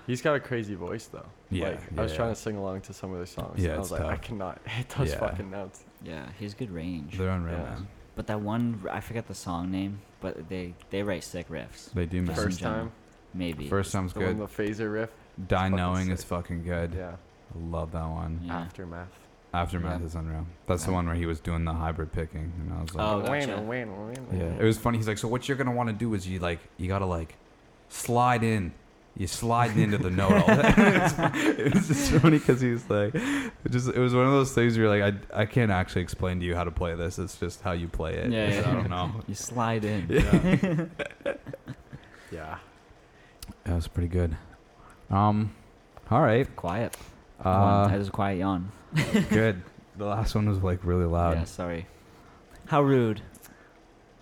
Speaker 3: He's got a crazy voice though.
Speaker 5: Yeah,
Speaker 3: like, I was
Speaker 5: yeah.
Speaker 3: trying to sing along to some of their songs.
Speaker 5: Yeah,
Speaker 3: and I
Speaker 5: it's
Speaker 3: was like, I
Speaker 5: tough.
Speaker 3: cannot hit those
Speaker 5: Yeah.
Speaker 3: fucking notes.
Speaker 4: Yeah. He has good range.
Speaker 5: They're unreal,
Speaker 3: Yeah.
Speaker 5: man.
Speaker 4: But that one, I forget the song name, but they they write sick riffs.
Speaker 5: They do, man.
Speaker 4: Just in
Speaker 5: First,
Speaker 3: First
Speaker 4: general.
Speaker 3: time,
Speaker 4: Maybe.
Speaker 5: time's
Speaker 3: the one
Speaker 5: good.
Speaker 3: the phaser riff.
Speaker 5: Die
Speaker 3: fucking
Speaker 5: knowing is
Speaker 3: sick.
Speaker 5: fucking good.
Speaker 3: Yeah,
Speaker 5: I Love that one.
Speaker 4: Yeah.
Speaker 3: aftermath.
Speaker 5: Aftermath
Speaker 4: Yeah.
Speaker 5: is unreal. That's the
Speaker 4: Yeah.
Speaker 5: one where he was doing the hybrid picking, and I was like,
Speaker 4: Oh, gotcha.
Speaker 3: Wayne, Wayne,
Speaker 4: Oh,
Speaker 3: Wayne.
Speaker 5: Yeah, it was funny. He's like, so what you're gonna want to do is you like you gotta like slide in. You slide into the note. All it was just funny because he was like, it just it was one of those things where you're like, I, I can't actually explain to you how to play this. It's just how you play it.
Speaker 4: Yeah,
Speaker 5: It's-
Speaker 4: yeah.
Speaker 5: I don't know.
Speaker 4: You slide in.
Speaker 3: yeah.
Speaker 1: that was pretty good.
Speaker 5: Um, all right,
Speaker 4: Quiet. One, that
Speaker 5: uh,
Speaker 4: was a quiet yawn.
Speaker 5: good. The last one was like really loud.
Speaker 4: yeah. Sorry. How rude.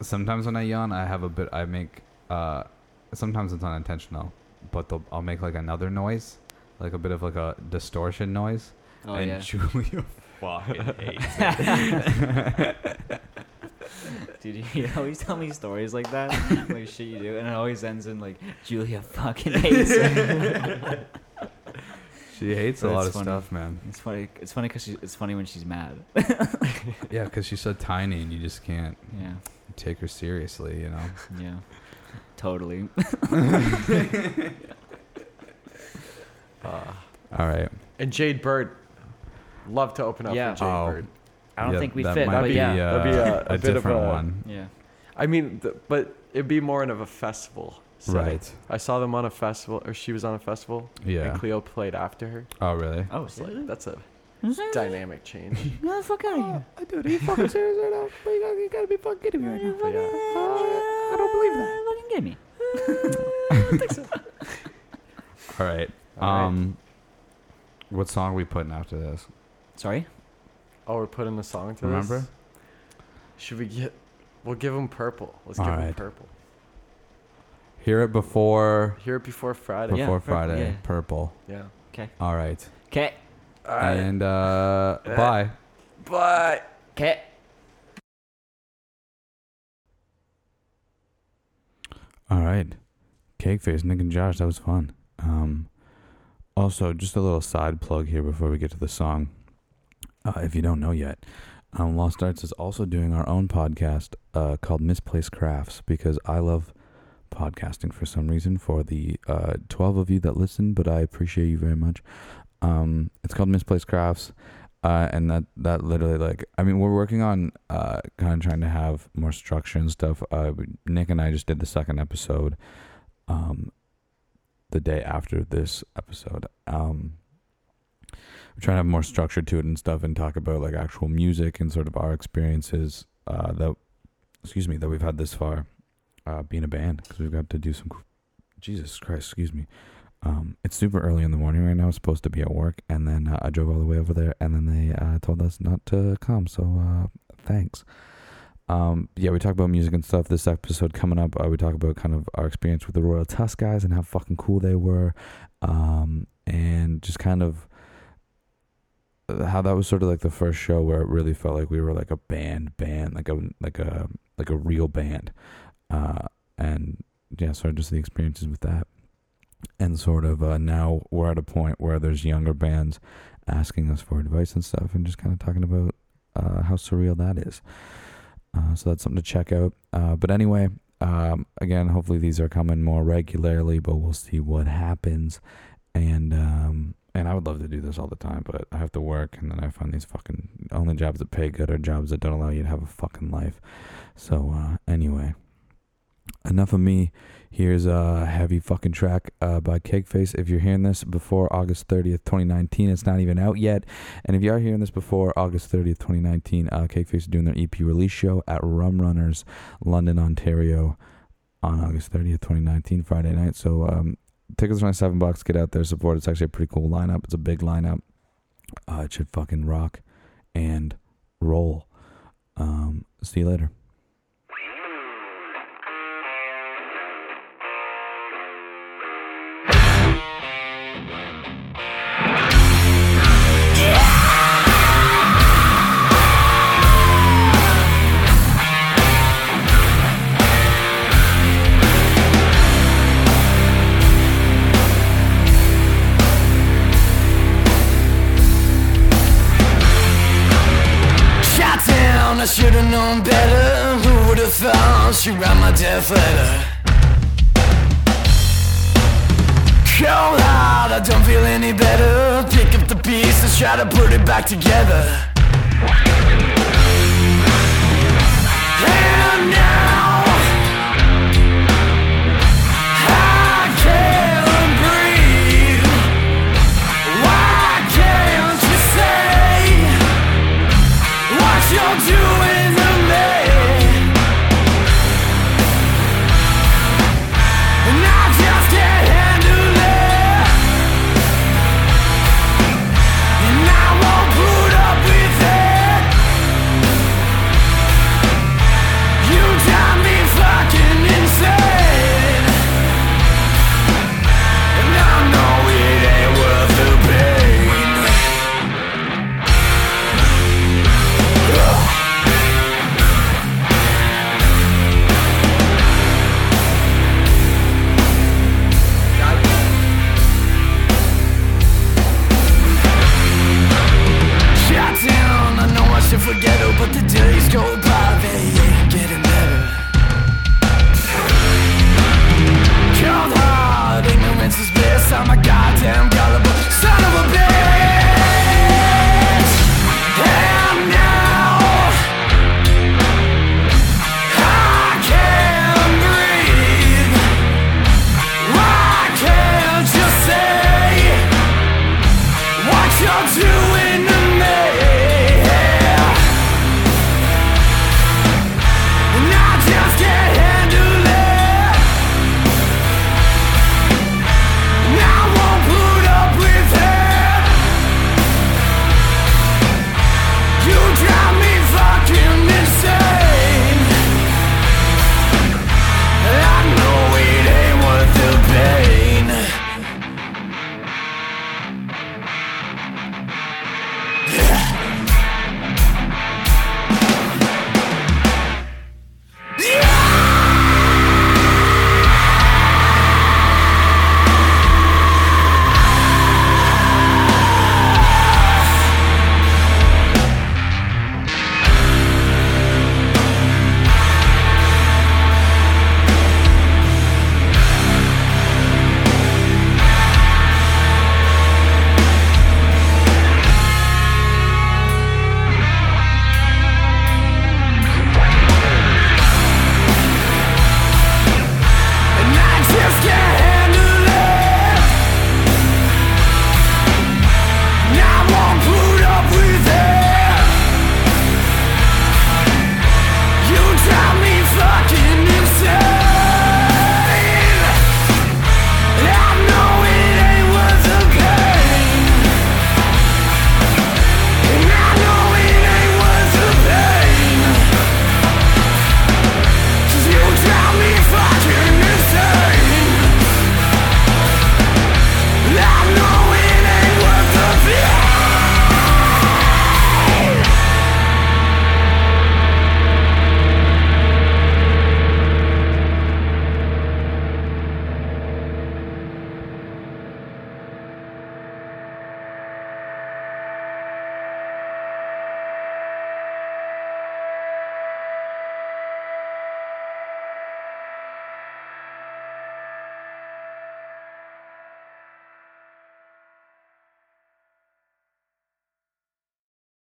Speaker 5: Sometimes when I yawn, I have a bit. I make uh, sometimes it's unintentional, but they'll- I'll make like another noise, like a bit of like a distortion noise.
Speaker 4: Oh
Speaker 5: and
Speaker 4: yeah.
Speaker 5: Julia fucking hates
Speaker 4: Dude, you always tell me stories like that, like shit you do, and it always ends in like Julia fucking hates it.
Speaker 5: She hates a
Speaker 4: That's
Speaker 5: lot of
Speaker 4: funny.
Speaker 5: stuff, man.
Speaker 4: it's funny. It's funny because it's funny when she's mad.
Speaker 5: Yeah, because she's so tiny and you just can't
Speaker 4: Yeah.
Speaker 5: take her seriously, you know?
Speaker 4: Yeah. Totally.
Speaker 3: Uh,
Speaker 5: All right.
Speaker 3: and Jade Bird, love to open up
Speaker 4: Yeah.
Speaker 3: for Jade
Speaker 5: Oh.
Speaker 3: Bird.
Speaker 4: I don't
Speaker 5: Yeah,
Speaker 4: think we
Speaker 5: that
Speaker 4: fit,
Speaker 5: might
Speaker 4: but
Speaker 5: be,
Speaker 4: yeah.
Speaker 5: uh,
Speaker 3: That'd be a-
Speaker 5: a,
Speaker 3: a bit of
Speaker 5: different
Speaker 3: a-
Speaker 5: one.
Speaker 4: Yeah.
Speaker 3: I mean, th- but it'd be more of a festival. setting.
Speaker 5: Right.
Speaker 3: I saw them on a festival, or she was on a festival,
Speaker 5: Yeah.
Speaker 3: and Cleo played after her.
Speaker 5: Oh, really?
Speaker 4: Oh,
Speaker 3: It's like,
Speaker 4: really?
Speaker 3: that's a dynamic change.
Speaker 4: Get the fuck out of here.
Speaker 5: Oh,
Speaker 2: Dude, are you fucking serious right now? Please, You gotta be fucking kidding me right now.
Speaker 3: But yeah.
Speaker 4: Oh,
Speaker 2: I don't believe that.
Speaker 4: Fucking get me.
Speaker 5: All right.
Speaker 3: All right.
Speaker 5: Um, What song are we putting after this?
Speaker 4: Sorry?
Speaker 3: Oh, we're putting the song to
Speaker 5: Remember?
Speaker 3: this. Should we get? We'll give them purple. Let's
Speaker 5: All
Speaker 3: give them
Speaker 5: right.
Speaker 3: purple.
Speaker 5: Hear it before
Speaker 3: Hear it before Friday.
Speaker 5: before
Speaker 4: Yeah, purple,
Speaker 5: Friday.
Speaker 4: yeah.
Speaker 5: Purple.
Speaker 3: Yeah.
Speaker 5: All right.
Speaker 4: Cat.
Speaker 5: And uh, bye.
Speaker 3: Bye.
Speaker 4: Cat.
Speaker 1: All right. Cake face, Nick and Josh, that was fun. Um, also, just a little side plug here before we get to the song. Uh, if you don't know yet, um, Lost Arts is also doing our own podcast uh, called Misplaced Crafts because I love podcasting for some reason for the uh, 12 of you that listen, but I appreciate you very much. Um, it's called Misplaced Crafts. Uh, and that, that literally like I mean we're working on uh, kind of trying to have more structure and stuff. Uh, Nick and I just did the second episode, um, the day after this episode. Um, we're trying to have more structure to it and stuff, and talk about like actual music and sort of our experiences uh, that, excuse me, that we've had this far, uh, being a band because we've got to do some. Jesus Christ, excuse me. Um, it's super early in the morning right now. I was supposed to be at work, and then uh, I drove all the way over there, and then they uh, told us not to come. So uh, thanks um, yeah, we talk about music and stuff. This episode coming up, uh, we talk about kind of our experience with the Royal Tusk guys and how fucking cool they were, um, and just kind of uh, how that was sort of like the first show where it really felt like we were like a band, band, like a like a like a real band, uh, and yeah, so just the experiences with that. And sort of uh, now we're at a point where there's younger bands asking us for advice and stuff and just kind of talking about uh, how surreal that is. Uh, so that's something to check out. Uh, but anyway, um, again, hopefully these are coming more regularly, but we'll see what happens. And um, and I would love to do this all the time, but I have to work, and then I find these fucking only jobs that pay good are jobs that don't allow you to have a fucking life. So uh, anyway, enough of me. Here's a heavy fucking track uh, by Cakeface. If you're hearing this before August 30th, 2019, it's not even out yet. And if you are hearing this before August 30th, 2019, uh, Cakeface is doing their EP release show at Rum Runners, London, Ontario, on August 30th, 2019, Friday night. So um, tickets are only seven bucks. Get out there, support. It's actually a pretty cool lineup. It's a big lineup. Uh, it should fucking rock and roll. Um, see you later.
Speaker 7: Shot down, I should've known better. Who would've thought she wrote my death letter? Cold heart, I don't feel any better. Pick up the pieces, try to put it back together. And now.